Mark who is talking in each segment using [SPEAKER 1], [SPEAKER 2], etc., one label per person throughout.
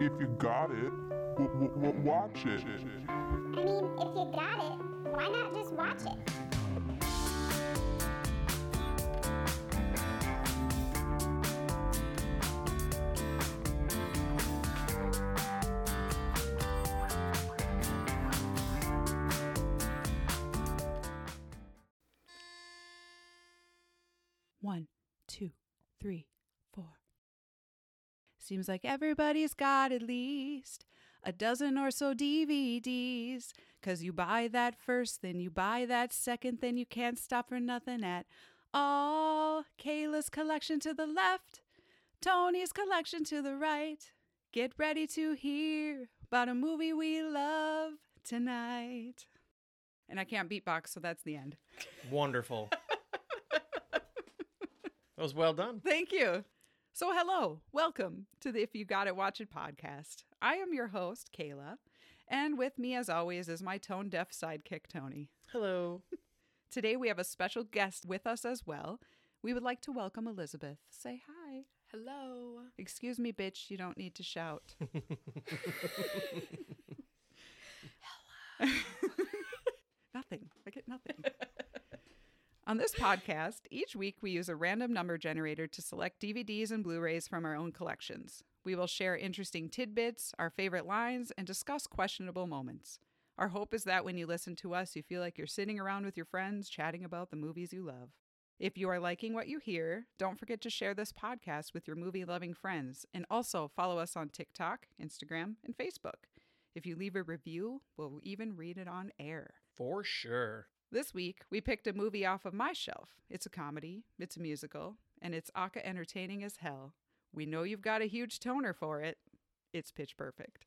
[SPEAKER 1] if you got it, w- w- watch it.
[SPEAKER 2] I mean, if you got it, why not just watch it?
[SPEAKER 3] One, two, three, four. Seems like everybody's got at least a dozen or so DVDs. Cause you buy that first, then you buy that second, then you can't stop for nothing at all. Kayla's collection to the left, Tony's collection to the right. Get ready to hear about a movie we love tonight. And I can't beatbox, so that's the end.
[SPEAKER 4] Wonderful. that was well done.
[SPEAKER 3] Thank you. So, hello, welcome to the If You Got It, Watch It podcast. I am your host, Kayla, and with me, as always, is my tone deaf sidekick, Tony.
[SPEAKER 4] Hello.
[SPEAKER 3] Today, we have a special guest with us as well. We would like to welcome Elizabeth. Say hi.
[SPEAKER 5] Hello.
[SPEAKER 3] Excuse me, bitch, you don't need to shout. Hello. nothing. I get nothing. On this podcast, each week we use a random number generator to select DVDs and Blu rays from our own collections. We will share interesting tidbits, our favorite lines, and discuss questionable moments. Our hope is that when you listen to us, you feel like you're sitting around with your friends chatting about the movies you love. If you are liking what you hear, don't forget to share this podcast with your movie loving friends and also follow us on TikTok, Instagram, and Facebook. If you leave a review, we'll even read it on air.
[SPEAKER 4] For sure.
[SPEAKER 3] This week, we picked a movie off of my shelf. It's a comedy, it's a musical, and it's aka entertaining as hell. We know you've got a huge toner for it. It's pitch perfect.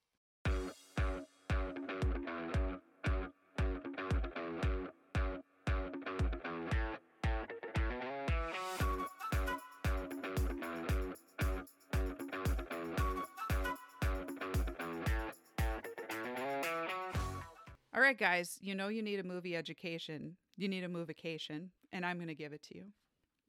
[SPEAKER 3] All right, guys, you know you need a movie education. You need a movication, and I'm going to give it to you.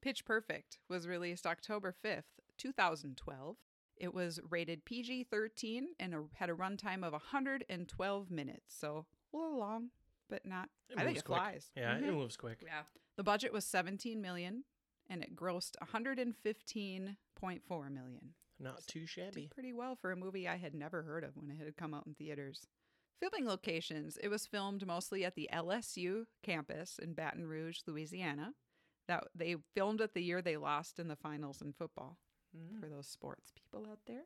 [SPEAKER 3] Pitch Perfect was released October 5th, 2012. It was rated PG 13 and a, had a runtime of 112 minutes. So a little long, but not. I think
[SPEAKER 4] moves
[SPEAKER 3] it
[SPEAKER 4] quick.
[SPEAKER 3] flies.
[SPEAKER 4] Yeah,
[SPEAKER 3] Mhm.
[SPEAKER 4] it moves quick.
[SPEAKER 5] Yeah.
[SPEAKER 3] The budget was 17 million and it grossed 115.4 million.
[SPEAKER 4] Not too
[SPEAKER 3] Did
[SPEAKER 4] shabby.
[SPEAKER 3] pretty well for a movie I had never heard of when it had come out in theaters. Filming locations. It was filmed mostly at the LSU campus in Baton Rouge, Louisiana. That they filmed it the year they lost in the finals in football for those sports people out there.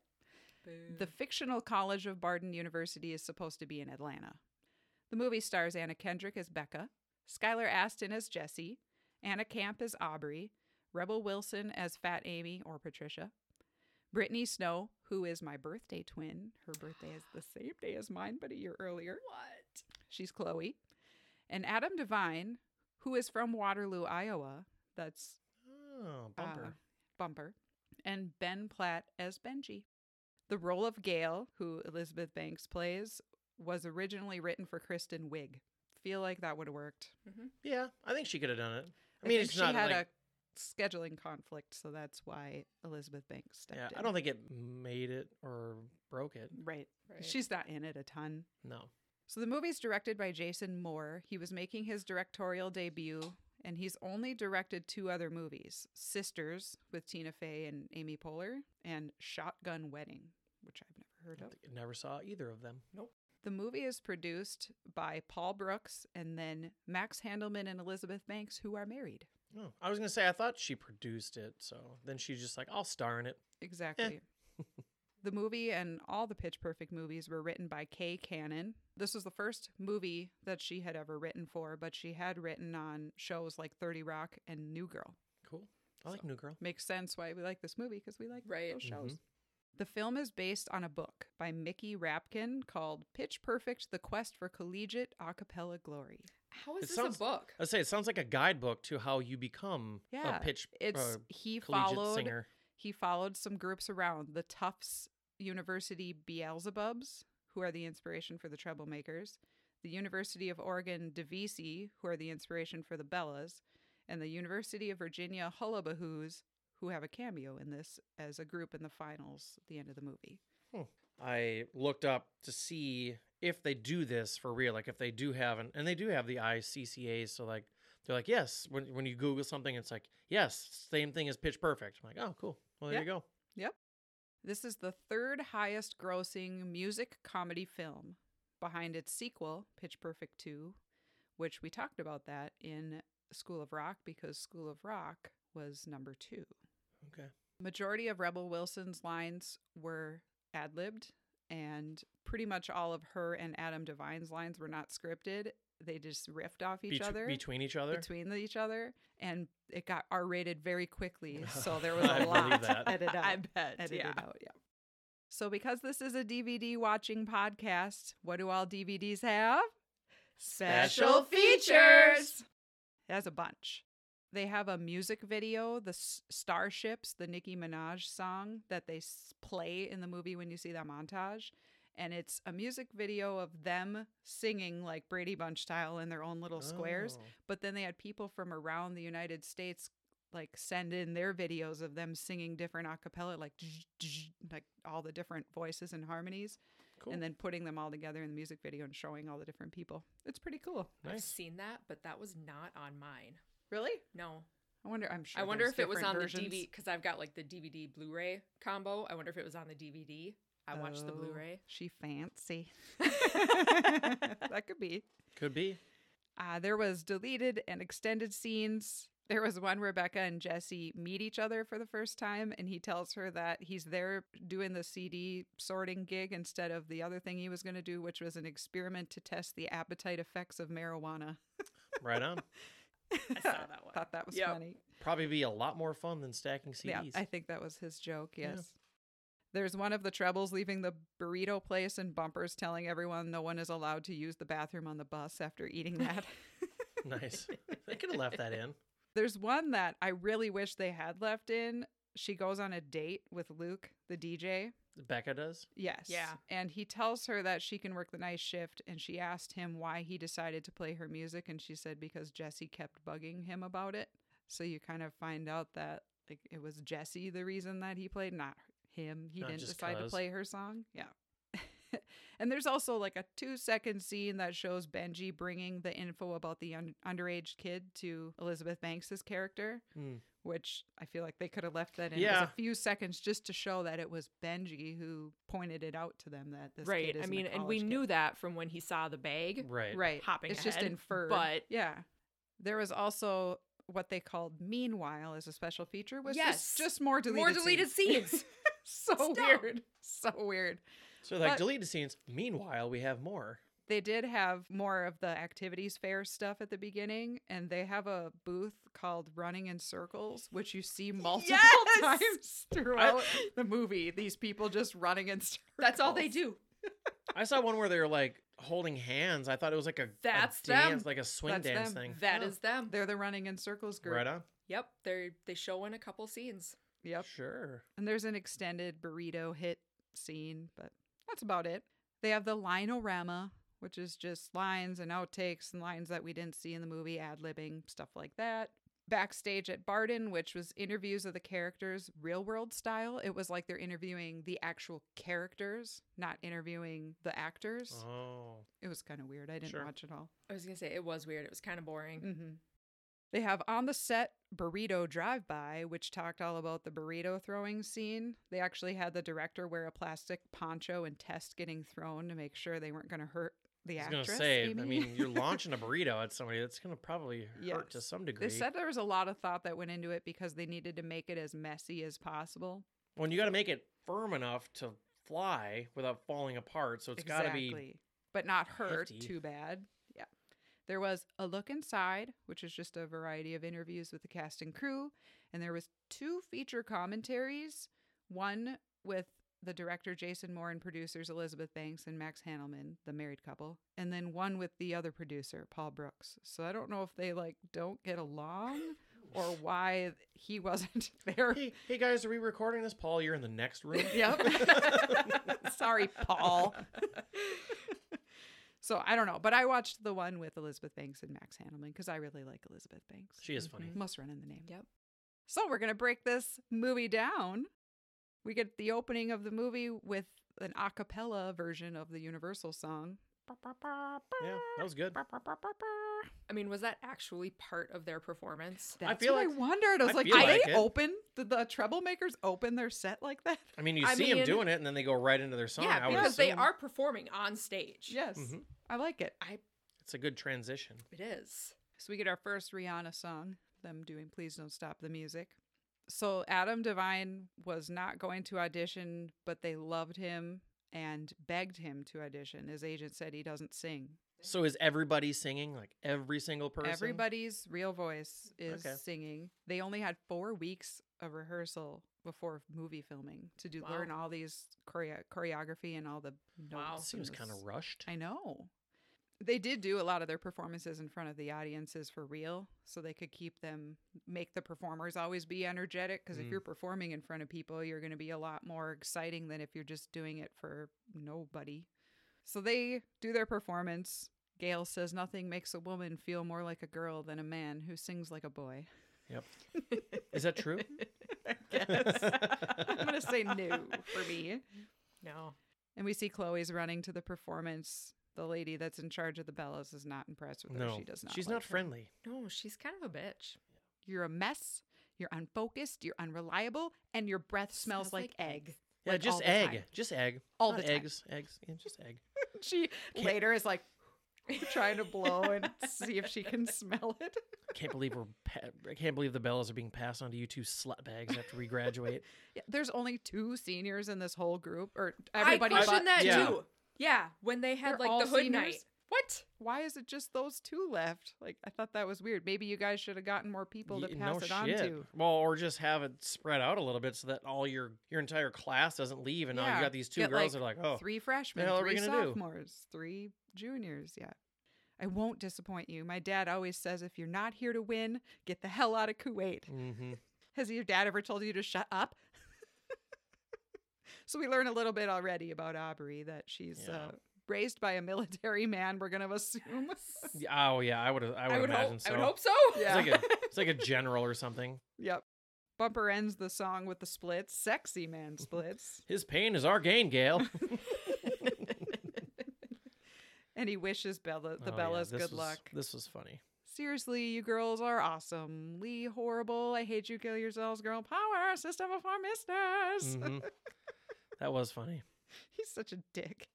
[SPEAKER 3] The fictional college of Barden University is supposed to be in Atlanta. The movie stars Anna Kendrick as Becca, Skylar Aston as Jessie, Anna Camp as Aubrey, Rebel Wilson as Fat Amy or Patricia, Brittany Snow, who is my birthday twin. Her birthday is the same day as mine, but a year earlier.
[SPEAKER 5] What?
[SPEAKER 3] She's Chloe. And Adam Devine, who is from Waterloo, Iowa. That's
[SPEAKER 4] Oh,
[SPEAKER 3] uh,
[SPEAKER 4] bumper.
[SPEAKER 3] bumper. And Ben Platt as Benji. The role of Gail, who Elizabeth Banks plays, was originally written for Kristen Wiig. Feel like that would have worked.
[SPEAKER 4] yeah, I think she could have done it. I
[SPEAKER 3] I
[SPEAKER 4] mean,
[SPEAKER 3] think
[SPEAKER 4] it's
[SPEAKER 3] she
[SPEAKER 4] not
[SPEAKER 3] had
[SPEAKER 4] like.
[SPEAKER 3] a scheduling conflict, so that's why Elizabeth Banks stepped
[SPEAKER 4] yeah,
[SPEAKER 3] in.
[SPEAKER 4] I don't think it made it or broke it.
[SPEAKER 3] Right.
[SPEAKER 5] Right.
[SPEAKER 3] She's not in it a ton.
[SPEAKER 4] No.
[SPEAKER 3] So the movie's directed by Jason Moore. He was making his directorial debut, and he's only directed two other movies: Sisters with Tina Fey and Amy Poehler, and Shotgun Wedding, which I've never heard of.
[SPEAKER 4] Never saw either of them. Nope.
[SPEAKER 3] The movie is produced by Paul Brooks and then Max Handelman and Elizabeth Banks, who are married.
[SPEAKER 4] No. Oh, I was going to say, I thought she produced it. So then she's just like, I'll star in it.
[SPEAKER 3] Exactly. the movie and all the Pitch Perfect movies were written by Kay Cannon. This was the first movie that she had ever written for, but she had written on shows like 30 Rock and New Girl.
[SPEAKER 4] Cool. I like New Girl.
[SPEAKER 3] Makes sense why we like this movie because we like
[SPEAKER 5] Right.
[SPEAKER 3] those shows.
[SPEAKER 4] Mm-hmm.
[SPEAKER 3] The film is based on a book by Mickey Rapkin called Pitch Perfect: The Quest for Collegiate Acapella Glory.
[SPEAKER 5] How is
[SPEAKER 4] It
[SPEAKER 5] this
[SPEAKER 4] sounds-
[SPEAKER 5] a book?
[SPEAKER 4] I say it sounds like a guidebook to how you become
[SPEAKER 3] Yeah,
[SPEAKER 4] a pitch.
[SPEAKER 3] it's
[SPEAKER 4] uh,
[SPEAKER 3] he
[SPEAKER 4] collegiate
[SPEAKER 3] followed
[SPEAKER 4] singer.
[SPEAKER 3] he followed some groups around the Tufts University Beelzebubs, who are the inspiration for the Troublemakers, the University of Oregon Divisi, who are the inspiration for the Bellas, and the University of Virginia Hullabahoos, who have a cameo in this as a group in the finals at the end of the movie.
[SPEAKER 4] I looked up to see if they do this for real, like if they do have an, and they do have the ICCA, so like they're like, yes, when when you Google something, it's like, yes, same thing as Pitch Perfect. I'm like, oh, cool. Well, there
[SPEAKER 3] Yeah.
[SPEAKER 4] you go.
[SPEAKER 3] This is the third highest grossing music comedy film behind its sequel, Pitch Perfect 2, which we talked about that in School of Rock because School of Rock was number two.
[SPEAKER 4] Okay.
[SPEAKER 3] Majority of Rebel Wilson's lines were ad libbed, and pretty much all of her and Adam Devine's lines were not scripted. They just riffed off each
[SPEAKER 4] Betw-
[SPEAKER 3] other
[SPEAKER 4] between each other.
[SPEAKER 3] between the- each other, and it got R rated very quickly. So there was a
[SPEAKER 4] I believe
[SPEAKER 3] lot
[SPEAKER 4] that.
[SPEAKER 3] edited out.
[SPEAKER 5] I bet.
[SPEAKER 3] Edited
[SPEAKER 5] yeah.
[SPEAKER 3] out, yeah. So because this is a DVD watching podcast, what do all DVDs have?
[SPEAKER 4] Special
[SPEAKER 5] features.
[SPEAKER 3] It has a bunch. They have a music video, the S- Starships, the Nicki Minaj song that they s- play in the movie when you see that montage. And it's a music video of them singing like Brady Bunch style in their own little squares
[SPEAKER 4] Oh.
[SPEAKER 3] but then they had people from around the United States like send in their videos of them singing different a cappella like like all the different voices and harmonies
[SPEAKER 4] Cool.
[SPEAKER 3] and then putting them all together in the music video and showing all the different people. It's pretty cool.
[SPEAKER 5] I've
[SPEAKER 4] nice.
[SPEAKER 5] seen that, but that was not on mine.
[SPEAKER 3] Really?
[SPEAKER 5] No,
[SPEAKER 3] I wonder I'm sure
[SPEAKER 5] I wonder
[SPEAKER 3] there's
[SPEAKER 5] if it was
[SPEAKER 3] different
[SPEAKER 5] on
[SPEAKER 3] versions.
[SPEAKER 5] the DVD because I've got like the DVD Blu-ray combo. I wonder if it was on the DVD. I watched the
[SPEAKER 3] Oh,
[SPEAKER 5] Blu-ray.
[SPEAKER 3] She fancy. that could be.
[SPEAKER 4] Could be.
[SPEAKER 3] Uh, there was deleted and extended scenes. There was one Rebecca and Jesse meet each other for the first time, and he tells her that he's there doing the CD sorting gig instead of the other thing he was going to do, which was an experiment to test the appetite effects of marijuana.
[SPEAKER 4] Right on.
[SPEAKER 5] I saw that one.
[SPEAKER 3] Thought that was
[SPEAKER 5] Yep.
[SPEAKER 3] funny.
[SPEAKER 4] Probably be a lot more fun than stacking CDs.
[SPEAKER 3] Yeah, I think that was his joke.
[SPEAKER 4] Yeah.
[SPEAKER 3] Yes. There's one of the trebles leaving the burrito place and bumpers telling everyone no one is allowed to use the bathroom on the bus after eating that.
[SPEAKER 4] nice. I could have left that in.
[SPEAKER 3] There's one that I really wish they had left in. She goes on a date with Luke, the DJ.
[SPEAKER 4] Becca does.
[SPEAKER 3] Yes.
[SPEAKER 5] Yeah.
[SPEAKER 3] And he tells her that she can work the night shift. And she asked him why he decided to play her music. And she said because Jesse kept bugging him about it. So you kind of find out that like it was Jesse the reason that he played, not him. He
[SPEAKER 4] Not
[SPEAKER 3] didn't
[SPEAKER 4] just
[SPEAKER 3] decide to
[SPEAKER 4] 'cause.
[SPEAKER 3] play her song. Yeah. and there's also like a two second scene that shows Benji bringing the info about the un- underage kid to Elizabeth Banks's character
[SPEAKER 4] Hmm.
[SPEAKER 3] which I feel like they could have left that in. It was
[SPEAKER 4] Yeah.
[SPEAKER 3] a few seconds just to show that it was Benji who pointed it out to them that this
[SPEAKER 5] right.
[SPEAKER 3] Kid
[SPEAKER 5] I
[SPEAKER 3] isn't a
[SPEAKER 5] mean, and we
[SPEAKER 3] college kid.
[SPEAKER 5] knew that from when he saw the bag.
[SPEAKER 4] Right.
[SPEAKER 3] right
[SPEAKER 5] hopping
[SPEAKER 3] It's just
[SPEAKER 5] ahead,
[SPEAKER 3] inferred,
[SPEAKER 5] but-
[SPEAKER 3] yeah, there was also what they called "meanwhile" as a special feature, which
[SPEAKER 5] Yes.
[SPEAKER 3] is just more deleted,
[SPEAKER 5] More deleted scenes.
[SPEAKER 3] so
[SPEAKER 5] Stop.
[SPEAKER 3] weird, so weird.
[SPEAKER 4] So like
[SPEAKER 3] But-
[SPEAKER 4] deleted scenes. Meanwhile, we have more.
[SPEAKER 3] They did have more of the activities fair stuff at the beginning, and they have a booth called Running in Circles, which you see multiple
[SPEAKER 5] Yes!
[SPEAKER 3] times throughout the movie. These people just running in circles.
[SPEAKER 5] That's all they do.
[SPEAKER 4] I saw one where they were like holding hands. I thought it was like a, a
[SPEAKER 5] That's them.
[SPEAKER 4] dance, like a swing
[SPEAKER 3] That's
[SPEAKER 4] dance
[SPEAKER 3] them.
[SPEAKER 4] thing.
[SPEAKER 5] That
[SPEAKER 4] Yeah.
[SPEAKER 5] is them.
[SPEAKER 3] They're the running in circles group.
[SPEAKER 4] right on.
[SPEAKER 5] Yep, they they show in a couple scenes.
[SPEAKER 3] Yep.
[SPEAKER 4] Sure.
[SPEAKER 3] And there's an extended burrito hit scene, but that's about it. They have the linorama, which is just lines and outtakes and lines that we didn't see in the movie, ad libbing, stuff like that. Backstage at Barden, which was interviews of the characters real world style. It was like they're interviewing the actual characters, not interviewing the actors.
[SPEAKER 4] Oh.
[SPEAKER 3] It was kind of weird. I didn't
[SPEAKER 4] Sure.
[SPEAKER 3] watch it all.
[SPEAKER 5] I was gonna say it was weird. It was kind of boring.
[SPEAKER 3] Mm-hmm. They have on the set burrito drive by, which talked all about the burrito throwing scene. They actually had the director wear a plastic poncho and test getting thrown to make sure they weren't going to hurt the
[SPEAKER 4] I was
[SPEAKER 3] actress.
[SPEAKER 4] gonna say.
[SPEAKER 3] Amy.
[SPEAKER 4] I mean, you're launching a burrito at somebody. That's gonna probably hurt to
[SPEAKER 3] Yes.
[SPEAKER 4] some degree.
[SPEAKER 3] They said there was a lot of thought that went into it because they needed to make it as messy as possible.
[SPEAKER 4] when you got to make it firm enough to fly without falling apart. So it's got to be
[SPEAKER 3] but not hurt
[SPEAKER 4] hefty.
[SPEAKER 3] too bad. Yeah. There was a look inside, which is just a variety of interviews with the cast and crew, and there was two feature commentaries. One with the director Jason Moore and producers Elizabeth Banks and Max Hanelman, the married couple, and then one with the other producer Paul Brooks. So I don't know if they like don't get along or why he wasn't there.
[SPEAKER 4] hey, hey guys, are we recording this? Paul, you're in the next room.
[SPEAKER 3] Yep. Sorry, Paul. so I don't know, but I watched the one with Elizabeth Banks and Max Handelman because I really like Elizabeth Banks.
[SPEAKER 4] She is funny.
[SPEAKER 3] Must run in the name.
[SPEAKER 5] Yep.
[SPEAKER 3] So we're gonna break this movie down. We get the opening of the movie with an a cappella version of the Universal song.
[SPEAKER 4] Yeah, that was good.
[SPEAKER 5] I mean, was that actually part of their performance?
[SPEAKER 3] That's
[SPEAKER 4] feel
[SPEAKER 3] what I
[SPEAKER 4] like-
[SPEAKER 3] wondered. I was
[SPEAKER 4] I
[SPEAKER 3] like, did
[SPEAKER 4] feel like
[SPEAKER 3] they
[SPEAKER 4] it.
[SPEAKER 3] open did the troublemakers open their set like that?
[SPEAKER 4] I mean, you
[SPEAKER 5] I
[SPEAKER 4] see 'em see
[SPEAKER 5] mean-
[SPEAKER 4] them doing it, and then they go right into their song. I
[SPEAKER 5] yeah,
[SPEAKER 4] would
[SPEAKER 5] because they
[SPEAKER 4] assume.
[SPEAKER 5] are performing on stage.
[SPEAKER 3] Yes.
[SPEAKER 4] Mhm.
[SPEAKER 3] I like it.
[SPEAKER 4] It's a good transition.
[SPEAKER 5] It is.
[SPEAKER 3] So we get our first Rihanna song, them doing Please Don't Stop the Music. So Adam Devine was not going to audition, but they loved him and begged him to audition. His agent said he doesn't sing.
[SPEAKER 4] So is everybody singing? Like every single person?
[SPEAKER 3] Everybody's real voice is
[SPEAKER 4] Okay.
[SPEAKER 3] singing. They only had four weeks of rehearsal before movie filming to do learn
[SPEAKER 5] Wow.
[SPEAKER 3] all these choreo- choreography and all the notes.
[SPEAKER 5] Wow.
[SPEAKER 3] and
[SPEAKER 4] seems kind
[SPEAKER 3] this-
[SPEAKER 4] of rushed.
[SPEAKER 3] I know. They did do a lot of their performances in front of the audiences for real, so they could keep them, make the performers always be energetic. Because if
[SPEAKER 4] Mm.
[SPEAKER 3] you're performing in front of people, you're going to be a lot more exciting than if you're just doing it for nobody. So they do their performance. Gail says nothing makes a woman feel more like a girl than a man who sings like a boy.
[SPEAKER 4] Is that true?
[SPEAKER 3] I guess. I'm going to say no for me.
[SPEAKER 5] No.
[SPEAKER 3] And we see Chloe's running to the performance. The lady that's in charge of the Bellas is not impressed with her.
[SPEAKER 4] no,
[SPEAKER 3] She does not.
[SPEAKER 4] She's
[SPEAKER 3] like
[SPEAKER 4] not
[SPEAKER 3] her.
[SPEAKER 4] friendly.
[SPEAKER 5] No, she's kind of a bitch.
[SPEAKER 3] You're a mess. You're unfocused. You're unreliable, and your breath smells,
[SPEAKER 5] Smells
[SPEAKER 3] like,
[SPEAKER 5] like
[SPEAKER 3] egg.
[SPEAKER 4] Yeah,
[SPEAKER 3] Like, all
[SPEAKER 4] just
[SPEAKER 3] the
[SPEAKER 4] egg.
[SPEAKER 3] time.
[SPEAKER 4] Just egg.
[SPEAKER 3] All
[SPEAKER 4] Not
[SPEAKER 3] the time.
[SPEAKER 4] eggs. Eggs. Yeah, just egg.
[SPEAKER 3] She
[SPEAKER 4] Can't-
[SPEAKER 3] later is like trying to blow and see if she can smell it.
[SPEAKER 4] Can't believe we're. Pa- I can't believe the bellas are being passed on to you two slut bags after we graduate.
[SPEAKER 3] Yeah, there's only two seniors in this whole group, or everybody.
[SPEAKER 5] I
[SPEAKER 3] but
[SPEAKER 5] questioned that
[SPEAKER 4] Yeah.
[SPEAKER 5] too. Yeah, when they
[SPEAKER 3] They're
[SPEAKER 5] had
[SPEAKER 3] all
[SPEAKER 5] like the hood night.
[SPEAKER 3] seniors?
[SPEAKER 5] What?
[SPEAKER 3] Why is it just those two left? Like I thought that was weird. Maybe you guys should have gotten more people to
[SPEAKER 4] Ye-
[SPEAKER 3] pass it on to.
[SPEAKER 4] Well, or just have it spread out a little bit so that all your your entire class doesn't leave, and now
[SPEAKER 3] Yeah.
[SPEAKER 4] you got these two
[SPEAKER 3] Get,
[SPEAKER 4] girls
[SPEAKER 3] like,
[SPEAKER 4] that are like, oh,
[SPEAKER 3] Three freshmen,
[SPEAKER 4] hell are we
[SPEAKER 3] three
[SPEAKER 4] gonna do?
[SPEAKER 3] sophomores, three juniors. Yeah. I won't disappoint you. My dad always says if you're not here to win, get the hell out of Kuwait.
[SPEAKER 4] hmm
[SPEAKER 3] Has your dad ever told you to shut up? so we learn a little bit already about Aubrey that she's
[SPEAKER 4] Yeah.
[SPEAKER 3] uh, raised by a military man. We're gonna assume.
[SPEAKER 4] oh yeah, I would I would,
[SPEAKER 5] I would
[SPEAKER 4] imagine
[SPEAKER 5] hope.
[SPEAKER 4] so.
[SPEAKER 5] I would hope so.
[SPEAKER 3] Yeah.
[SPEAKER 4] It's like a it's like a general or something.
[SPEAKER 3] yep. Bumper ends the song with the splits, sexy man splits,
[SPEAKER 4] His pain is our gain, Gail.
[SPEAKER 3] and he wishes Bella the
[SPEAKER 4] Oh, yeah,
[SPEAKER 3] Bellas
[SPEAKER 4] this
[SPEAKER 3] good
[SPEAKER 4] was-
[SPEAKER 3] luck.
[SPEAKER 4] This was funny.
[SPEAKER 3] Seriously, you girls are awesome. Lee, horrible. I hate you. Kill yourselves, girl power. System of our misters.
[SPEAKER 4] Mhm. that was funny.
[SPEAKER 3] He's such a dick.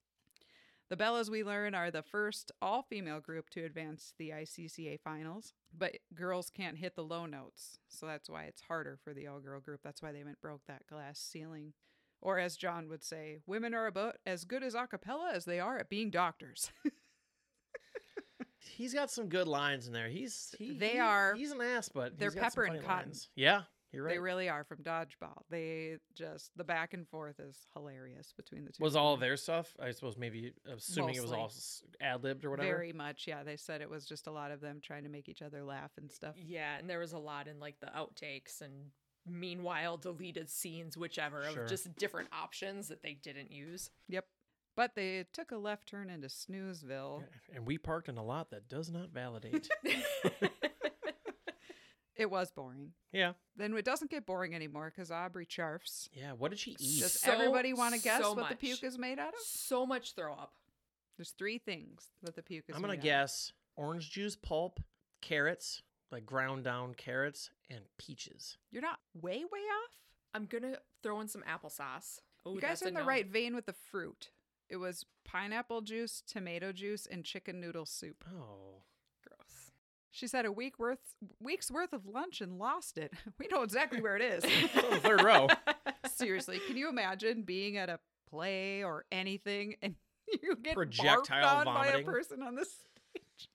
[SPEAKER 3] The Bellas, we learn, are the first all female group to advance the ICCA finals, but girls can't hit the low notes. So that's why it's harder for the all girl group. That's why they went broke that glass ceiling. Or as John would say, women are about as good as a cappella as they are at being doctors.
[SPEAKER 4] He's got some good lines in there. He's he,
[SPEAKER 3] They
[SPEAKER 4] he-
[SPEAKER 3] are-
[SPEAKER 4] He's an ass, but
[SPEAKER 3] they're
[SPEAKER 4] he's got
[SPEAKER 3] pepper
[SPEAKER 4] some
[SPEAKER 3] and
[SPEAKER 4] funny
[SPEAKER 3] cotton.
[SPEAKER 4] lines. Yeah, you're right.
[SPEAKER 3] They really are from dodgeball. They just, the back and forth is hilarious between the two.
[SPEAKER 4] was
[SPEAKER 3] of
[SPEAKER 4] all
[SPEAKER 3] them.
[SPEAKER 4] their stuff? I suppose maybe assuming it was all ad libbed or whatever.
[SPEAKER 3] Very much, yeah. They said it was just a lot of them trying to make each other laugh and stuff.
[SPEAKER 5] Yeah, and there was a lot in like the outtakes and meanwhile deleted scenes, whichever
[SPEAKER 4] Sure.
[SPEAKER 5] of just different options that they didn't use.
[SPEAKER 3] Yep. But they took a left turn into Snoozeville.
[SPEAKER 4] And we parked in a lot that does not validate.
[SPEAKER 3] It was boring.
[SPEAKER 4] yeah.
[SPEAKER 3] Then it doesn't get boring anymore because Aubrey charfs.
[SPEAKER 4] Yeah. What did she eat?
[SPEAKER 3] Does
[SPEAKER 5] So-
[SPEAKER 3] everybody want to guess
[SPEAKER 5] so
[SPEAKER 3] what the
[SPEAKER 5] much.
[SPEAKER 3] puke is made out of?
[SPEAKER 5] so much throw up.
[SPEAKER 3] There's three things that the puke is
[SPEAKER 4] I'm going
[SPEAKER 3] made
[SPEAKER 4] to
[SPEAKER 3] out
[SPEAKER 4] guess orange juice pulp, carrots, like ground down carrots, and peaches.
[SPEAKER 3] of. You're not way, way off.
[SPEAKER 5] I'm gonna throw in some applesauce. Oh,
[SPEAKER 3] you guys
[SPEAKER 5] that's
[SPEAKER 3] are
[SPEAKER 5] a
[SPEAKER 3] in the
[SPEAKER 5] no.
[SPEAKER 3] right vein with the fruit. It was pineapple juice, tomato juice, and chicken noodle soup.
[SPEAKER 4] Oh.
[SPEAKER 5] Gross.
[SPEAKER 3] She's had a week worth, week's worth of lunch and lost it. We know exactly where it is.
[SPEAKER 4] It's on the third row.
[SPEAKER 3] Seriously, can you imagine being at a play or anything and you get projectile
[SPEAKER 4] Projectile
[SPEAKER 3] on by a
[SPEAKER 4] vomiting.
[SPEAKER 3] person on the stage?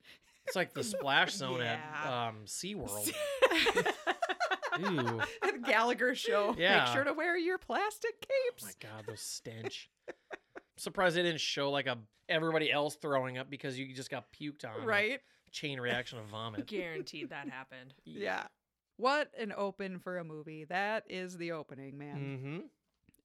[SPEAKER 4] It's like the splash zone
[SPEAKER 3] Yeah.
[SPEAKER 4] at um, SeaWorld. Ew.
[SPEAKER 3] At the Gallagher show. Make
[SPEAKER 4] Yeah.
[SPEAKER 3] sure to wear your plastic capes.
[SPEAKER 4] Oh my god, those stench. I'm surprised they didn't show like a everybody else throwing up because you just got puked on. like,
[SPEAKER 3] right?
[SPEAKER 4] chain reaction of vomit.
[SPEAKER 5] Guaranteed that happened.
[SPEAKER 3] Yeah. What an open for a movie. That is the opening, man.
[SPEAKER 4] Mm-hmm.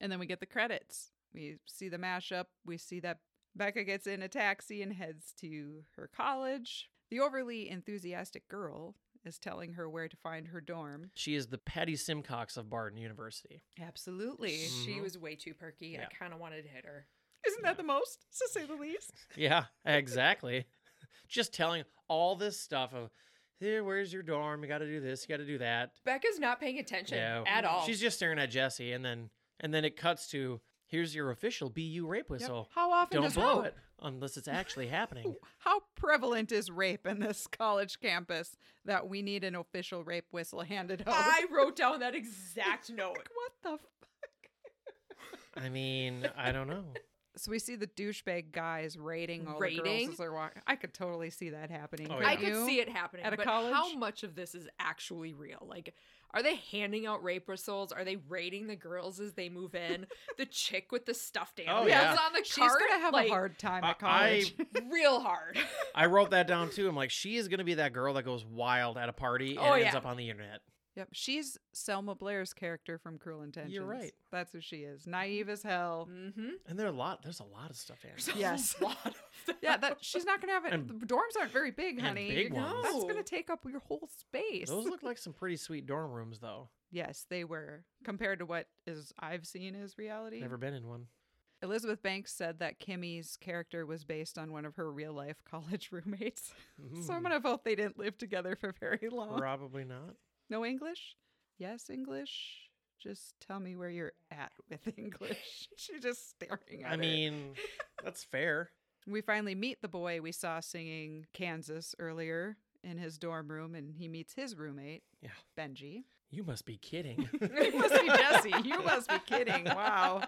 [SPEAKER 3] And then we get the credits. We see the mashup. We see that Becca gets in a taxi and heads to her college. The overly enthusiastic girl is telling her where to find her dorm.
[SPEAKER 4] She is the Patty Simcox of Barden University.
[SPEAKER 3] Absolutely.
[SPEAKER 5] She
[SPEAKER 4] Mhm.
[SPEAKER 5] was way too perky.
[SPEAKER 4] Yeah.
[SPEAKER 5] I kind of wanted to hit her.
[SPEAKER 3] Isn't that the most, to say the least?
[SPEAKER 4] Yeah, exactly. Just telling all this stuff of here, where's your dorm? You got to do this. You got to do that.
[SPEAKER 5] Becca's not paying attention
[SPEAKER 4] Yeah.
[SPEAKER 5] at all.
[SPEAKER 4] She's just staring at Jesse, and then and then it cuts to here's your official BU rape whistle.
[SPEAKER 3] How often
[SPEAKER 4] Don't
[SPEAKER 3] does
[SPEAKER 4] blow
[SPEAKER 3] rape-
[SPEAKER 4] it unless it's actually happening.
[SPEAKER 3] How prevalent is rape in this college campus that we need an official rape whistle handed out?
[SPEAKER 5] I wrote down that exact note.
[SPEAKER 3] Like, what the fuck?
[SPEAKER 4] I mean, I don't know.
[SPEAKER 3] So we see the douchebag guys raiding all the girls
[SPEAKER 5] Raiding?
[SPEAKER 3] as they're walking. I could totally see that happening.
[SPEAKER 4] Oh,
[SPEAKER 3] couldn't
[SPEAKER 4] yeah.
[SPEAKER 5] I could
[SPEAKER 3] you?
[SPEAKER 5] see it happening.
[SPEAKER 3] At a
[SPEAKER 5] but
[SPEAKER 3] college?
[SPEAKER 5] how much of this is actually real? Like, are they handing out rape whistles? Are they raiding the girls as they move in? the chick with the stuffed animals
[SPEAKER 4] Oh, yeah.
[SPEAKER 5] on the
[SPEAKER 3] She's
[SPEAKER 5] cart,
[SPEAKER 3] gonna have
[SPEAKER 5] like,
[SPEAKER 3] a hard time at
[SPEAKER 4] I- I-
[SPEAKER 3] college.
[SPEAKER 5] real hard.
[SPEAKER 4] I wrote that down too. I'm like, she is gonna be that girl that goes wild at a party and
[SPEAKER 5] Oh,
[SPEAKER 4] ends
[SPEAKER 5] yeah.
[SPEAKER 4] up on the internet.
[SPEAKER 3] Yep, she's Selma Blair's character from Cruel Intentions.
[SPEAKER 4] right.
[SPEAKER 3] That's who she is. Naive as hell.
[SPEAKER 5] mm-hmm.
[SPEAKER 4] And there are a lot. There's a lot of stuff there.
[SPEAKER 3] Yes.
[SPEAKER 5] A lot of them.
[SPEAKER 3] Yeah, that she's not gonna have it.
[SPEAKER 4] And-
[SPEAKER 3] the dorms aren't very big,
[SPEAKER 4] and
[SPEAKER 3] honey.
[SPEAKER 4] big
[SPEAKER 3] You're-
[SPEAKER 4] ones.
[SPEAKER 3] That's
[SPEAKER 5] No.
[SPEAKER 3] gonna take up your whole space.
[SPEAKER 4] Those look like some pretty sweet dorm rooms, though.
[SPEAKER 3] yes, they were compared to what is I've seen as reality.
[SPEAKER 4] Never been in one.
[SPEAKER 3] Elizabeth Banks said that Kimmy's character was based on one of her real life college roommates. So I'm
[SPEAKER 4] Mm,
[SPEAKER 3] gonna vote they didn't live together for very long.
[SPEAKER 4] probably not.
[SPEAKER 3] No English? Yes, English. Just tell me where you're at with English. She's just staring at
[SPEAKER 4] I
[SPEAKER 3] her.
[SPEAKER 4] mean, that's fair.
[SPEAKER 3] we finally meet the boy we saw singing Kansas earlier in his dorm room, and he meets his roommate,
[SPEAKER 4] Yeah.
[SPEAKER 3] Benji.
[SPEAKER 4] You must be kidding.
[SPEAKER 3] It must be Jesse. You must be kidding. Wow.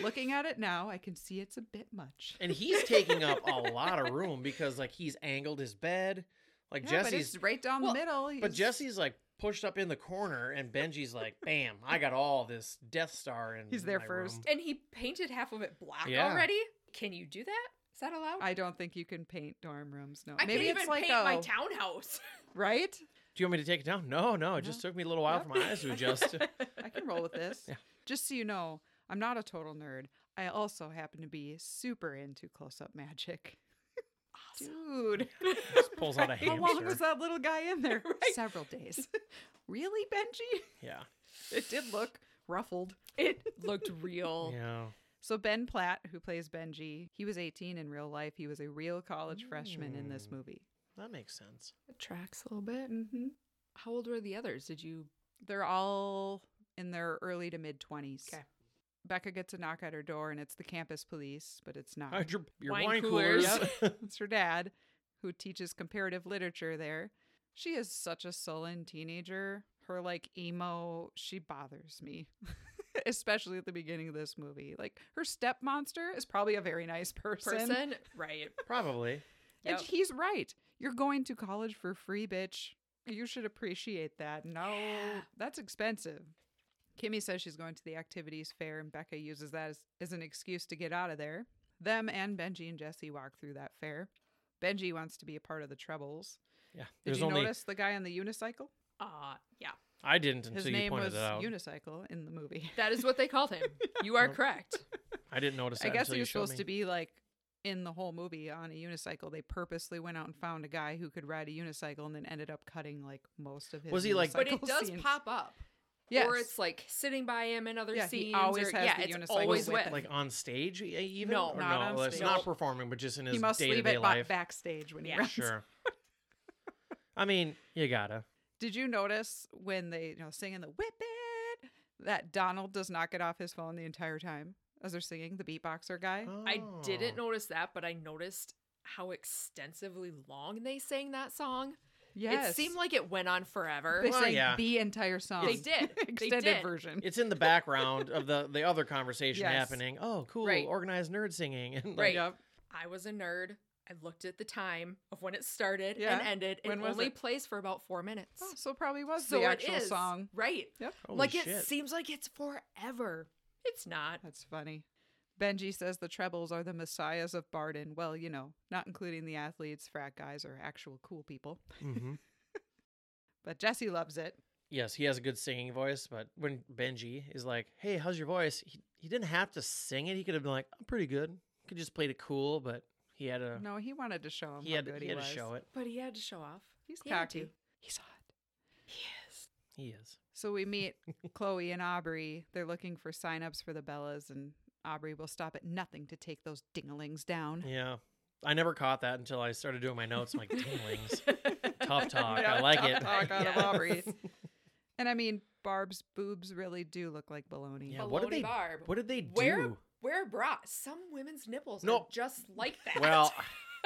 [SPEAKER 3] Looking at it now, I can see it's a bit much.
[SPEAKER 4] and he's taking up a lot of room because like he's angled his bed. Like
[SPEAKER 3] Yeah, but
[SPEAKER 4] Jesse's
[SPEAKER 3] it's right down
[SPEAKER 4] Well,
[SPEAKER 3] the middle.
[SPEAKER 4] But
[SPEAKER 3] He's-
[SPEAKER 4] Jesse's like pushed up in the corner, and Benji's like, "Bam! I got all this Death Star." And
[SPEAKER 3] He's there
[SPEAKER 4] my
[SPEAKER 3] first.
[SPEAKER 4] room."
[SPEAKER 5] And he painted half of it black
[SPEAKER 4] Yeah.
[SPEAKER 5] already. Can you do that? Is that allowed?
[SPEAKER 3] I don't think you can paint dorm rooms. No,
[SPEAKER 5] I
[SPEAKER 3] maybe
[SPEAKER 5] can't
[SPEAKER 3] it's
[SPEAKER 5] even
[SPEAKER 3] like
[SPEAKER 5] paint my
[SPEAKER 3] a-
[SPEAKER 5] townhouse.
[SPEAKER 3] right.
[SPEAKER 4] Do you want me to take it down? No, no. It just took me a little while
[SPEAKER 3] Yep.
[SPEAKER 4] for my eyes to adjust.
[SPEAKER 3] I can roll with this.
[SPEAKER 4] Yeah.
[SPEAKER 3] Just so you know, I'm not a total nerd. I also happen to be super into close-up magic, dude.
[SPEAKER 4] Just pulls out a
[SPEAKER 3] How long
[SPEAKER 4] hamster.
[SPEAKER 3] was that little guy in there? Several days. really, Benji?
[SPEAKER 4] yeah,
[SPEAKER 3] It did look ruffled.
[SPEAKER 5] It looked real.
[SPEAKER 4] yeah.
[SPEAKER 3] So Ben Platt, who plays Benji, he was 18 in real life. He was a real college freshman in this
[SPEAKER 4] Mm.
[SPEAKER 3] movie.
[SPEAKER 4] That makes sense.
[SPEAKER 5] It tracks a little bit.
[SPEAKER 3] Mm-hmm.
[SPEAKER 5] How old were the others? Did you?
[SPEAKER 3] They're all in their early to mid 20s.
[SPEAKER 5] 'Kay.
[SPEAKER 3] Becca gets a knock at her door, and it's the campus police, but it's not.
[SPEAKER 4] Hide your, your wine,
[SPEAKER 5] Wine
[SPEAKER 4] coolers.
[SPEAKER 5] coolers.
[SPEAKER 3] It's her dad, who teaches comparative literature there. She is such a sullen teenager. Her like emo, she bothers me. Especially at the beginning of this movie. Like her step monster is probably a very nice person.
[SPEAKER 5] Person? Right.
[SPEAKER 4] Probably.
[SPEAKER 3] And
[SPEAKER 5] Yep.
[SPEAKER 3] he's right. You're going to college for free, bitch. You should appreciate that. No,
[SPEAKER 5] Yeah.
[SPEAKER 3] that's expensive. Kimmy says she's going to the activities fair, and Becca uses that as, as an excuse to get out of there. Them and Benji and Jesse walk through that fair. Benji wants to be a part of the Troubles.
[SPEAKER 4] Yeah.
[SPEAKER 3] Did
[SPEAKER 4] There's
[SPEAKER 3] you
[SPEAKER 4] only
[SPEAKER 3] notice the guy on the unicycle?
[SPEAKER 5] Uh, yeah.
[SPEAKER 4] I didn't until
[SPEAKER 3] His
[SPEAKER 4] you
[SPEAKER 3] name
[SPEAKER 4] pointed
[SPEAKER 3] was
[SPEAKER 4] it out.
[SPEAKER 3] Unicycle in the movie.
[SPEAKER 5] That is what they called him. You are
[SPEAKER 4] Nope.
[SPEAKER 5] correct.
[SPEAKER 4] I didn't notice. That
[SPEAKER 3] I guess
[SPEAKER 4] until
[SPEAKER 3] he
[SPEAKER 4] you
[SPEAKER 3] was
[SPEAKER 4] showed
[SPEAKER 3] supposed
[SPEAKER 4] me.
[SPEAKER 3] to be like in the whole movie on a unicycle. They purposely went out and found a guy who could ride a unicycle and then ended up cutting like most of his.
[SPEAKER 4] Was he, like-
[SPEAKER 5] But it
[SPEAKER 3] unicycle
[SPEAKER 5] does
[SPEAKER 3] scenes.
[SPEAKER 5] pop up.
[SPEAKER 3] Yes.
[SPEAKER 5] Or it's like sitting by him in other
[SPEAKER 3] Yeah, he
[SPEAKER 5] scenes.
[SPEAKER 3] always
[SPEAKER 5] or,
[SPEAKER 3] has
[SPEAKER 5] yeah,
[SPEAKER 3] the
[SPEAKER 5] it's
[SPEAKER 3] unicycle
[SPEAKER 5] always
[SPEAKER 3] with
[SPEAKER 5] with.
[SPEAKER 3] him.
[SPEAKER 4] like on stage, e- even
[SPEAKER 5] No,
[SPEAKER 4] Or
[SPEAKER 3] not on
[SPEAKER 4] no, it's
[SPEAKER 3] stage.
[SPEAKER 4] not
[SPEAKER 3] No.
[SPEAKER 4] performing, but just in his
[SPEAKER 3] he must
[SPEAKER 4] day to
[SPEAKER 3] leave
[SPEAKER 4] day
[SPEAKER 3] it ba-
[SPEAKER 4] life.
[SPEAKER 3] backstage when he
[SPEAKER 5] Yeah.
[SPEAKER 3] rides.
[SPEAKER 4] Sure. I mean, you gotta.
[SPEAKER 3] Did you notice when they you know singing the whip it that Donald does not get off his phone the entire time as they're singing the beatboxer guy?
[SPEAKER 5] I didn't
[SPEAKER 4] Oh.
[SPEAKER 5] notice that, but I noticed how extensively long they sang that song.
[SPEAKER 3] Yes,
[SPEAKER 5] It seemed like it went on forever.
[SPEAKER 3] they
[SPEAKER 4] Well,
[SPEAKER 3] sang
[SPEAKER 4] yeah.
[SPEAKER 3] the entire song.
[SPEAKER 5] They did. They
[SPEAKER 3] extended
[SPEAKER 5] did.
[SPEAKER 3] version.
[SPEAKER 4] It's in the background of the the other conversation
[SPEAKER 3] Yes.
[SPEAKER 4] happening. Oh, cool!
[SPEAKER 5] Right.
[SPEAKER 4] Organized nerd singing and like,
[SPEAKER 5] Right.
[SPEAKER 3] Yep.
[SPEAKER 5] I was a nerd. I looked at the time of when it started
[SPEAKER 3] Yeah.
[SPEAKER 5] and ended. It
[SPEAKER 3] When was
[SPEAKER 5] only
[SPEAKER 3] it?
[SPEAKER 5] plays for about four minutes.
[SPEAKER 3] Oh, so probably was
[SPEAKER 5] so
[SPEAKER 3] the
[SPEAKER 5] it
[SPEAKER 3] actual
[SPEAKER 5] is,
[SPEAKER 3] song.
[SPEAKER 5] Right.
[SPEAKER 4] holy
[SPEAKER 5] like
[SPEAKER 4] shit.
[SPEAKER 5] it seems like it's forever. It's not.
[SPEAKER 3] That's funny. Benji says the Trebles are the messiahs of Barden. Well, you know, not including the athletes, frat guys, or actual cool people.
[SPEAKER 4] Mhm.
[SPEAKER 3] But Jesse loves it.
[SPEAKER 4] Yes, he has a good singing voice, but when Benji is like, "Hey, how's your voice?" He, he didn't have to sing it. He could have been like, "I'm pretty good." Could just played it cool, but he had a
[SPEAKER 3] No, he wanted to show him
[SPEAKER 4] he
[SPEAKER 3] how
[SPEAKER 4] had,
[SPEAKER 3] good
[SPEAKER 4] he
[SPEAKER 3] he,
[SPEAKER 4] had
[SPEAKER 3] was.
[SPEAKER 4] to show it.
[SPEAKER 5] But he had to show off.
[SPEAKER 3] He's
[SPEAKER 5] He had
[SPEAKER 3] cocky.
[SPEAKER 5] to.
[SPEAKER 3] He's hot.
[SPEAKER 4] He is.
[SPEAKER 3] So we meet Chloe and Aubrey. They're looking for signups for the Bellas, and Aubrey will stop at nothing to take those dinglings down.
[SPEAKER 4] Yeah. I never caught that until I started doing my notes. I'm like, dinglings. Tough talk. I like
[SPEAKER 3] tough
[SPEAKER 4] it.
[SPEAKER 3] talk out Oh, of
[SPEAKER 5] Yeah.
[SPEAKER 3] Aubrey. and I mean, Barb's boobs really do look like baloney.
[SPEAKER 4] Yeah, what did
[SPEAKER 5] Baloney
[SPEAKER 4] they-
[SPEAKER 5] Barb.
[SPEAKER 4] What did they do?
[SPEAKER 5] Wear a- Wear a bra. Some women's nipples
[SPEAKER 4] No.
[SPEAKER 5] are just like that.
[SPEAKER 4] Well,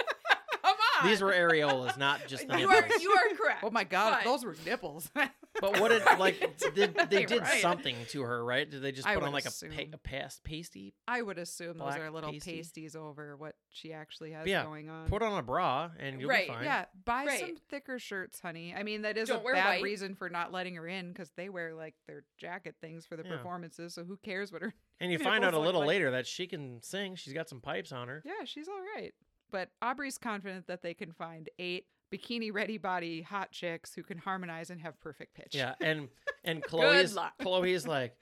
[SPEAKER 5] come on.
[SPEAKER 4] these were areolas, not just the
[SPEAKER 5] you are
[SPEAKER 4] nipples.
[SPEAKER 5] you are correct.
[SPEAKER 3] Oh my god, if
[SPEAKER 5] But-
[SPEAKER 3] those were nipples.
[SPEAKER 4] But what did like did they
[SPEAKER 5] You're
[SPEAKER 4] did
[SPEAKER 5] right.
[SPEAKER 4] something to her, right? Did they just
[SPEAKER 3] I
[SPEAKER 4] put on
[SPEAKER 3] would
[SPEAKER 4] like a,
[SPEAKER 3] assume.
[SPEAKER 4] pa- a past pasty?
[SPEAKER 3] I would assume
[SPEAKER 4] Black
[SPEAKER 3] those are little
[SPEAKER 4] pasty.
[SPEAKER 3] pasties over what she actually has
[SPEAKER 4] Yeah,
[SPEAKER 3] going on.
[SPEAKER 4] Put on a bra and you'll
[SPEAKER 5] Right,
[SPEAKER 4] be fine.
[SPEAKER 3] yeah, buy
[SPEAKER 5] Right.
[SPEAKER 3] some thicker shirts, honey. I mean, that is
[SPEAKER 5] Don't
[SPEAKER 3] a
[SPEAKER 5] wear
[SPEAKER 3] bad
[SPEAKER 5] white.
[SPEAKER 3] reason for not letting her in because they wear like their jacket things for the
[SPEAKER 4] Yeah.
[SPEAKER 3] performances. So who cares what her?
[SPEAKER 4] And you find out
[SPEAKER 3] nipples
[SPEAKER 4] a
[SPEAKER 3] look
[SPEAKER 4] little
[SPEAKER 3] like-
[SPEAKER 4] later that she can sing. She's got some pipes on her.
[SPEAKER 3] Yeah, she's all right. But Aubrey's confident that they can find eight bikini ready body hot chicks who can harmonize and have perfect pitch.
[SPEAKER 4] Yeah, and and Chloe's
[SPEAKER 5] luck.
[SPEAKER 4] Chloe's like,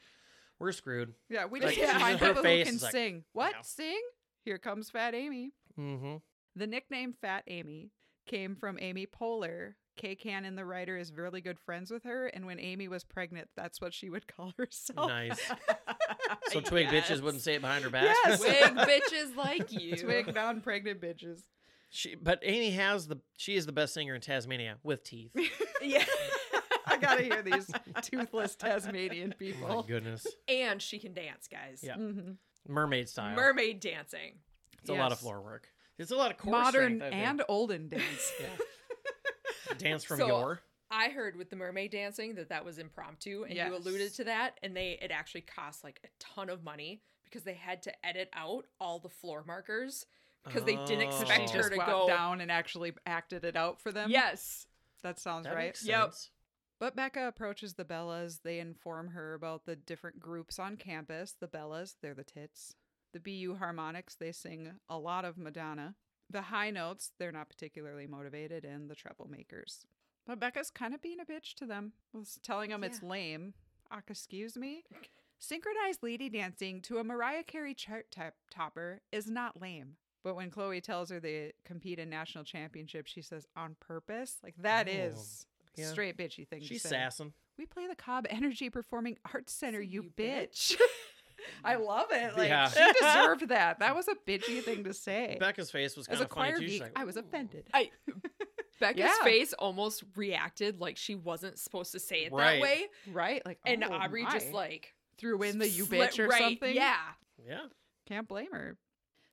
[SPEAKER 4] we're screwed.
[SPEAKER 3] yeah. We
[SPEAKER 4] Like,
[SPEAKER 3] just need to
[SPEAKER 5] she's
[SPEAKER 3] find
[SPEAKER 5] in her
[SPEAKER 3] people who
[SPEAKER 4] face
[SPEAKER 3] can
[SPEAKER 4] is like,
[SPEAKER 3] sing. What
[SPEAKER 4] "No."
[SPEAKER 3] sing? Here comes Fat Amy.
[SPEAKER 4] Mm-hmm.
[SPEAKER 3] The nickname Fat Amy came from Amy Poehler. Kay Cannon, the writer, is really good friends with her, and when Amy was pregnant, that's what she would call
[SPEAKER 5] Oh.
[SPEAKER 3] herself.
[SPEAKER 4] Nice. So twig bitches wouldn't say it behind her back.
[SPEAKER 3] Yes.
[SPEAKER 5] Wig bitches like you.
[SPEAKER 3] Twig non-pregnant bitches.
[SPEAKER 4] She, but Amy has the she is the best singer in Tasmania with teeth.
[SPEAKER 5] Yeah.
[SPEAKER 3] I gotta hear these toothless Tasmanian
[SPEAKER 4] Oh my
[SPEAKER 3] people.
[SPEAKER 4] goodness,
[SPEAKER 5] And she can dance, guys.
[SPEAKER 4] Yeah.
[SPEAKER 3] Mhm.
[SPEAKER 4] mermaid style.
[SPEAKER 5] Mermaid dancing.
[SPEAKER 4] it's a lot of
[SPEAKER 3] Yes.
[SPEAKER 4] floor work. It's a lot of core
[SPEAKER 3] Modern
[SPEAKER 4] strength, I think.
[SPEAKER 3] and olden dance.
[SPEAKER 4] dance from
[SPEAKER 5] So-
[SPEAKER 4] yore.
[SPEAKER 5] I heard with the mermaid dancing that that was impromptu, and you alluded
[SPEAKER 3] Yes.
[SPEAKER 5] to that, and they it actually cost like a ton of money because they had to edit out all the floor markers because they didn't
[SPEAKER 4] Oh.
[SPEAKER 5] expect
[SPEAKER 3] she
[SPEAKER 5] her
[SPEAKER 3] just
[SPEAKER 5] to
[SPEAKER 3] went
[SPEAKER 5] go.
[SPEAKER 3] down and actually acted it out for them.
[SPEAKER 5] Yes,
[SPEAKER 3] that sounds
[SPEAKER 4] That
[SPEAKER 3] right.
[SPEAKER 4] makes
[SPEAKER 5] Yep.
[SPEAKER 4] sense.
[SPEAKER 3] But Becca approaches the Bellas. They inform her about the different groups on campus. The Bellas, they're the tits. The BU harmonics, they sing a lot of Madonna. The high notes, they're not particularly motivated, and the troublemakers. But Becca's kind of being a bitch to them, was telling them it's
[SPEAKER 5] Yeah.
[SPEAKER 3] lame. Ah, excuse me? Synchronized lady dancing to a Mariah Carey chart top- topper is not lame. But when Chloe tells her they compete in national championships, she says on purpose. Like that
[SPEAKER 4] Oh,
[SPEAKER 3] is
[SPEAKER 4] yeah.
[SPEAKER 3] straight bitchy thing.
[SPEAKER 4] She's
[SPEAKER 3] to say.
[SPEAKER 4] sassing.
[SPEAKER 3] We play the Cobb Energy Performing Arts Center,
[SPEAKER 5] Say,
[SPEAKER 3] you,
[SPEAKER 5] "You
[SPEAKER 3] bitch. I love it. Like
[SPEAKER 4] Yeah.
[SPEAKER 3] she deserved that. That was a bitchy thing to say.
[SPEAKER 4] Becca's face was
[SPEAKER 3] As
[SPEAKER 4] kind
[SPEAKER 3] a
[SPEAKER 4] of funny
[SPEAKER 3] choir
[SPEAKER 4] too. She's
[SPEAKER 3] geek,
[SPEAKER 4] like,
[SPEAKER 3] I was
[SPEAKER 4] "Ooh."
[SPEAKER 3] offended.
[SPEAKER 5] I Becca's
[SPEAKER 3] Yeah.
[SPEAKER 5] face almost reacted like she wasn't supposed to say it
[SPEAKER 4] Right.
[SPEAKER 5] that way,
[SPEAKER 3] right? Like
[SPEAKER 5] and
[SPEAKER 3] oh
[SPEAKER 5] Aubrey just
[SPEAKER 3] my.
[SPEAKER 5] like
[SPEAKER 3] threw in the you
[SPEAKER 5] slit
[SPEAKER 3] bitch or
[SPEAKER 5] right-
[SPEAKER 3] something.
[SPEAKER 5] Yeah,
[SPEAKER 4] Yeah.
[SPEAKER 3] Can't blame her.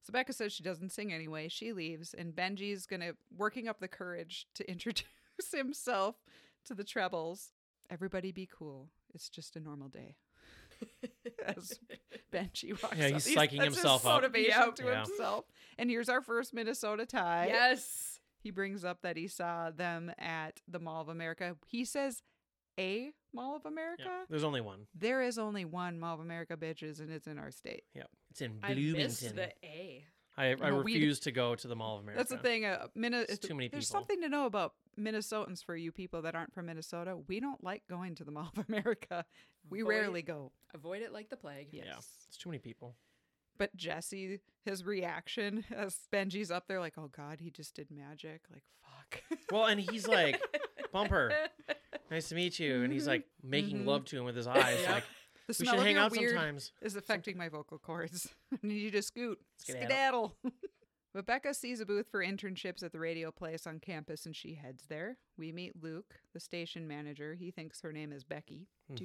[SPEAKER 3] So Becca says she doesn't sing anyway. She leaves, and Benji's gonna working up the courage to introduce himself to the trebles. Everybody be cool. It's just a normal day. As Benji walks
[SPEAKER 4] Yeah,
[SPEAKER 3] up.
[SPEAKER 4] he's psyching
[SPEAKER 3] that's his
[SPEAKER 4] himself up.
[SPEAKER 3] motivation
[SPEAKER 5] Yep.
[SPEAKER 3] to
[SPEAKER 4] Yeah.
[SPEAKER 3] himself. And here's our first Minnesota tie.
[SPEAKER 5] yes.
[SPEAKER 3] He brings up that he saw them at the Mall of America. He says a Mall of America.
[SPEAKER 4] yeah. There's only one.
[SPEAKER 3] There is only one Mall of America bitches, and it's in our state.
[SPEAKER 4] Yeah. It's in
[SPEAKER 5] I missed
[SPEAKER 4] Bloomington.
[SPEAKER 5] the A.
[SPEAKER 4] I, I
[SPEAKER 3] No, we-
[SPEAKER 4] refuse to go to the Mall of America.
[SPEAKER 3] That's the thing. Uh, Minna,
[SPEAKER 4] It's too many
[SPEAKER 3] there's
[SPEAKER 4] people.
[SPEAKER 3] something to know about Minnesotans for you people that aren't from Minnesota. We don't like going to the Mall of America. We
[SPEAKER 5] Avoid-
[SPEAKER 3] rarely go.
[SPEAKER 5] Avoid it like the plague.
[SPEAKER 4] Yeah. It's too many people.
[SPEAKER 3] But Jesse, his reaction as Benji's up there, like, oh God, he just did magic. Like, fuck.
[SPEAKER 4] Well, and he's like, Bumper, nice to meet you. And he's like making
[SPEAKER 3] Mhm.
[SPEAKER 4] love to him with his eyes.
[SPEAKER 5] Yep.
[SPEAKER 4] Like,
[SPEAKER 3] The
[SPEAKER 4] we
[SPEAKER 3] smell
[SPEAKER 4] should
[SPEAKER 3] of
[SPEAKER 4] hang
[SPEAKER 3] your
[SPEAKER 4] out
[SPEAKER 3] weird
[SPEAKER 4] sometimes.
[SPEAKER 3] is affecting my vocal cords. I need you to scoot.
[SPEAKER 4] Skedaddle.
[SPEAKER 3] Skedaddle. but Becca sees a booth for internships at the radio place on campus and she heads there. We meet Luke, the station manager. He thinks her name is Becky.
[SPEAKER 4] Mhm.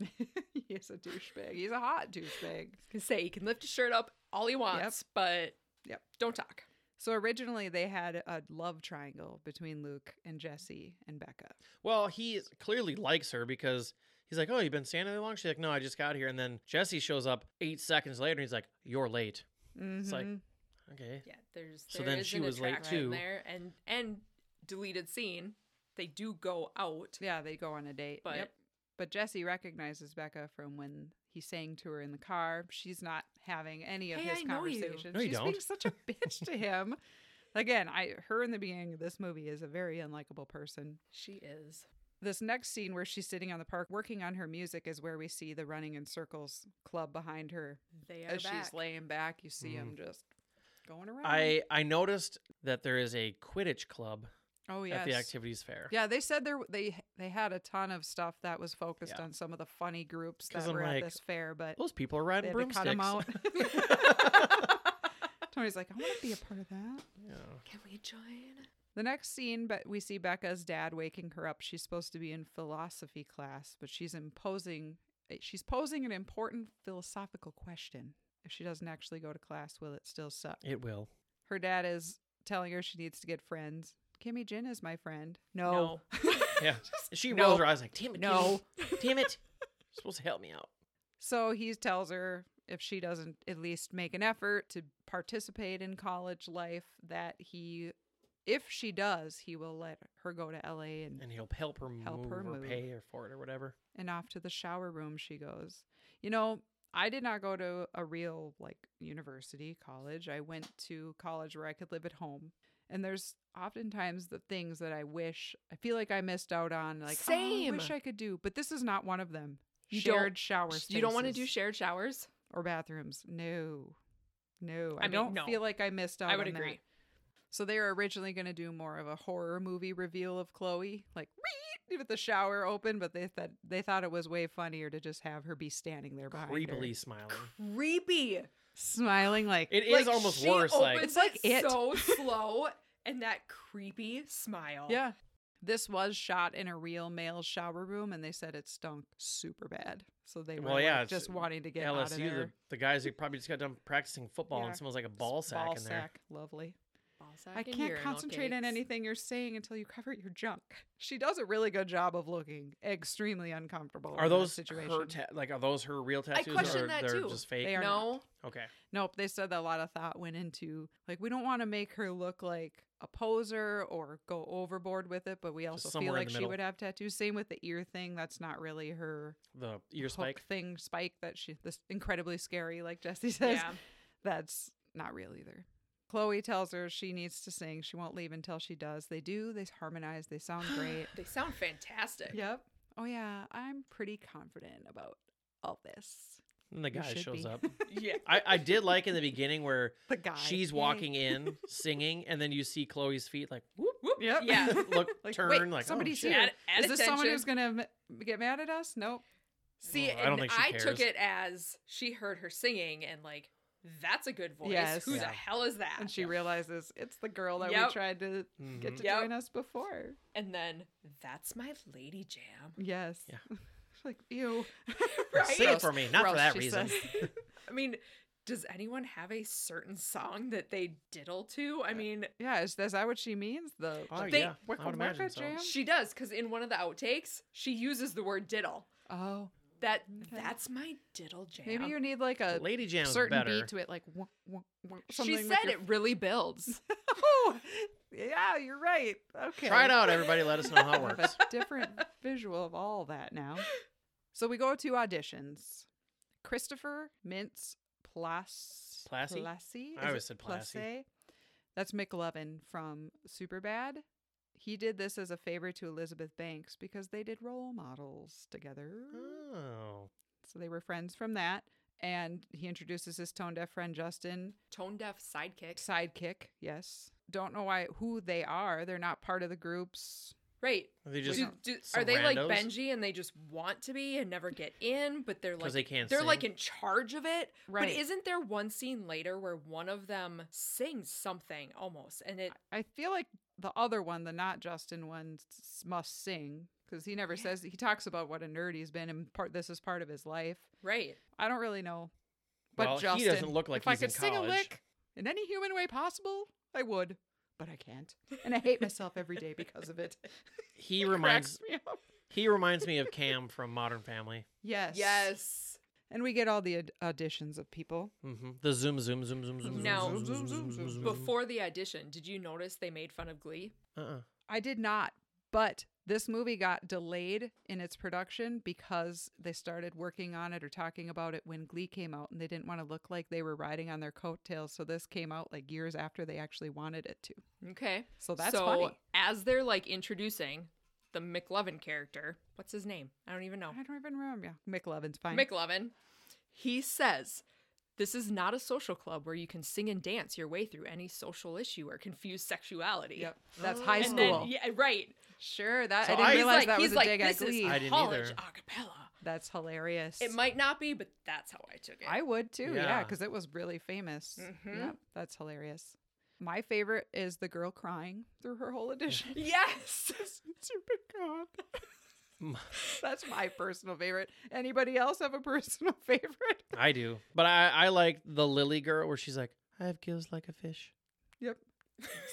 [SPEAKER 5] Douchebag.
[SPEAKER 3] He's a douchebag. He's a hot douchebag.
[SPEAKER 5] can say he can lift his shirt up all he wants, but
[SPEAKER 3] Yep.
[SPEAKER 5] don't talk.
[SPEAKER 3] So originally they had a love triangle between Luke and Jesse and Becca.
[SPEAKER 4] Well, he is- clearly likes her because he's like, Oh, you've been standing there long? She's like, No, I just got here. And then Jesse shows up eight seconds later and he's like, You're late. like-
[SPEAKER 3] Mhm.
[SPEAKER 4] Okay.
[SPEAKER 5] Yeah, there's
[SPEAKER 4] So
[SPEAKER 5] there
[SPEAKER 4] then
[SPEAKER 5] is
[SPEAKER 4] she
[SPEAKER 5] an
[SPEAKER 4] was late
[SPEAKER 5] attraction
[SPEAKER 4] too.
[SPEAKER 5] there, and and deleted scene. They do go out.
[SPEAKER 3] yeah, they go on a date.
[SPEAKER 5] But-
[SPEAKER 3] But Jesse recognizes Becca from when he sang to her in the car. She's not having any of
[SPEAKER 5] Hey,
[SPEAKER 3] his
[SPEAKER 5] I know you.
[SPEAKER 3] conversations.
[SPEAKER 4] No, you
[SPEAKER 3] She's being
[SPEAKER 4] don't.
[SPEAKER 3] such a bitch to him. Again, I her in the beginning of this movie is a very unlikable person.
[SPEAKER 5] She is.
[SPEAKER 3] This next scene where she's sitting on the park working on her music is where we see the running in circles club behind her.
[SPEAKER 5] They are
[SPEAKER 3] As
[SPEAKER 5] back.
[SPEAKER 3] she's laying back, you see him just going around.
[SPEAKER 4] Mm-hmm. I, I noticed that there is a Quidditch club
[SPEAKER 3] oh yes.
[SPEAKER 4] at the activities fair.
[SPEAKER 3] Yeah, they said there they They had a ton of stuff that was focused
[SPEAKER 4] Yeah.
[SPEAKER 3] on some of the funny groups
[SPEAKER 4] 'Cause
[SPEAKER 3] that
[SPEAKER 4] I'm
[SPEAKER 3] were
[SPEAKER 4] like,
[SPEAKER 3] at this fair, but
[SPEAKER 4] Those people are
[SPEAKER 3] they
[SPEAKER 4] riding
[SPEAKER 3] had to cut
[SPEAKER 4] broomsticks.
[SPEAKER 3] them out. Tony's like, I want to be a part of that.
[SPEAKER 4] Yeah.
[SPEAKER 5] Can we join?
[SPEAKER 3] The next scene, but we see Becca's dad waking her up. She's supposed to be in philosophy class, but she's imposing. eh, She's posing an important philosophical question. If she doesn't actually go to class, will it still suck?
[SPEAKER 4] It will.
[SPEAKER 3] Her dad is telling her she needs to get friends. Kimmy Jin is my friend. No.
[SPEAKER 4] Yeah. She
[SPEAKER 3] No.
[SPEAKER 4] rolls her eyes like, damn it,
[SPEAKER 3] No.
[SPEAKER 4] Katie. damn it. You're supposed to help me out.
[SPEAKER 3] So he tells her if she doesn't at least make an effort to participate in college life, that he, if she does, he will let her go to LA and
[SPEAKER 4] And he'll help her
[SPEAKER 3] Help
[SPEAKER 4] move
[SPEAKER 3] her
[SPEAKER 4] or
[SPEAKER 3] move.
[SPEAKER 4] pay her for it or whatever.
[SPEAKER 3] and off to the shower room she goes. You know, I did not go to a real like university college. I went to college where I could live at home. And there's oftentimes the things that I wish I feel like I missed out on. Like "Oh, I
[SPEAKER 5] Same.
[SPEAKER 3] wish I could do, but this is not one of them.
[SPEAKER 5] You don't-
[SPEAKER 3] shared shower spaces.
[SPEAKER 5] You don't want to do shared showers?
[SPEAKER 3] or bathrooms. No, no,
[SPEAKER 5] I
[SPEAKER 3] I,
[SPEAKER 5] mean,
[SPEAKER 3] don't
[SPEAKER 5] no.
[SPEAKER 3] feel like I missed out.
[SPEAKER 5] I would
[SPEAKER 3] on that.
[SPEAKER 5] agree.
[SPEAKER 3] So they were originally going to do more of a horror movie reveal of Chloe, like "Wee!" with the shower open, but they thought they thought it was way funnier to just have her be standing there behind her,
[SPEAKER 4] Creepily smiling.
[SPEAKER 5] Creepy.
[SPEAKER 3] smiling like
[SPEAKER 4] It is
[SPEAKER 5] Like,
[SPEAKER 4] almost
[SPEAKER 5] she
[SPEAKER 4] worse. Like,
[SPEAKER 5] opens
[SPEAKER 3] It's like it.
[SPEAKER 5] so slow and that creepy smile.
[SPEAKER 3] yeah. This was shot in a real male shower room, and they said it stunk super bad. So they were
[SPEAKER 4] Well, yeah,
[SPEAKER 3] like,
[SPEAKER 4] it's uh,
[SPEAKER 3] just wanting to get out of
[SPEAKER 4] LSU, the,
[SPEAKER 3] there.
[SPEAKER 4] the guys who probably just got done practicing football
[SPEAKER 3] Yeah.
[SPEAKER 4] and someone's like a ball sack
[SPEAKER 3] Ball
[SPEAKER 4] in there.
[SPEAKER 3] sack, lovely.
[SPEAKER 5] Ball sack
[SPEAKER 3] I
[SPEAKER 5] and
[SPEAKER 3] can't
[SPEAKER 5] urinal
[SPEAKER 3] concentrate on
[SPEAKER 5] cakes.
[SPEAKER 3] anything you're saying until you cover your junk. She does a really good job of looking extremely uncomfortable. in
[SPEAKER 4] Are
[SPEAKER 3] that
[SPEAKER 4] those
[SPEAKER 3] situation?
[SPEAKER 4] her ta- like are those her real tattoos
[SPEAKER 5] question
[SPEAKER 4] or
[SPEAKER 5] that
[SPEAKER 4] they're
[SPEAKER 5] too.
[SPEAKER 4] just fake?
[SPEAKER 3] They are not.
[SPEAKER 5] no,
[SPEAKER 4] Okay.
[SPEAKER 3] Nope, they said that a lot of thought went into like we don't want to make her look like a poser or go overboard with it, but we also feel
[SPEAKER 4] somewhere in
[SPEAKER 3] like
[SPEAKER 4] the
[SPEAKER 3] she
[SPEAKER 4] middle.
[SPEAKER 3] would have tattoos. Same with the ear thing. That's not really her
[SPEAKER 4] The ear
[SPEAKER 3] hook
[SPEAKER 4] spike.
[SPEAKER 3] thing spike that she this incredibly scary like Jesse says.
[SPEAKER 5] yeah,
[SPEAKER 3] That's not real either. Chloe tells her she needs to sing. She won't leave until she does. They do. They harmonize. They sound great.
[SPEAKER 5] they sound fantastic.
[SPEAKER 3] Yep. Oh yeah, I'm pretty confident about all this.
[SPEAKER 4] And the
[SPEAKER 3] You
[SPEAKER 4] guy
[SPEAKER 3] should
[SPEAKER 4] shows
[SPEAKER 3] be.
[SPEAKER 4] up.
[SPEAKER 5] yeah.
[SPEAKER 4] I, I did like in the beginning where
[SPEAKER 3] The guy.
[SPEAKER 4] she's
[SPEAKER 3] Yay.
[SPEAKER 4] walking in, singing, and then you see Chloe's feet like whoop,
[SPEAKER 5] Whoop.
[SPEAKER 3] Yep.
[SPEAKER 5] Yeah.
[SPEAKER 4] look,
[SPEAKER 3] Like,
[SPEAKER 4] turn,
[SPEAKER 3] wait,
[SPEAKER 4] like
[SPEAKER 3] somebody's
[SPEAKER 4] oh, shit.
[SPEAKER 3] here.
[SPEAKER 5] Add- add
[SPEAKER 3] Is this someone who's
[SPEAKER 5] attention.
[SPEAKER 3] gonna m- get mad at us? Nope.
[SPEAKER 5] See,
[SPEAKER 4] Well, I
[SPEAKER 5] I
[SPEAKER 4] don't think she
[SPEAKER 5] I took
[SPEAKER 4] cares.
[SPEAKER 5] it as she heard her singing and like, that's a good voice.
[SPEAKER 3] Yes.
[SPEAKER 5] Who the
[SPEAKER 4] Yeah.
[SPEAKER 5] hell is that?
[SPEAKER 3] And she realizes it's the girl that
[SPEAKER 5] Yep. Mm-hmm.
[SPEAKER 3] we tried to get
[SPEAKER 4] Mhm.
[SPEAKER 3] to
[SPEAKER 5] Yep.
[SPEAKER 3] join us before.
[SPEAKER 5] And then that's my lady jam.
[SPEAKER 3] Yes.
[SPEAKER 4] Yeah.
[SPEAKER 3] like ew.
[SPEAKER 5] Right?
[SPEAKER 4] Sing it
[SPEAKER 3] Gross.
[SPEAKER 4] for me, not
[SPEAKER 3] Gross,
[SPEAKER 4] for that
[SPEAKER 3] she
[SPEAKER 4] reason.
[SPEAKER 3] says.
[SPEAKER 5] I mean, does anyone have a certain song that they diddle to? I mean,
[SPEAKER 3] yeah. Is, is that what she means? The
[SPEAKER 4] Oh,
[SPEAKER 5] They-
[SPEAKER 4] yeah, I
[SPEAKER 3] wicka
[SPEAKER 4] would imagine
[SPEAKER 3] wicka
[SPEAKER 4] so.
[SPEAKER 3] jam?
[SPEAKER 5] she does because in one of the outtakes, she uses the word diddle.
[SPEAKER 3] oh.
[SPEAKER 5] That
[SPEAKER 3] Okay.
[SPEAKER 5] that's my diddle jam.
[SPEAKER 3] Maybe you need like a
[SPEAKER 4] Lady Jam's
[SPEAKER 3] certain
[SPEAKER 4] better.
[SPEAKER 3] beat to it, like wah, wah, wah, something.
[SPEAKER 5] She
[SPEAKER 3] with
[SPEAKER 5] said
[SPEAKER 3] your-
[SPEAKER 5] it really builds.
[SPEAKER 3] Oh, yeah, you're right. Okay.
[SPEAKER 4] Try it out, everybody. Let us know how it
[SPEAKER 3] I have
[SPEAKER 4] works.
[SPEAKER 3] a different visual of all that now. So we go to auditions. Christopher Mintz Plas-
[SPEAKER 4] Plassey?
[SPEAKER 3] Plassey?
[SPEAKER 4] I
[SPEAKER 3] Is
[SPEAKER 4] always
[SPEAKER 3] it
[SPEAKER 4] said Plassey.
[SPEAKER 3] Plassey? That's McLovin from Superbad. He did this as a favor to Elizabeth Banks because they did role models together.
[SPEAKER 4] Oh,
[SPEAKER 3] So they were friends from that. And he introduces his tone deaf friend Justin
[SPEAKER 5] Tone deaf sidekick.
[SPEAKER 3] sidekick. Yes. Don't know why who they are. They're not part of the groups.
[SPEAKER 5] Right.
[SPEAKER 4] they just
[SPEAKER 5] Do- do-
[SPEAKER 4] some
[SPEAKER 5] are they like
[SPEAKER 4] randos?
[SPEAKER 5] Benji and they just want to be and never get in, but they're
[SPEAKER 4] 'Cause
[SPEAKER 5] like
[SPEAKER 4] they can't
[SPEAKER 5] They're like
[SPEAKER 4] sing.
[SPEAKER 5] in charge of it.
[SPEAKER 3] Right.
[SPEAKER 5] But isn't there one scene later where one of them sings something almost and it
[SPEAKER 3] I feel like the other one, the not Justin one, s- must sing because he never
[SPEAKER 5] Yeah.
[SPEAKER 3] says he talks about what a nerd he's been and part this is part of his life.
[SPEAKER 5] right?
[SPEAKER 3] I don't really know, but
[SPEAKER 4] Well, he
[SPEAKER 3] Justin
[SPEAKER 4] doesn't look like
[SPEAKER 3] if
[SPEAKER 4] he's
[SPEAKER 3] I
[SPEAKER 4] in
[SPEAKER 3] could sing a
[SPEAKER 4] college.
[SPEAKER 3] lick in any human way possible, I would, but I can't, and I hate myself every day because of it.
[SPEAKER 4] he
[SPEAKER 3] It
[SPEAKER 4] reminds
[SPEAKER 3] cracks me up.
[SPEAKER 4] he reminds me of Cam from Modern Family.
[SPEAKER 3] Yes,
[SPEAKER 5] Yes.
[SPEAKER 3] and we get all the ad- auditions of people.
[SPEAKER 4] hmm The zoom, zoom, zoom, zoom, zoom.
[SPEAKER 5] Now-
[SPEAKER 4] zoom, zoom,
[SPEAKER 3] Zoom, zoom, zoom, zoom.
[SPEAKER 5] Before the audition, did you notice they made fun of Glee?
[SPEAKER 4] Uh-uh.
[SPEAKER 3] I did not, but this movie got delayed in its production because they started working on it or talking about it when Glee came out and they didn't want to look like they were riding on their coattails. So this came out like years after they actually wanted it to.
[SPEAKER 5] Okay.
[SPEAKER 3] So that's
[SPEAKER 5] so
[SPEAKER 3] funny.
[SPEAKER 5] as they're like introducing the McLovin character, what's his name? I don't even know.
[SPEAKER 3] I don't even remember. Yeah, McLovin's fine.
[SPEAKER 5] McLovin. He says, This is not a social club where you can sing and dance your way through any social issue or confuse sexuality.
[SPEAKER 3] Yep. That's high
[SPEAKER 5] And
[SPEAKER 3] school.
[SPEAKER 5] then, yeah, right.
[SPEAKER 3] Sure. That
[SPEAKER 4] So
[SPEAKER 3] I didn't
[SPEAKER 4] I- He's
[SPEAKER 3] realize
[SPEAKER 5] like,
[SPEAKER 3] that
[SPEAKER 5] he's
[SPEAKER 3] was a
[SPEAKER 5] like,
[SPEAKER 3] dig at
[SPEAKER 5] this
[SPEAKER 3] Glee.
[SPEAKER 5] is
[SPEAKER 4] I didn't
[SPEAKER 5] college
[SPEAKER 4] either.
[SPEAKER 5] acapella.
[SPEAKER 3] That's hilarious.
[SPEAKER 5] It might not be, but that's how I took it.
[SPEAKER 3] I would too, yeah,
[SPEAKER 4] Yeah.
[SPEAKER 3] because it was really famous.
[SPEAKER 5] Mhm.
[SPEAKER 3] Yep, that's hilarious. My favorite is the girl crying through her whole edition.
[SPEAKER 5] yes.
[SPEAKER 3] Stupid God. That's my personal favorite. Anybody else have a personal favorite?
[SPEAKER 4] I do, but I I like the Lily girl where she's like, I have gills like a fish.
[SPEAKER 3] Yep.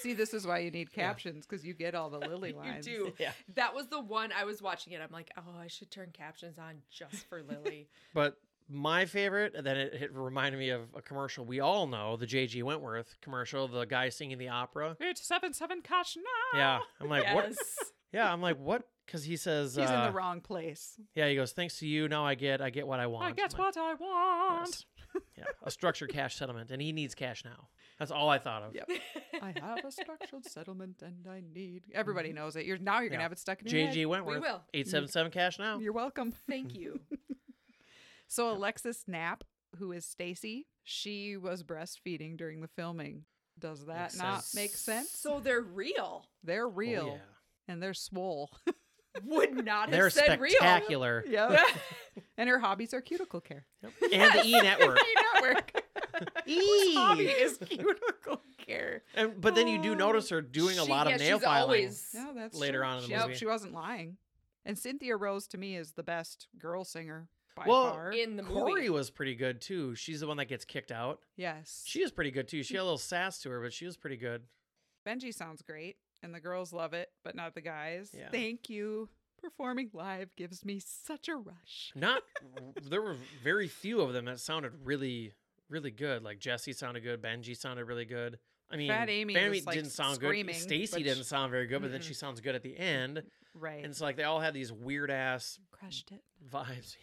[SPEAKER 3] See, this is why you need captions because you get all the Lily lines.
[SPEAKER 5] You do.
[SPEAKER 4] Yeah.
[SPEAKER 5] That was the one I was watching it. I'm like, oh, I should turn captions on just for Lily.
[SPEAKER 4] But my favorite, and then it, it reminded me of a commercial we all know, the J.G. Wentworth commercial, the guy singing the opera.
[SPEAKER 3] It's seven seven cash now.
[SPEAKER 4] Yeah, I'm like, what?
[SPEAKER 5] yes.
[SPEAKER 4] Yeah, I'm like, what? Because he says,
[SPEAKER 3] He's in
[SPEAKER 4] uh,
[SPEAKER 3] the wrong place.
[SPEAKER 4] yeah, he goes, thanks to you, now I get, I get what I want.
[SPEAKER 3] I
[SPEAKER 4] I'm
[SPEAKER 3] get
[SPEAKER 4] like,
[SPEAKER 3] what I want.
[SPEAKER 4] "Yes." yeah, a structured cash settlement, and he needs cash now. That's all I thought of.
[SPEAKER 3] Yep. I have a structured settlement and I need. Everybody knows it. You're now you're gonna
[SPEAKER 4] Yeah.
[SPEAKER 3] have it stuck in your head.
[SPEAKER 4] J.G. Wentworth,
[SPEAKER 5] will.
[SPEAKER 4] eight seven seven cash now.
[SPEAKER 3] You're welcome.
[SPEAKER 5] Oh. Thank you.
[SPEAKER 3] So Alexis Knapp, who is Stacy, she was breastfeeding during the filming. Does that
[SPEAKER 4] Makes
[SPEAKER 3] not
[SPEAKER 4] sense.
[SPEAKER 3] make sense?
[SPEAKER 5] So they're real.
[SPEAKER 3] They're
[SPEAKER 4] Oh,
[SPEAKER 3] real
[SPEAKER 4] yeah.
[SPEAKER 3] and they're swole.
[SPEAKER 5] Would not have
[SPEAKER 4] They're
[SPEAKER 5] said real.
[SPEAKER 4] spectacular.
[SPEAKER 3] yeah. and her hobbies are cuticle care.
[SPEAKER 4] Yep. And the E network.
[SPEAKER 3] Network.
[SPEAKER 4] e.
[SPEAKER 3] is cuticle care.
[SPEAKER 4] And, but then you do notice her doing a
[SPEAKER 5] She-
[SPEAKER 4] lot
[SPEAKER 5] yeah,
[SPEAKER 4] of nail
[SPEAKER 5] she's
[SPEAKER 4] filing.
[SPEAKER 5] always-
[SPEAKER 3] No, that's
[SPEAKER 4] Later
[SPEAKER 3] true.
[SPEAKER 4] on in the
[SPEAKER 3] she, yep,
[SPEAKER 4] movie.
[SPEAKER 3] she wasn't lying. And Cynthia Rose to me is the best girl singer by
[SPEAKER 4] Well,
[SPEAKER 3] far.
[SPEAKER 5] in the
[SPEAKER 4] Corey
[SPEAKER 5] movie.
[SPEAKER 4] was pretty good too. She's the one that gets kicked out.
[SPEAKER 3] yes.
[SPEAKER 4] She is pretty good too. She had a little sass to her, but she was pretty good.
[SPEAKER 3] Benji sounds great, and the girls love it, but not the guys.
[SPEAKER 4] Yeah.
[SPEAKER 3] Thank you. Performing live gives me such a rush.
[SPEAKER 4] Not there were very few of them that sounded really, really good. Like Jesse sounded good. Benji sounded really good. I mean,
[SPEAKER 3] Fat Amy
[SPEAKER 4] Fat
[SPEAKER 3] was, like,
[SPEAKER 4] didn't sound
[SPEAKER 3] screaming,
[SPEAKER 4] good. Stacy
[SPEAKER 3] but
[SPEAKER 4] didn't
[SPEAKER 3] sh-
[SPEAKER 4] sound very good, but then
[SPEAKER 5] Mm-mm.
[SPEAKER 4] she sounds good at the end.
[SPEAKER 3] Right.
[SPEAKER 4] And so like they all had these weird ass
[SPEAKER 3] crushed it.
[SPEAKER 4] vibes.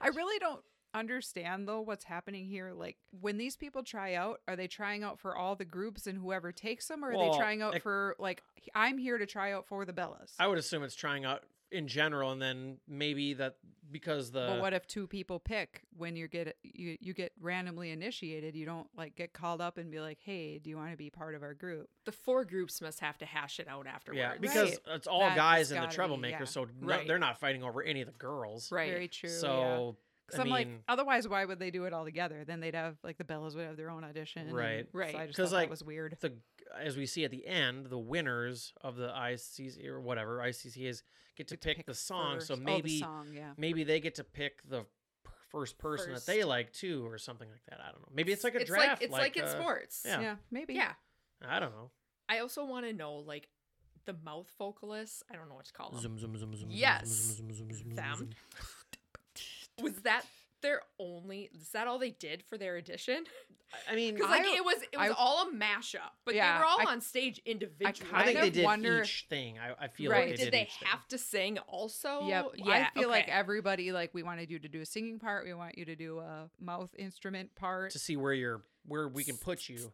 [SPEAKER 3] I really don't understand though what's happening here. Like when these people try out, are they trying out for all the groups and whoever takes them, or are
[SPEAKER 4] Well,
[SPEAKER 3] they trying out
[SPEAKER 4] it-
[SPEAKER 3] for like I'm here to try out for the Bellas?
[SPEAKER 4] I would assume it's trying out in general, and then maybe that because the
[SPEAKER 3] but what if two people pick when you get you you get randomly initiated? You don't like get called up and be like, "Hey, do you want to be part of our group?"
[SPEAKER 5] The four groups must have to hash it out afterwards.
[SPEAKER 4] Yeah, because
[SPEAKER 3] Right.
[SPEAKER 4] it's all
[SPEAKER 3] That's
[SPEAKER 4] guys and the
[SPEAKER 3] gotta be-
[SPEAKER 4] troublemakers,
[SPEAKER 3] yeah.
[SPEAKER 4] so no,
[SPEAKER 5] Right.
[SPEAKER 4] they're not fighting over any of the girls.
[SPEAKER 5] right.
[SPEAKER 3] Very true. yeah.
[SPEAKER 4] So
[SPEAKER 3] Because
[SPEAKER 4] I
[SPEAKER 3] I am
[SPEAKER 4] mean,
[SPEAKER 3] like, otherwise, why would they do it all together? Then they'd have like the Bellas would have their own audition, and-
[SPEAKER 4] Right.
[SPEAKER 5] Right.
[SPEAKER 3] So I just
[SPEAKER 4] 'Cause,
[SPEAKER 3] thought
[SPEAKER 4] like,
[SPEAKER 3] that was weird.
[SPEAKER 4] the as we see at the end, the winners of the ICC or whatever ICCAs get to
[SPEAKER 3] Get to
[SPEAKER 4] pick, the song.
[SPEAKER 3] first-
[SPEAKER 4] So
[SPEAKER 3] oh, the
[SPEAKER 4] maybe
[SPEAKER 3] song, yeah.
[SPEAKER 4] maybe they get to pick the per- first person that they
[SPEAKER 5] First.
[SPEAKER 4] like too, or something like that. I don't know. Maybe it's like a
[SPEAKER 5] it's
[SPEAKER 4] draft.
[SPEAKER 5] Like, it's like, in
[SPEAKER 4] uh,
[SPEAKER 5] sports.
[SPEAKER 3] yeah,
[SPEAKER 4] yeah.
[SPEAKER 3] maybe.
[SPEAKER 5] Yeah.
[SPEAKER 4] I don't know.
[SPEAKER 5] I also want to know, like, the mouth vocalists. I don't know what to call them.
[SPEAKER 4] Zoom, zoom, zoom, zoom.
[SPEAKER 5] Yes.
[SPEAKER 4] Zoom, zoom, zoom, zoom, zoom,
[SPEAKER 5] Them.
[SPEAKER 4] zoom.
[SPEAKER 5] Was that their only? Is that all they did for their audition?
[SPEAKER 4] I- I mean,
[SPEAKER 5] Because like
[SPEAKER 3] I-
[SPEAKER 5] it was, it was
[SPEAKER 3] I-
[SPEAKER 5] all a mashup, but they
[SPEAKER 3] Yeah,
[SPEAKER 5] were all
[SPEAKER 3] I-
[SPEAKER 5] on stage individually.
[SPEAKER 4] I
[SPEAKER 3] kind
[SPEAKER 4] think they
[SPEAKER 3] of
[SPEAKER 4] did
[SPEAKER 3] wonder-
[SPEAKER 4] each thing. I, I feel
[SPEAKER 3] Right.
[SPEAKER 4] like
[SPEAKER 5] did,
[SPEAKER 4] they did,
[SPEAKER 5] they
[SPEAKER 4] each thing.
[SPEAKER 5] have to sing also?
[SPEAKER 3] Yep. I feel like
[SPEAKER 5] Oh, okay.
[SPEAKER 3] everybody like we wanted you to do a singing part. We want you to do a mouth instrument part.
[SPEAKER 4] to see where you're where we can put you.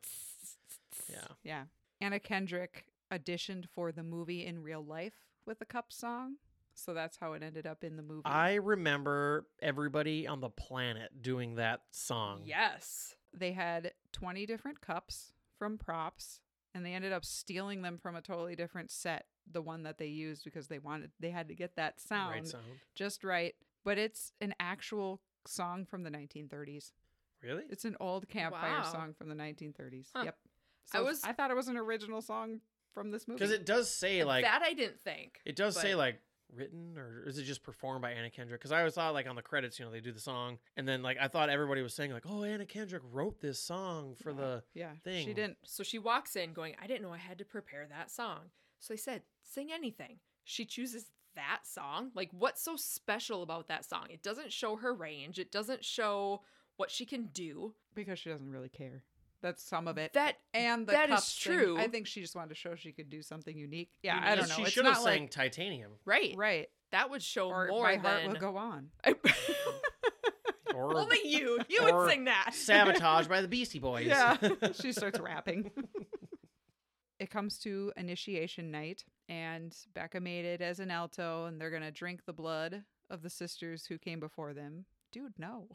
[SPEAKER 4] Yeah.
[SPEAKER 3] yeah. Anna Kendrick auditioned for the movie in real life with the cup song, so that's how it ended up in the movie.
[SPEAKER 4] I remember everybody on the planet doing that song.
[SPEAKER 5] yes.
[SPEAKER 3] they had 20 different cups from props and they ended up stealing them from a totally different set the one that they used because they wanted they had to get that sound
[SPEAKER 4] Right sound.
[SPEAKER 3] just right but it's an actual song from the 1930s
[SPEAKER 4] Really?
[SPEAKER 3] it's an old campfire
[SPEAKER 5] Wow.
[SPEAKER 3] song from the 1930s
[SPEAKER 5] Huh.
[SPEAKER 3] yep
[SPEAKER 5] I
[SPEAKER 3] so i
[SPEAKER 5] was-
[SPEAKER 3] was i thought it was an original song from this movie
[SPEAKER 4] Because it does say like
[SPEAKER 5] that I didn't think.
[SPEAKER 4] it does say
[SPEAKER 5] but-
[SPEAKER 4] like written or is it just performed by Anna Kendrick? Because I always thought like on the credits, you know, they do the song and then like I thought everybody was saying like, oh, Anna Kendrick wrote this song for the
[SPEAKER 3] yeah she
[SPEAKER 4] thing.
[SPEAKER 3] didn't
[SPEAKER 5] So she walks in going, I didn't know I had to prepare that song. So they said, sing anything. She chooses that song. Like, what's so special about that song? It doesn't show her range, it doesn't show what she can do.
[SPEAKER 3] because she doesn't really care that's some of it
[SPEAKER 5] That
[SPEAKER 3] and the
[SPEAKER 5] that is
[SPEAKER 3] cups thing,
[SPEAKER 5] true.
[SPEAKER 3] i think she just wanted to show she could do something unique yeah i don't know
[SPEAKER 4] She
[SPEAKER 3] it's
[SPEAKER 4] should have
[SPEAKER 3] not
[SPEAKER 4] sang
[SPEAKER 3] like
[SPEAKER 4] Titanium
[SPEAKER 5] right.
[SPEAKER 3] right
[SPEAKER 5] That would show
[SPEAKER 3] or
[SPEAKER 5] Oh, more
[SPEAKER 3] my
[SPEAKER 5] than
[SPEAKER 3] heart will go on
[SPEAKER 4] or
[SPEAKER 5] only you. You would
[SPEAKER 4] or
[SPEAKER 5] sing that.
[SPEAKER 4] Sabotage by the Beastie Boys.
[SPEAKER 3] Yeah. she starts rapping. it comes to initiation night, and Becca made it as an alto, and they're going to drink the blood of the sisters who came before them. Dude, no.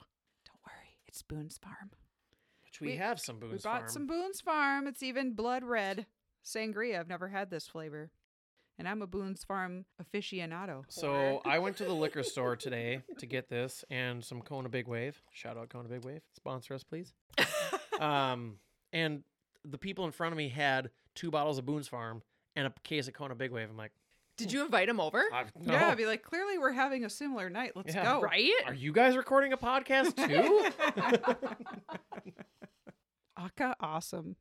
[SPEAKER 3] Don't worry. It's Boone's Farm.
[SPEAKER 4] Which we,
[SPEAKER 3] We-
[SPEAKER 4] have some Boone's
[SPEAKER 3] we bought
[SPEAKER 4] Farm.
[SPEAKER 3] some Boone's Farm. It's even blood red sangria. I've never had this flavor. And I'm a Boone's Farm aficionado.
[SPEAKER 4] So I went to the liquor store today to get this and some Kona Big Wave. Shout out Kona Big Wave. Sponsor us, please. um, and the people in front of me had two bottles of Boone's Farm and a case of Kona Big Wave. I'm like,
[SPEAKER 5] Did you invite him over?
[SPEAKER 4] I, no.
[SPEAKER 3] Yeah, I'd be like, clearly we're having a similar night. Let's
[SPEAKER 4] Yeah.
[SPEAKER 3] go.
[SPEAKER 5] right?
[SPEAKER 4] Are you guys recording a podcast too?
[SPEAKER 3] Aka awesome.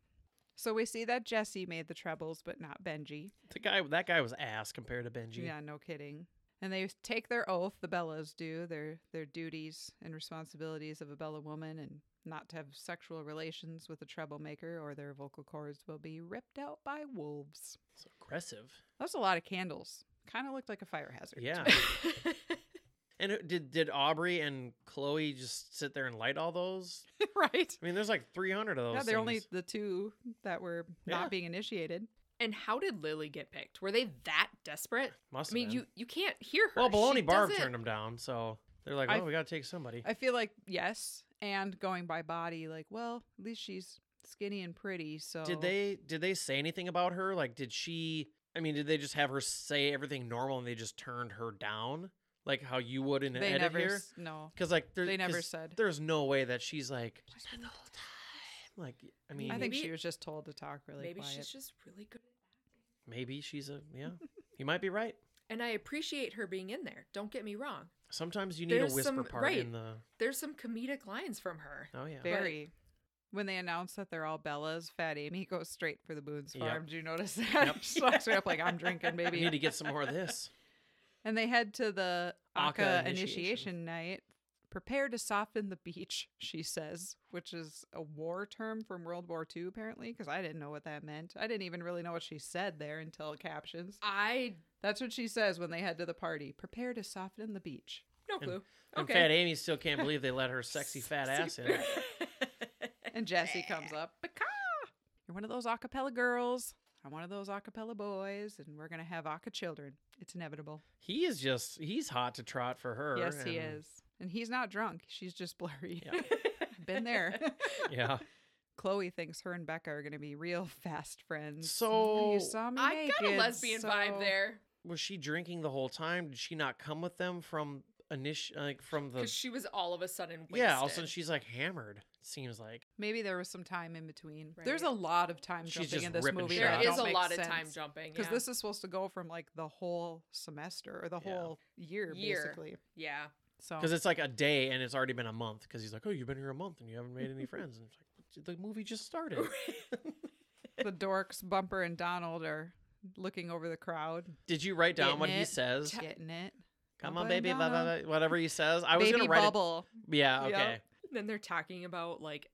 [SPEAKER 3] So we see that Jesse made the trebles, but not Benji.
[SPEAKER 4] the guy, that guy was ass compared to Benji.
[SPEAKER 3] Yeah, no kidding. And they take their oath, the Bellas do, their their duties and responsibilities of a Bella woman and not to have sexual relations with a treble maker or their vocal cords will be ripped out by wolves.
[SPEAKER 4] It's aggressive.
[SPEAKER 3] That was a lot of candles. Kind of looked like a fire hazard. to
[SPEAKER 4] Yeah.
[SPEAKER 3] me.
[SPEAKER 4] And it- did did Aubrey and Chloe just sit there and light all those?
[SPEAKER 3] right.
[SPEAKER 4] I mean, there's like 300 of those.
[SPEAKER 3] yeah, they're only
[SPEAKER 4] things.
[SPEAKER 3] the two that were
[SPEAKER 4] Yeah.
[SPEAKER 3] not being initiated.
[SPEAKER 5] and how did Lily get picked? Were they that desperate?
[SPEAKER 4] Must
[SPEAKER 5] I mean, you you can't hear her.
[SPEAKER 4] Well,
[SPEAKER 5] She
[SPEAKER 4] Baloney Barb
[SPEAKER 5] doesn't-
[SPEAKER 4] turned them down, so they're like,
[SPEAKER 3] I-
[SPEAKER 4] "Oh, we gotta take somebody."
[SPEAKER 3] I feel like yes, and going by body, like well, at least she's skinny and pretty. So
[SPEAKER 4] Did they did they say anything about her? Like, did she? I mean, did they just have her say everything normal and they just turned her down, like how you would in an
[SPEAKER 3] They
[SPEAKER 4] edit
[SPEAKER 3] never.
[SPEAKER 4] here?
[SPEAKER 3] s- No,
[SPEAKER 4] Because like there,
[SPEAKER 3] They never
[SPEAKER 4] 'cause
[SPEAKER 3] said.
[SPEAKER 4] There's no way that she's like. Like, I mean,
[SPEAKER 3] I think she
[SPEAKER 5] Maybe-
[SPEAKER 3] was just told to talk really
[SPEAKER 5] Maybe
[SPEAKER 3] quiet.
[SPEAKER 5] she's just really good.
[SPEAKER 4] maybe she's a yeah. you might be right.
[SPEAKER 5] And I appreciate her being in there. Don't get me wrong.
[SPEAKER 4] Sometimes you need
[SPEAKER 5] There's
[SPEAKER 4] a whisper
[SPEAKER 5] some-
[SPEAKER 4] part
[SPEAKER 5] right.
[SPEAKER 4] in the.
[SPEAKER 5] There's some comedic lines from her.
[SPEAKER 4] Oh yeah.
[SPEAKER 3] Very. When they announce that they're all Bellas, Fat Amy goes straight for the Boone's
[SPEAKER 4] Yep.
[SPEAKER 3] Farm. Do you notice that?
[SPEAKER 4] Yep.
[SPEAKER 3] she walks right up like I'm drinking,
[SPEAKER 4] We need to
[SPEAKER 3] baby.
[SPEAKER 4] get some more of this.
[SPEAKER 3] And they head to the
[SPEAKER 4] Aka
[SPEAKER 3] Aka,
[SPEAKER 4] initiation.
[SPEAKER 3] initiation. night. Prepare to soften the beach, she says, which is a war term from World War II, apparently, because I didn't know what that meant. I didn't even really know what she said there until captions.
[SPEAKER 5] I
[SPEAKER 3] That's what she says when they head to the party. Prepare to soften the beach.
[SPEAKER 5] no clue.
[SPEAKER 4] And
[SPEAKER 5] okay.
[SPEAKER 4] Fat Amy still can't believe they let her sexy fat ass in.
[SPEAKER 3] And Jesse comes up. Baka! You're one of those acapella girls. I'm one of those acapella boys, and we're gonna have aca children. It's inevitable.
[SPEAKER 4] He is just he's hot to trot for her.
[SPEAKER 3] yes, he
[SPEAKER 4] and-
[SPEAKER 3] is. And he's not drunk. She's just blurry.
[SPEAKER 4] Yeah.
[SPEAKER 3] Been there.
[SPEAKER 4] Yeah.
[SPEAKER 3] Chloe thinks her and Becca are gonna be real fast friends.
[SPEAKER 4] So,
[SPEAKER 3] you saw me
[SPEAKER 5] I got a
[SPEAKER 3] naked,
[SPEAKER 5] lesbian vibe
[SPEAKER 3] so-
[SPEAKER 5] there
[SPEAKER 4] Was she drinking the whole time? Did she not come with them from initial like from the
[SPEAKER 5] because she was all of a sudden wasted.
[SPEAKER 4] Yeah, all of a sudden she's like hammered, it seems like.
[SPEAKER 3] Maybe there was some time in between. There's
[SPEAKER 5] Right.
[SPEAKER 3] a lot of time
[SPEAKER 4] She's
[SPEAKER 3] jumping
[SPEAKER 4] just
[SPEAKER 3] in this
[SPEAKER 4] ripping
[SPEAKER 3] movie.
[SPEAKER 5] there
[SPEAKER 4] shots.
[SPEAKER 3] that
[SPEAKER 5] is
[SPEAKER 3] don't
[SPEAKER 5] a
[SPEAKER 3] make
[SPEAKER 5] lot
[SPEAKER 3] sense.
[SPEAKER 5] of time jumping
[SPEAKER 3] Because
[SPEAKER 5] yeah.
[SPEAKER 3] this is supposed to go from like the whole semester or the
[SPEAKER 4] Yeah.
[SPEAKER 3] whole year,
[SPEAKER 5] Year.
[SPEAKER 3] basically.
[SPEAKER 5] yeah.
[SPEAKER 3] So
[SPEAKER 4] Because it's like a day and it's already been a month. Because he's like, "Oh, you've been here a month and you haven't made any friends." And it's like the movie just started.
[SPEAKER 3] the dorks, Bumper and Donald are looking over the crowd,
[SPEAKER 4] Did you write down
[SPEAKER 3] Getting
[SPEAKER 4] what he
[SPEAKER 3] it.
[SPEAKER 4] says?
[SPEAKER 3] getting it.
[SPEAKER 4] Come
[SPEAKER 3] Bumper
[SPEAKER 4] on,
[SPEAKER 3] and
[SPEAKER 4] baby, blah, blah,
[SPEAKER 3] Donald.
[SPEAKER 4] blah, whatever he says. I was
[SPEAKER 3] baby
[SPEAKER 4] gonna write
[SPEAKER 3] bubble.
[SPEAKER 4] it. Yeah,
[SPEAKER 3] Yep.
[SPEAKER 4] okay.
[SPEAKER 5] Then they're talking about like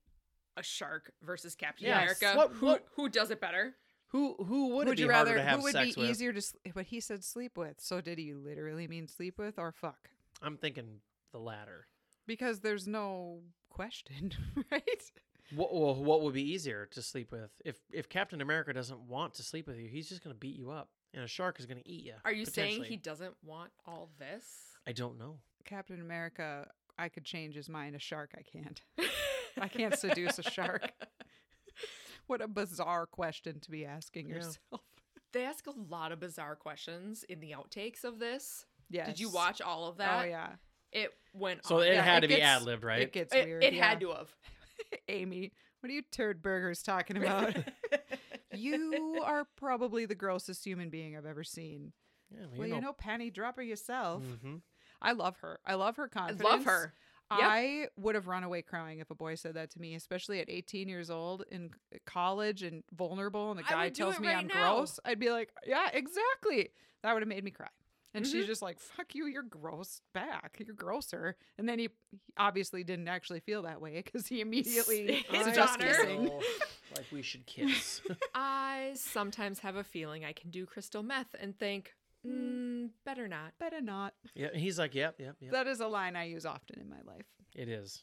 [SPEAKER 5] a shark versus Captain
[SPEAKER 4] Yes.
[SPEAKER 5] America.
[SPEAKER 4] What-
[SPEAKER 5] who
[SPEAKER 4] what-
[SPEAKER 5] who does it better?
[SPEAKER 4] Who who
[SPEAKER 3] Would,
[SPEAKER 4] would, it be
[SPEAKER 3] you rather?
[SPEAKER 4] harder to have
[SPEAKER 3] Who would be
[SPEAKER 4] sex with?
[SPEAKER 3] easier to? Sl- what he said, sleep with. So did he literally mean sleep with or fuck?
[SPEAKER 4] I'm thinking the latter.
[SPEAKER 3] Because there's no question, right?
[SPEAKER 4] What, well, what would be easier to sleep with? If if Captain America doesn't want to sleep with you, he's just going to beat you up, and a shark is going to eat you.
[SPEAKER 5] Are you saying he
[SPEAKER 4] potentially.
[SPEAKER 5] doesn't want all this?
[SPEAKER 4] I don't know.
[SPEAKER 3] Captain America, I could change his mind. A shark, I can't. I can't seduce a shark. What a bizarre question to be asking
[SPEAKER 4] Yeah.
[SPEAKER 3] yourself.
[SPEAKER 5] They ask a lot of bizarre questions in the outtakes of this.
[SPEAKER 3] Yes.
[SPEAKER 5] Did you watch all of that?
[SPEAKER 3] Oh yeah.
[SPEAKER 5] It went
[SPEAKER 4] So
[SPEAKER 5] on.
[SPEAKER 4] it
[SPEAKER 3] Oh, Yeah,
[SPEAKER 4] had
[SPEAKER 3] it
[SPEAKER 4] to be
[SPEAKER 3] gets-
[SPEAKER 4] ad libbed, right?
[SPEAKER 3] It gets
[SPEAKER 5] it,
[SPEAKER 3] weird.
[SPEAKER 5] it
[SPEAKER 3] yeah.
[SPEAKER 5] had to have.
[SPEAKER 3] Amy, what are you turd burgers talking about? you are probably the grossest human being I've ever seen.
[SPEAKER 4] yeah,
[SPEAKER 3] well, you know, Mm. Penny, drop her yourself.
[SPEAKER 4] hmm
[SPEAKER 3] I love her. I love her
[SPEAKER 5] I
[SPEAKER 3] confidence.
[SPEAKER 5] love her. Yep.
[SPEAKER 3] I would have run away crying if a boy said that to me, especially at 18 years old in c- college and vulnerable, and a
[SPEAKER 5] I
[SPEAKER 3] guy
[SPEAKER 5] would do
[SPEAKER 3] tells
[SPEAKER 5] it
[SPEAKER 3] me
[SPEAKER 5] right
[SPEAKER 3] I'm
[SPEAKER 5] now.
[SPEAKER 3] gross. I'd be like, yeah, exactly. That would have made me cry. And
[SPEAKER 5] Mm-hmm.
[SPEAKER 3] she's just like, fuck you, you're gross back. You're grosser. And then he he obviously didn't actually feel that way because he immediately
[SPEAKER 5] His
[SPEAKER 3] suggests
[SPEAKER 5] daughter.
[SPEAKER 3] kissing.
[SPEAKER 4] like we should kiss.
[SPEAKER 5] I sometimes have a feeling I can do crystal meth and think, mm, better not.
[SPEAKER 3] Better not.
[SPEAKER 4] yeah, he's like, yep, yep, yep.
[SPEAKER 3] That is a line I use often in my life.
[SPEAKER 4] It is.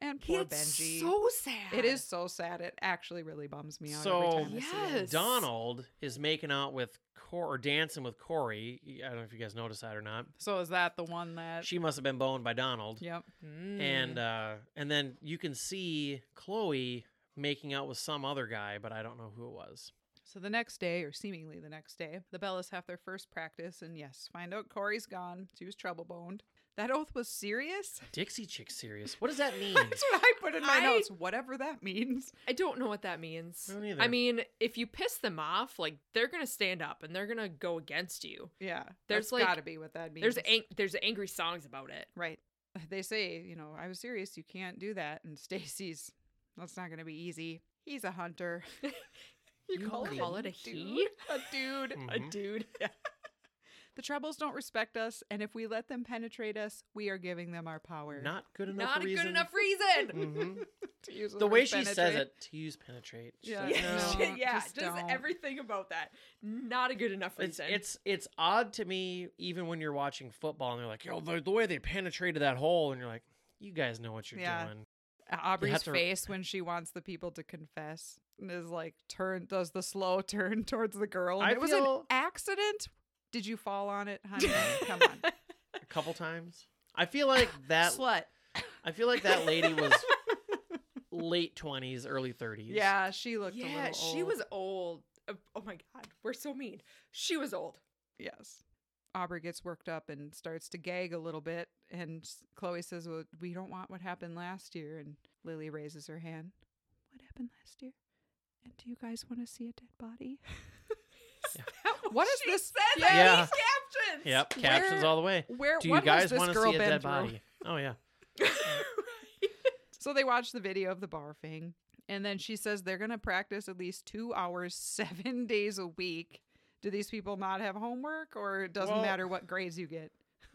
[SPEAKER 3] And poor
[SPEAKER 5] It's
[SPEAKER 3] Benji.
[SPEAKER 5] so sad.
[SPEAKER 3] it is so sad. It actually really bums me out
[SPEAKER 4] So-
[SPEAKER 3] every time. I see it.
[SPEAKER 5] Yes.
[SPEAKER 4] Donald is making out with Cor or dancing with Corey. I don't know if you guys noticed that or not.
[SPEAKER 3] So is that the one that?
[SPEAKER 4] She must have been boned by Donald.
[SPEAKER 3] yep.
[SPEAKER 5] Hmm.
[SPEAKER 4] And
[SPEAKER 3] Mm.
[SPEAKER 4] uh, and then you can see Chloe making out with some other guy, but I don't know who it was.
[SPEAKER 3] So the next day, or seemingly the next day, the Bellas have their first practice, and yes, find out Corey's gone. She was trouble boned. That oath was serious.
[SPEAKER 4] Dixie chick serious. What does that mean?
[SPEAKER 3] That's what I put in my
[SPEAKER 5] I-
[SPEAKER 3] notes. Whatever that means.
[SPEAKER 5] I don't know what that means.
[SPEAKER 4] I don't either.
[SPEAKER 5] I mean, if you piss them off, like they're gonna stand up and they're gonna go against you.
[SPEAKER 3] Yeah.
[SPEAKER 5] There's,
[SPEAKER 3] that's
[SPEAKER 5] like-
[SPEAKER 3] gotta be what that means.
[SPEAKER 5] There's ang- there's angry songs about it.
[SPEAKER 3] Right. They say, you know, I was serious, you can't do that. And Stacy's, that's not going to be easy. He's a hunter.
[SPEAKER 5] You call it a he?
[SPEAKER 3] dude? A dude.
[SPEAKER 5] A
[SPEAKER 4] Mhm.
[SPEAKER 5] dude.
[SPEAKER 3] The Troubles don't respect us, and if we let them penetrate us, we are giving them our power.
[SPEAKER 4] Not good enough.
[SPEAKER 5] Not a
[SPEAKER 4] reason.
[SPEAKER 5] good enough reason.
[SPEAKER 4] Mhm.
[SPEAKER 3] to use
[SPEAKER 4] The
[SPEAKER 3] word
[SPEAKER 4] way she says
[SPEAKER 3] penetrate.
[SPEAKER 4] it, to use penetrate. She's
[SPEAKER 3] Yeah.
[SPEAKER 4] like,
[SPEAKER 5] Yeah,
[SPEAKER 4] "No."
[SPEAKER 5] shit, yeah,
[SPEAKER 3] just
[SPEAKER 5] just,
[SPEAKER 3] don't.
[SPEAKER 5] everything about that. Not a good enough
[SPEAKER 4] It's,
[SPEAKER 5] reason.
[SPEAKER 4] it's it's odd to me, even when you're watching football and they're like, yo, the, the way they penetrated that hole, and you're like, you guys know what you're
[SPEAKER 3] Yeah.
[SPEAKER 4] doing.
[SPEAKER 3] Uh, Aubrey's
[SPEAKER 4] to-
[SPEAKER 3] face when she wants the people to confess and is like turn does the slow turn towards the girl. and
[SPEAKER 4] I
[SPEAKER 3] it was an
[SPEAKER 4] feel-
[SPEAKER 3] accident. Did you fall on it, honey? Come on,
[SPEAKER 4] A couple times. I feel like that.
[SPEAKER 3] slut.
[SPEAKER 4] I feel like that lady was late twenties, early thirties.
[SPEAKER 3] Yeah, she looked. a
[SPEAKER 5] yeah,
[SPEAKER 3] little
[SPEAKER 5] she
[SPEAKER 3] old.
[SPEAKER 5] was old. Oh oh my god, we're so mean. She was old.
[SPEAKER 3] Yes. Aubrey gets worked up and starts to gag a little bit. And s- Chloe says, Well, we don't want what happened last year. And Lily raises her hand. What happened last year? And do you guys want to see a dead body? What is
[SPEAKER 5] she
[SPEAKER 3] this-
[SPEAKER 5] Says
[SPEAKER 3] Yeah.
[SPEAKER 5] yeah.
[SPEAKER 4] Yeah.
[SPEAKER 5] captions.
[SPEAKER 4] Yep. Captions
[SPEAKER 3] Where-
[SPEAKER 4] all the way.
[SPEAKER 3] Where
[SPEAKER 4] Do you
[SPEAKER 3] what has
[SPEAKER 4] guys
[SPEAKER 3] this
[SPEAKER 4] want to
[SPEAKER 3] girl
[SPEAKER 4] see a
[SPEAKER 3] been
[SPEAKER 4] dead
[SPEAKER 3] through?
[SPEAKER 4] body? Oh yeah.
[SPEAKER 3] So they watch the video of the barfing. And then she says they're going to practice at least two hours, seven days a week. Do these people not have homework or it doesn't
[SPEAKER 4] Well-
[SPEAKER 3] matter what grades you get?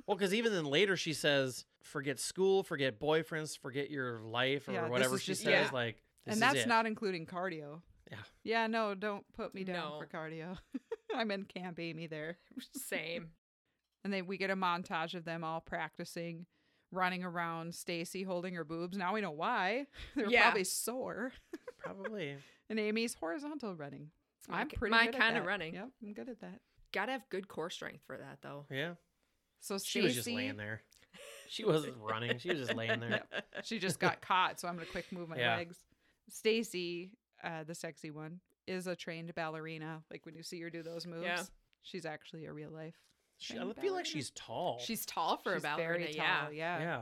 [SPEAKER 4] Well, because even then later she says, "Forget school, forget boyfriends, forget your life, or
[SPEAKER 3] Yeah, this
[SPEAKER 4] whatever
[SPEAKER 3] is
[SPEAKER 4] she
[SPEAKER 3] just-
[SPEAKER 4] says."
[SPEAKER 5] yeah.
[SPEAKER 4] Like,
[SPEAKER 3] and
[SPEAKER 4] this is
[SPEAKER 3] that's
[SPEAKER 4] it.
[SPEAKER 3] not including cardio.
[SPEAKER 4] Yeah.
[SPEAKER 3] Yeah, no, don't put me down for
[SPEAKER 5] No.
[SPEAKER 3] cardio. I'm in Camp Amy there.
[SPEAKER 5] Same.
[SPEAKER 3] And then we get a montage of them all practicing, running around, Stacy holding her boobs. Now we know why. They're
[SPEAKER 5] Yeah.
[SPEAKER 3] probably sore.
[SPEAKER 4] probably.
[SPEAKER 3] And Amy's horizontal running.
[SPEAKER 5] My
[SPEAKER 3] I'm
[SPEAKER 5] ki-
[SPEAKER 3] pretty
[SPEAKER 5] my
[SPEAKER 3] good at
[SPEAKER 5] kinda
[SPEAKER 3] that.
[SPEAKER 5] running.
[SPEAKER 3] Yep, I'm good at that.
[SPEAKER 5] Gotta have good core strength for that though.
[SPEAKER 4] Yeah.
[SPEAKER 3] So
[SPEAKER 4] She
[SPEAKER 3] Stacy,
[SPEAKER 4] was just laying there. She wasn't running. She was just laying there.
[SPEAKER 3] she just got caught, so I'm gonna quick move my
[SPEAKER 4] Yeah.
[SPEAKER 3] legs. Stacy, uh, the sexy one, is a trained ballerina. Like when you see her do those moves,
[SPEAKER 5] Yeah.
[SPEAKER 3] she's actually a real life.
[SPEAKER 4] She, I
[SPEAKER 3] Trained
[SPEAKER 4] feel
[SPEAKER 3] ballerina.
[SPEAKER 4] like she's tall.
[SPEAKER 5] She's tall for
[SPEAKER 3] She's
[SPEAKER 5] a ballerina.
[SPEAKER 3] Very
[SPEAKER 5] yeah.
[SPEAKER 3] tall, yeah.
[SPEAKER 4] yeah.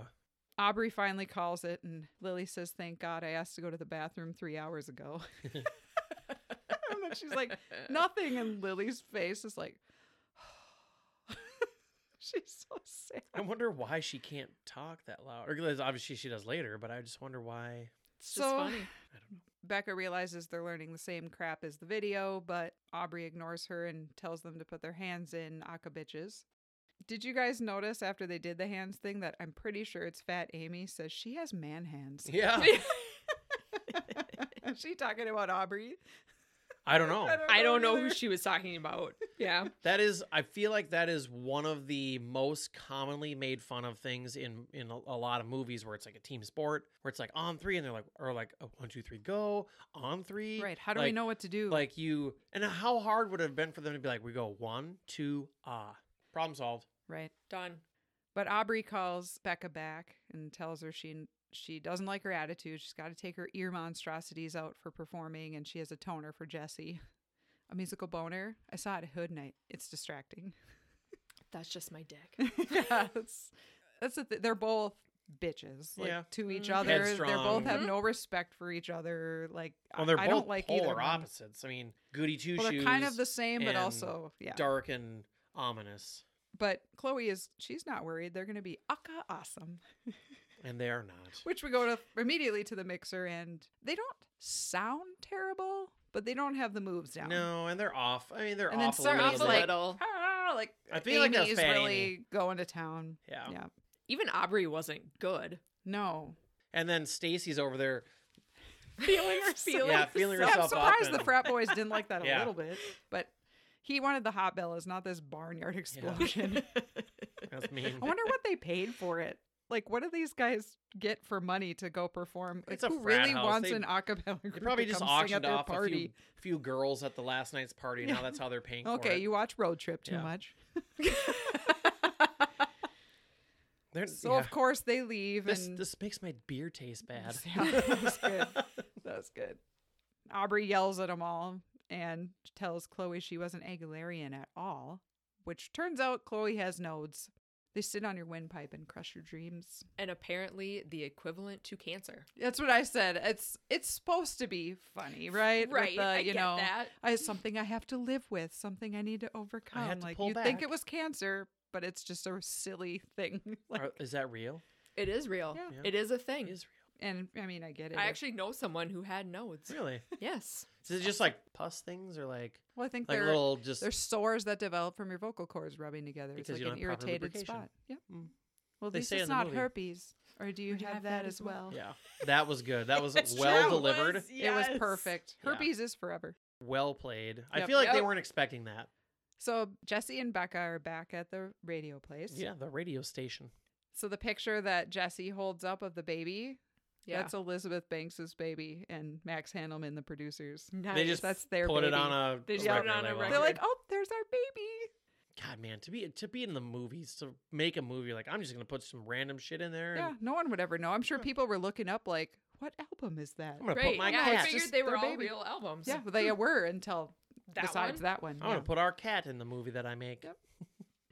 [SPEAKER 3] Aubrey finally calls it, and Lily says, "Thank God I asked to go to the bathroom three hours ago." and then she's like, "Nothing," and Lily's face is like, "She's so sad."
[SPEAKER 4] I wonder why she can't talk that loud. Or 'cause obviously she does later, but I just wonder why.
[SPEAKER 5] It's just funny.
[SPEAKER 3] Becca realizes they're learning the same crap as the video, but Aubrey ignores her and tells them to put their hands in Aka bitches. Did you guys notice after they did the hands thing that I'm pretty sure it's Fat Amy says she has man hands?
[SPEAKER 4] Yeah.
[SPEAKER 3] Is she talking about Aubrey?
[SPEAKER 4] I don't know.
[SPEAKER 5] I don't know who
[SPEAKER 3] either.
[SPEAKER 5] she was talking about. Yeah.
[SPEAKER 4] That is, I feel like that is one of the most commonly made fun of things in in a, a lot of movies where it's like a team sport, where it's like on three, and they're like, or like a one, two, three, go on three.
[SPEAKER 3] Right. How do we
[SPEAKER 4] Like-
[SPEAKER 3] know what to do?
[SPEAKER 4] Like you, and how hard would it have been for them to be like, we go one, two, ah, problem solved.
[SPEAKER 3] right.
[SPEAKER 5] Done.
[SPEAKER 3] But Aubrey calls Becca back and tells her she she doesn't like her attitude. She's got to take her ear monstrosities out for performing, and she has a toner for Jesse, a musical boner. I saw it at Hood Night. It's distracting.
[SPEAKER 5] That's just my dick.
[SPEAKER 3] yeah, that's that's the th- they're both bitches like,
[SPEAKER 4] Yeah. Mm-hmm.
[SPEAKER 3] to each
[SPEAKER 5] Mm.
[SPEAKER 3] other. They both
[SPEAKER 4] Headstrong.
[SPEAKER 3] have
[SPEAKER 5] Mhm.
[SPEAKER 3] no respect for each other. Like I-
[SPEAKER 4] Well, they're
[SPEAKER 3] I
[SPEAKER 4] both
[SPEAKER 3] don't like either
[SPEAKER 4] polar
[SPEAKER 3] one.
[SPEAKER 4] opposites. I mean, goody two
[SPEAKER 3] Well,
[SPEAKER 4] shoes,
[SPEAKER 3] they're kind of the same, but
[SPEAKER 4] and
[SPEAKER 3] also yeah.
[SPEAKER 4] dark and ominous,
[SPEAKER 3] But Chloe is she's not worried. They're gonna be aka awesome.
[SPEAKER 4] and they are not.
[SPEAKER 3] which we go to immediately to the mixer and they don't sound terrible but they don't have the moves down
[SPEAKER 4] No, and they're off. I mean, they're
[SPEAKER 3] And then
[SPEAKER 4] off a
[SPEAKER 5] Off
[SPEAKER 3] Sarah's
[SPEAKER 4] little
[SPEAKER 5] a
[SPEAKER 4] bit.
[SPEAKER 3] like-
[SPEAKER 5] little.
[SPEAKER 3] Ah, like
[SPEAKER 4] I feel like that's
[SPEAKER 3] Amy's
[SPEAKER 4] Fat
[SPEAKER 3] really
[SPEAKER 4] Amy.
[SPEAKER 3] going to town
[SPEAKER 4] Yeah.
[SPEAKER 3] yeah
[SPEAKER 5] Even Aubrey wasn't good.
[SPEAKER 3] no
[SPEAKER 4] And then Stacy's over there.
[SPEAKER 5] Feeling
[SPEAKER 4] Yeah, feeling
[SPEAKER 3] Yeah, i'm
[SPEAKER 4] herself up.
[SPEAKER 3] surprised the
[SPEAKER 4] and-
[SPEAKER 3] frat boys didn't like that a
[SPEAKER 4] Yeah.
[SPEAKER 3] little bit but he wanted the hot bellas not this barnyard explosion
[SPEAKER 4] That's mean.
[SPEAKER 3] i wonder what they paid for it Like, what do these guys get for money to go perform? Like,
[SPEAKER 4] It's a
[SPEAKER 3] who
[SPEAKER 4] frat
[SPEAKER 3] really
[SPEAKER 4] house.
[SPEAKER 3] wants
[SPEAKER 4] They-
[SPEAKER 3] an acapella group
[SPEAKER 4] They probably
[SPEAKER 3] to
[SPEAKER 4] just
[SPEAKER 3] come sing at
[SPEAKER 4] auctioned
[SPEAKER 3] their
[SPEAKER 4] off a
[SPEAKER 3] party?
[SPEAKER 4] few, few girls at the last night's party. Now that's how they're paying for
[SPEAKER 3] Okay,
[SPEAKER 4] it.
[SPEAKER 3] you watch Road Trip too
[SPEAKER 4] Yeah.
[SPEAKER 3] much.
[SPEAKER 4] They're-
[SPEAKER 3] So
[SPEAKER 4] yeah.
[SPEAKER 3] of course they leave.
[SPEAKER 4] this
[SPEAKER 3] and
[SPEAKER 4] this makes my beer taste bad.
[SPEAKER 3] Yeah, that's good. That's good. Aubrey yells at them all and tells Chloe she wasn't Aguilarian at all, which turns out Chloe has nodes. They sit on your windpipe and crush your dreams.
[SPEAKER 5] and apparently the equivalent to cancer.
[SPEAKER 3] That's what I said. It's it's supposed to be funny, right? With
[SPEAKER 5] Right,
[SPEAKER 3] the,
[SPEAKER 5] I
[SPEAKER 3] you
[SPEAKER 5] get
[SPEAKER 3] know,
[SPEAKER 5] that.
[SPEAKER 3] I, something I have to live with, something I need to overcome.
[SPEAKER 4] to
[SPEAKER 3] like
[SPEAKER 4] pull
[SPEAKER 3] you think
[SPEAKER 4] back.
[SPEAKER 3] it was cancer, but it's just a silly thing. like,
[SPEAKER 4] Are- is that real?
[SPEAKER 5] It is real.
[SPEAKER 3] Yeah.
[SPEAKER 4] Yeah.
[SPEAKER 5] It is a thing.
[SPEAKER 4] It is
[SPEAKER 3] and I mean, I get it.
[SPEAKER 5] I
[SPEAKER 3] if-
[SPEAKER 5] actually know someone who had nodes.
[SPEAKER 4] real. Really?
[SPEAKER 5] Yes.
[SPEAKER 4] Is it just like pus things or like
[SPEAKER 3] well, I think
[SPEAKER 4] like
[SPEAKER 3] they're
[SPEAKER 4] little just
[SPEAKER 3] There's sores that develop from your vocal cords rubbing together.
[SPEAKER 4] Because
[SPEAKER 3] it's
[SPEAKER 4] you
[SPEAKER 3] like
[SPEAKER 4] don't
[SPEAKER 3] an
[SPEAKER 4] have proper
[SPEAKER 3] irritated
[SPEAKER 4] lubrication.
[SPEAKER 3] spot. Yep.
[SPEAKER 4] Mm.
[SPEAKER 3] Well,
[SPEAKER 4] They
[SPEAKER 3] this
[SPEAKER 4] say it
[SPEAKER 3] is
[SPEAKER 4] in the
[SPEAKER 3] not
[SPEAKER 4] movie.
[SPEAKER 3] herpes. Or do you have, that, as well?
[SPEAKER 4] yeah. That was good. That was
[SPEAKER 5] It's
[SPEAKER 4] well
[SPEAKER 5] true.
[SPEAKER 4] delivered,
[SPEAKER 3] It was perfect.
[SPEAKER 4] Yeah.
[SPEAKER 3] Herpes is forever.
[SPEAKER 4] well played. I
[SPEAKER 3] Yep.
[SPEAKER 4] feel like they
[SPEAKER 5] Yep.
[SPEAKER 4] weren't expecting that.
[SPEAKER 3] So Jesse and Becca are back at the radio place.
[SPEAKER 4] Yeah, the radio station.
[SPEAKER 3] So the picture that Jesse holds up of the baby,
[SPEAKER 5] Yeah.
[SPEAKER 3] that's Elizabeth Banks's baby and Max Handelman, the producers.
[SPEAKER 5] nice.
[SPEAKER 4] They just
[SPEAKER 3] That's their
[SPEAKER 4] put it
[SPEAKER 3] baby.
[SPEAKER 4] on a
[SPEAKER 5] They just
[SPEAKER 3] put it
[SPEAKER 4] record
[SPEAKER 5] on a
[SPEAKER 4] label.
[SPEAKER 5] record.
[SPEAKER 3] They're like, oh, there's our baby.
[SPEAKER 4] God, man, to be to be in the movies, to make a movie, like I'm just gonna put some random shit in there.
[SPEAKER 3] Yeah,
[SPEAKER 4] and
[SPEAKER 3] no one would ever know. I'm sure people were looking up like, what album is that?
[SPEAKER 4] I'm gonna
[SPEAKER 5] Right.
[SPEAKER 4] put my
[SPEAKER 5] yeah, I
[SPEAKER 4] cat.
[SPEAKER 5] figured
[SPEAKER 3] Just
[SPEAKER 5] they were
[SPEAKER 3] their
[SPEAKER 5] all
[SPEAKER 3] baby.
[SPEAKER 5] real albums.
[SPEAKER 3] Yeah, they were until
[SPEAKER 5] That
[SPEAKER 3] besides
[SPEAKER 5] one?
[SPEAKER 3] that one.
[SPEAKER 4] I'm gonna
[SPEAKER 3] yeah.
[SPEAKER 4] put our cat in the movie that I make.
[SPEAKER 3] Yep.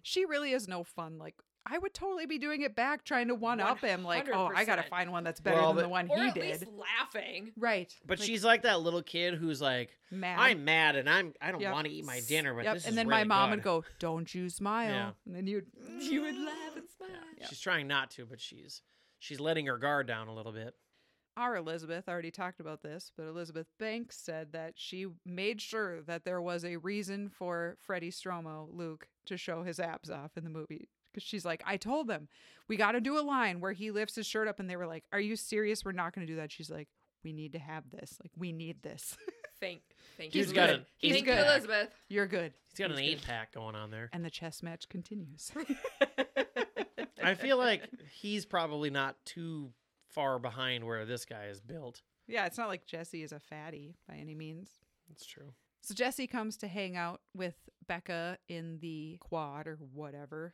[SPEAKER 3] She really is no fun. Like I would totally be doing it back, trying to one up him. Like, oh, I gotta
[SPEAKER 5] 100%.
[SPEAKER 3] find one that's better
[SPEAKER 4] Well,
[SPEAKER 3] than the
[SPEAKER 4] but-
[SPEAKER 3] one
[SPEAKER 5] Or
[SPEAKER 3] he
[SPEAKER 5] at
[SPEAKER 3] did.
[SPEAKER 5] least laughing.
[SPEAKER 3] Right.
[SPEAKER 4] But
[SPEAKER 3] Like,
[SPEAKER 4] she's like that little kid who's like,
[SPEAKER 3] mad.
[SPEAKER 4] I'm mad and I'm I don't
[SPEAKER 3] Yep.
[SPEAKER 4] want to eat my dinner, but
[SPEAKER 3] yep.
[SPEAKER 4] this
[SPEAKER 3] and
[SPEAKER 4] is
[SPEAKER 3] then my
[SPEAKER 4] really
[SPEAKER 3] mom
[SPEAKER 4] good.
[SPEAKER 3] would go, "Don't you smile?"
[SPEAKER 4] Yeah.
[SPEAKER 3] And then you'd
[SPEAKER 5] You would laugh and smile.
[SPEAKER 3] Yeah.
[SPEAKER 4] She's trying not to, but she's she's letting her guard down a little bit.
[SPEAKER 3] our Elizabeth already talked about this, but Elizabeth Banks said that she made sure that there was a reason for Freddie Stromo, Luke, to show his abs off in the movie. Because she's like, I told them, we got to do a line where he lifts his shirt up. And they were like, Are you serious? We're not going to do that. She's like, We need to have this. Like, we need this.
[SPEAKER 5] Thank, thank
[SPEAKER 4] He's
[SPEAKER 5] you.
[SPEAKER 4] got
[SPEAKER 5] Elizabeth.
[SPEAKER 4] an He's
[SPEAKER 5] thank
[SPEAKER 4] good.
[SPEAKER 5] you, Elizabeth.
[SPEAKER 3] You're good.
[SPEAKER 4] He's got an
[SPEAKER 3] good.
[SPEAKER 4] eight pack going on there.
[SPEAKER 3] And the chess match continues.
[SPEAKER 4] I feel like he's probably not too far behind where this guy is built.
[SPEAKER 3] yeah, it's not like Jesse is a fatty by any means.
[SPEAKER 4] That's true.
[SPEAKER 3] So Jesse comes to hang out with Becca in the quad or whatever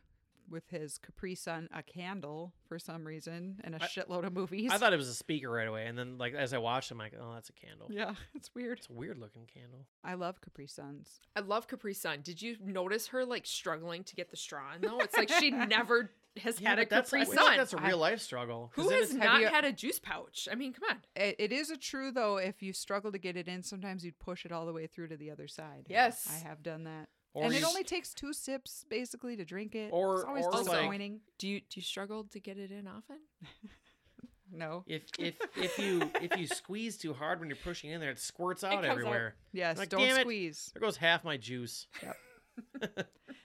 [SPEAKER 3] with his Capri Sun, a candle for some reason, and a
[SPEAKER 4] I-
[SPEAKER 3] shitload of movies.
[SPEAKER 4] I thought it was a speaker right away, and then like as I watched him, like, oh, that's a candle.
[SPEAKER 3] yeah, it's weird.
[SPEAKER 4] It's a weird looking candle.
[SPEAKER 3] I love Capri Suns.
[SPEAKER 5] I love Capri Sun. Did you notice her like struggling to get the straw in though? It's like she never has had a
[SPEAKER 4] that's,
[SPEAKER 5] Capri
[SPEAKER 4] I feel like
[SPEAKER 5] Sun.
[SPEAKER 4] that's a real life struggle. 'cause
[SPEAKER 5] Who
[SPEAKER 4] then
[SPEAKER 5] has
[SPEAKER 4] it's-
[SPEAKER 5] not
[SPEAKER 3] you-
[SPEAKER 5] had a juice pouch? I mean, come on.
[SPEAKER 3] It, it is a true though. If you struggle to get it in, sometimes you'd push it all the way through to the other side.
[SPEAKER 5] Yes.
[SPEAKER 3] I have done that,
[SPEAKER 4] Or
[SPEAKER 3] and
[SPEAKER 4] you
[SPEAKER 3] it
[SPEAKER 4] s-
[SPEAKER 3] only takes two sips basically to drink it.
[SPEAKER 4] Or-
[SPEAKER 3] it's always
[SPEAKER 4] or,
[SPEAKER 5] like-
[SPEAKER 3] disappointing.
[SPEAKER 5] Do you do you struggle to get it in often?
[SPEAKER 3] no.
[SPEAKER 4] if if if you if you squeeze too hard when you're pushing in there, it squirts out
[SPEAKER 5] comes out.
[SPEAKER 4] everywhere.
[SPEAKER 3] Yes.
[SPEAKER 4] Like,
[SPEAKER 3] don't
[SPEAKER 4] damn it.
[SPEAKER 3] squeeze.
[SPEAKER 4] There goes half my juice.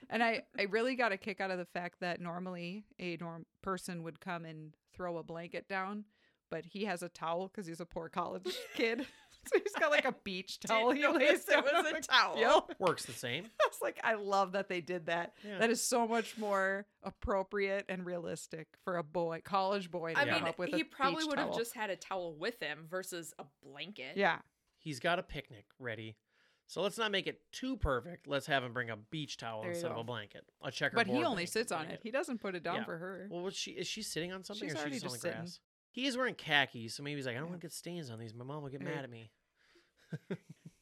[SPEAKER 3] And I, I really got a kick out of the fact that normally a norm person would come and throw a blanket down, but he has a towel because he's a poor college kid. so he's got like a beach towel. He lays down
[SPEAKER 5] was
[SPEAKER 3] on
[SPEAKER 5] a
[SPEAKER 3] the-
[SPEAKER 5] towel.
[SPEAKER 3] Yep.
[SPEAKER 4] Works the same.
[SPEAKER 3] I was like, I love that they did that.
[SPEAKER 4] Yeah.
[SPEAKER 3] That is so much more appropriate and realistic for a boy, college boy, to
[SPEAKER 5] I
[SPEAKER 4] Yeah.
[SPEAKER 3] come
[SPEAKER 5] mean,
[SPEAKER 3] up with.
[SPEAKER 5] he
[SPEAKER 3] a
[SPEAKER 5] probably
[SPEAKER 3] beach
[SPEAKER 5] would have
[SPEAKER 3] towel.
[SPEAKER 5] just had a towel with him versus a blanket.
[SPEAKER 3] Yeah.
[SPEAKER 4] He's got a picnic ready. So let's not make it too perfect. Let's have him bring a beach towel
[SPEAKER 3] There you
[SPEAKER 4] instead of
[SPEAKER 3] go.
[SPEAKER 4] a blanket. A checker.
[SPEAKER 3] But he only sits on it. He doesn't put it down
[SPEAKER 4] Yeah.
[SPEAKER 3] for her.
[SPEAKER 4] Well, was she is she sitting on something
[SPEAKER 3] She's
[SPEAKER 4] or is she
[SPEAKER 3] already
[SPEAKER 4] just,
[SPEAKER 3] just
[SPEAKER 4] on the
[SPEAKER 3] sitting.
[SPEAKER 4] grass? He is wearing khakis, so maybe he's like, I don't
[SPEAKER 3] Yeah.
[SPEAKER 4] want to get stains on these. My mom will get
[SPEAKER 3] Right.
[SPEAKER 4] mad at me.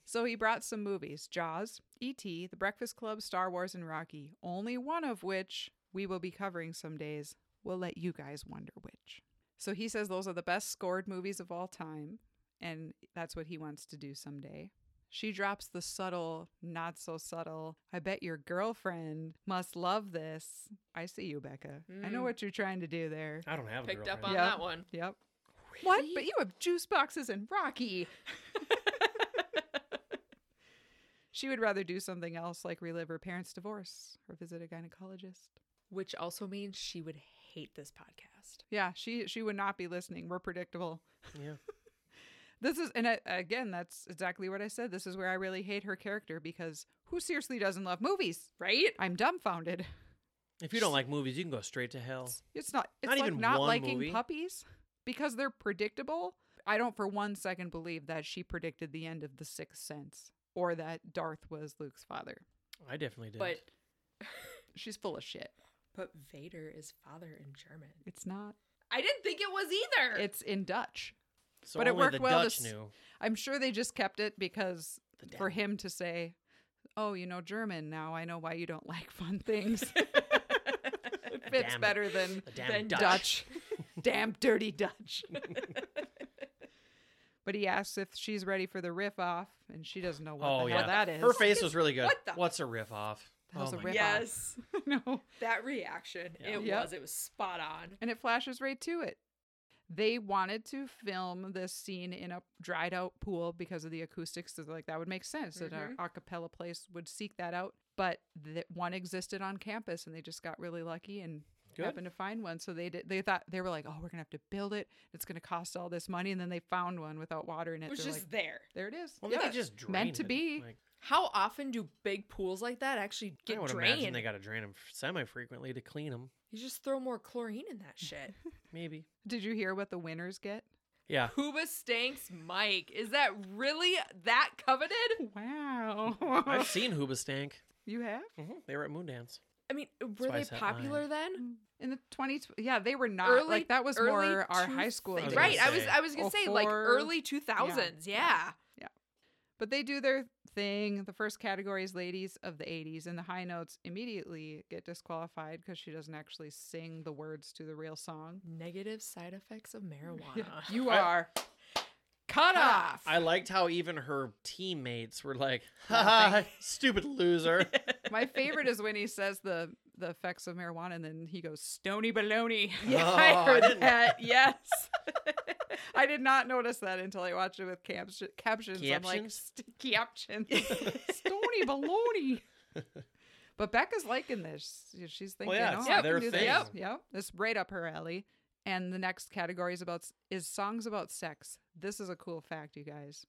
[SPEAKER 3] So he brought some movies Jaws, E.T., The Breakfast Club, Star Wars, and Rocky, only one of which we will be covering some days. We'll let you guys wonder which. So he says those are the best scored movies of all time, and that's what he wants to do someday. She drops the subtle, not so subtle, I bet your girlfriend must love this. I see you, Becca. I know
[SPEAKER 5] Mm.
[SPEAKER 3] what you're trying to do there.
[SPEAKER 4] I don't have a
[SPEAKER 5] Picked up on
[SPEAKER 4] girlfriend.
[SPEAKER 3] Yeah.
[SPEAKER 5] that one.
[SPEAKER 3] Yep. What? But you have juice boxes and Rocky. she would rather do something else like relive her parents' divorce or visit a gynecologist.
[SPEAKER 5] Which also means she would hate this podcast.
[SPEAKER 3] Yeah, she she would not be listening. We're predictable.
[SPEAKER 4] Yeah.
[SPEAKER 3] This is and I, again, that's exactly what I said. This is where I really hate her character because who seriously doesn't love movies?
[SPEAKER 5] Right?
[SPEAKER 3] I'm dumbfounded.
[SPEAKER 4] If you don't like movies, you can go straight to hell.
[SPEAKER 3] It's- It's not. It's
[SPEAKER 4] Not
[SPEAKER 3] like
[SPEAKER 4] even
[SPEAKER 3] not
[SPEAKER 4] one
[SPEAKER 3] liking
[SPEAKER 4] movie.
[SPEAKER 3] puppies because they're predictable. I don't for one second believe that she predicted the end of The Sixth Sense or that Darth was Luke's father.
[SPEAKER 4] I definitely did.
[SPEAKER 5] But
[SPEAKER 3] She's full of shit.
[SPEAKER 5] but Vader is father in German.
[SPEAKER 3] It's not.
[SPEAKER 5] I didn't think it was either.
[SPEAKER 3] It's in Dutch.
[SPEAKER 4] so
[SPEAKER 3] but it
[SPEAKER 4] only
[SPEAKER 3] worked
[SPEAKER 4] the
[SPEAKER 3] well to
[SPEAKER 4] Dutch
[SPEAKER 3] s-
[SPEAKER 4] knew.
[SPEAKER 3] I'm sure they just kept it because
[SPEAKER 4] The
[SPEAKER 3] for
[SPEAKER 4] devil.
[SPEAKER 3] him to say, "Oh, you know German now. I know why you don't like fun things." it fits
[SPEAKER 4] Damn it.
[SPEAKER 3] better than
[SPEAKER 4] The damn
[SPEAKER 5] Then
[SPEAKER 4] Dutch.
[SPEAKER 3] Dutch. Damn dirty Dutch. but he asks if she's ready for the riff off, and she doesn't know what
[SPEAKER 4] Oh
[SPEAKER 3] the
[SPEAKER 4] yeah,
[SPEAKER 3] hell that is.
[SPEAKER 4] Her face was really good.
[SPEAKER 5] What the-
[SPEAKER 4] What's a riff off?
[SPEAKER 3] That was a
[SPEAKER 4] oh my
[SPEAKER 3] riff
[SPEAKER 4] God.
[SPEAKER 5] yes,
[SPEAKER 3] no.
[SPEAKER 5] that reaction.
[SPEAKER 4] Yeah.
[SPEAKER 5] It
[SPEAKER 3] Yep.
[SPEAKER 5] was. It was spot on.
[SPEAKER 3] And it flashes right to it. They wanted to film this scene in a dried out pool because of the acoustics. So they're like that would make sense that an a cappella place would seek that out. But that one existed on campus, and they just got really lucky and
[SPEAKER 4] Good.
[SPEAKER 3] happened to find one. So they did. They thought they were like, "Oh, we're gonna have to build it. It's gonna cost all this money." And then they found one without water in it.
[SPEAKER 5] It was
[SPEAKER 3] They're
[SPEAKER 5] just
[SPEAKER 3] like,
[SPEAKER 5] there.
[SPEAKER 3] there it is.
[SPEAKER 4] Well,
[SPEAKER 3] yeah.
[SPEAKER 4] they could just drain
[SPEAKER 3] Meant to
[SPEAKER 4] it.
[SPEAKER 3] be.
[SPEAKER 4] Like,
[SPEAKER 5] How often do big pools like that actually
[SPEAKER 4] I
[SPEAKER 5] get
[SPEAKER 4] would imagine
[SPEAKER 5] drained?
[SPEAKER 4] they got to drain them semi-frequently to clean them.
[SPEAKER 5] you just throw more chlorine in that shit.
[SPEAKER 4] Maybe.
[SPEAKER 3] Did you hear what the winners get?
[SPEAKER 4] Yeah.
[SPEAKER 5] Hooba Stanks Mike. Is that really that coveted?
[SPEAKER 3] Wow.
[SPEAKER 4] I've seen Hoobastank.
[SPEAKER 3] you have
[SPEAKER 4] hmm They were at Moondance.
[SPEAKER 5] I mean, were
[SPEAKER 4] why I
[SPEAKER 5] they
[SPEAKER 4] said
[SPEAKER 5] popular
[SPEAKER 4] mine.
[SPEAKER 5] then?
[SPEAKER 3] in the 20s. Yeah, they were not
[SPEAKER 5] Early-
[SPEAKER 3] like that was
[SPEAKER 5] early
[SPEAKER 3] more our
[SPEAKER 5] two
[SPEAKER 3] high school.
[SPEAKER 5] thou-
[SPEAKER 4] days.
[SPEAKER 5] Right. I was
[SPEAKER 4] Say.
[SPEAKER 5] I was gonna
[SPEAKER 3] Oh,
[SPEAKER 5] say like
[SPEAKER 3] four.
[SPEAKER 5] early two thousands. Yeah.
[SPEAKER 3] But they do their thing. The first category is ladies of the 80s, and the high notes immediately get disqualified because she doesn't actually sing the words to the real song.
[SPEAKER 5] Negative side effects of marijuana.
[SPEAKER 3] You
[SPEAKER 4] I-
[SPEAKER 3] are.
[SPEAKER 5] Cut off.
[SPEAKER 4] I liked how even her teammates were like, ha ha,
[SPEAKER 3] Laughing.
[SPEAKER 4] stupid loser.
[SPEAKER 3] My favorite is when he says the the effects of marijuana, and then he goes stony baloney.
[SPEAKER 5] yeah,
[SPEAKER 4] Oh, I
[SPEAKER 5] I heard
[SPEAKER 4] didn't-
[SPEAKER 5] that. Yes.
[SPEAKER 3] I did not notice that until I watched it with caps- captions. I'm like,
[SPEAKER 4] Captions?
[SPEAKER 3] "St- captions. Stony baloney. But Becca's liking this. You know, She's thinking,
[SPEAKER 4] yeah, it's
[SPEAKER 3] oh, I
[SPEAKER 4] their
[SPEAKER 3] can do this.
[SPEAKER 4] thing.
[SPEAKER 3] Yep, yep. This right up her alley. And the next category is about is songs about sex. This is a cool fact, you guys.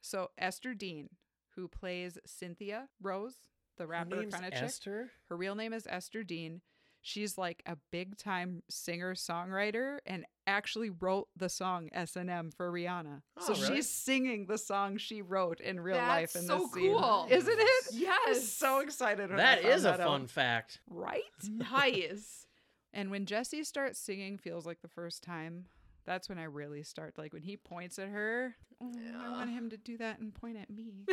[SPEAKER 3] So Esther Dean, who plays Cynthia Rose, the
[SPEAKER 4] Her
[SPEAKER 3] rapper
[SPEAKER 4] name's
[SPEAKER 3] kind of chick.
[SPEAKER 4] Esther.
[SPEAKER 3] Her real name is Esther Dean. She's like a big time singer songwriter and actually wrote the song S and M for Rihanna. so
[SPEAKER 4] Oh, really?
[SPEAKER 3] she's singing the song she wrote in real
[SPEAKER 5] That's
[SPEAKER 3] life in
[SPEAKER 5] so
[SPEAKER 3] this scene.
[SPEAKER 5] cool.
[SPEAKER 3] Isn't it? I
[SPEAKER 5] Yes.
[SPEAKER 3] was so excited. When I
[SPEAKER 4] That
[SPEAKER 3] found
[SPEAKER 4] is a
[SPEAKER 3] that out.
[SPEAKER 4] fun fact.
[SPEAKER 3] right?
[SPEAKER 5] nice.
[SPEAKER 3] And when Jesse starts singing, feels like the first time. That's when I really start. Like when he points at her, oh, I want him to do that and point at me.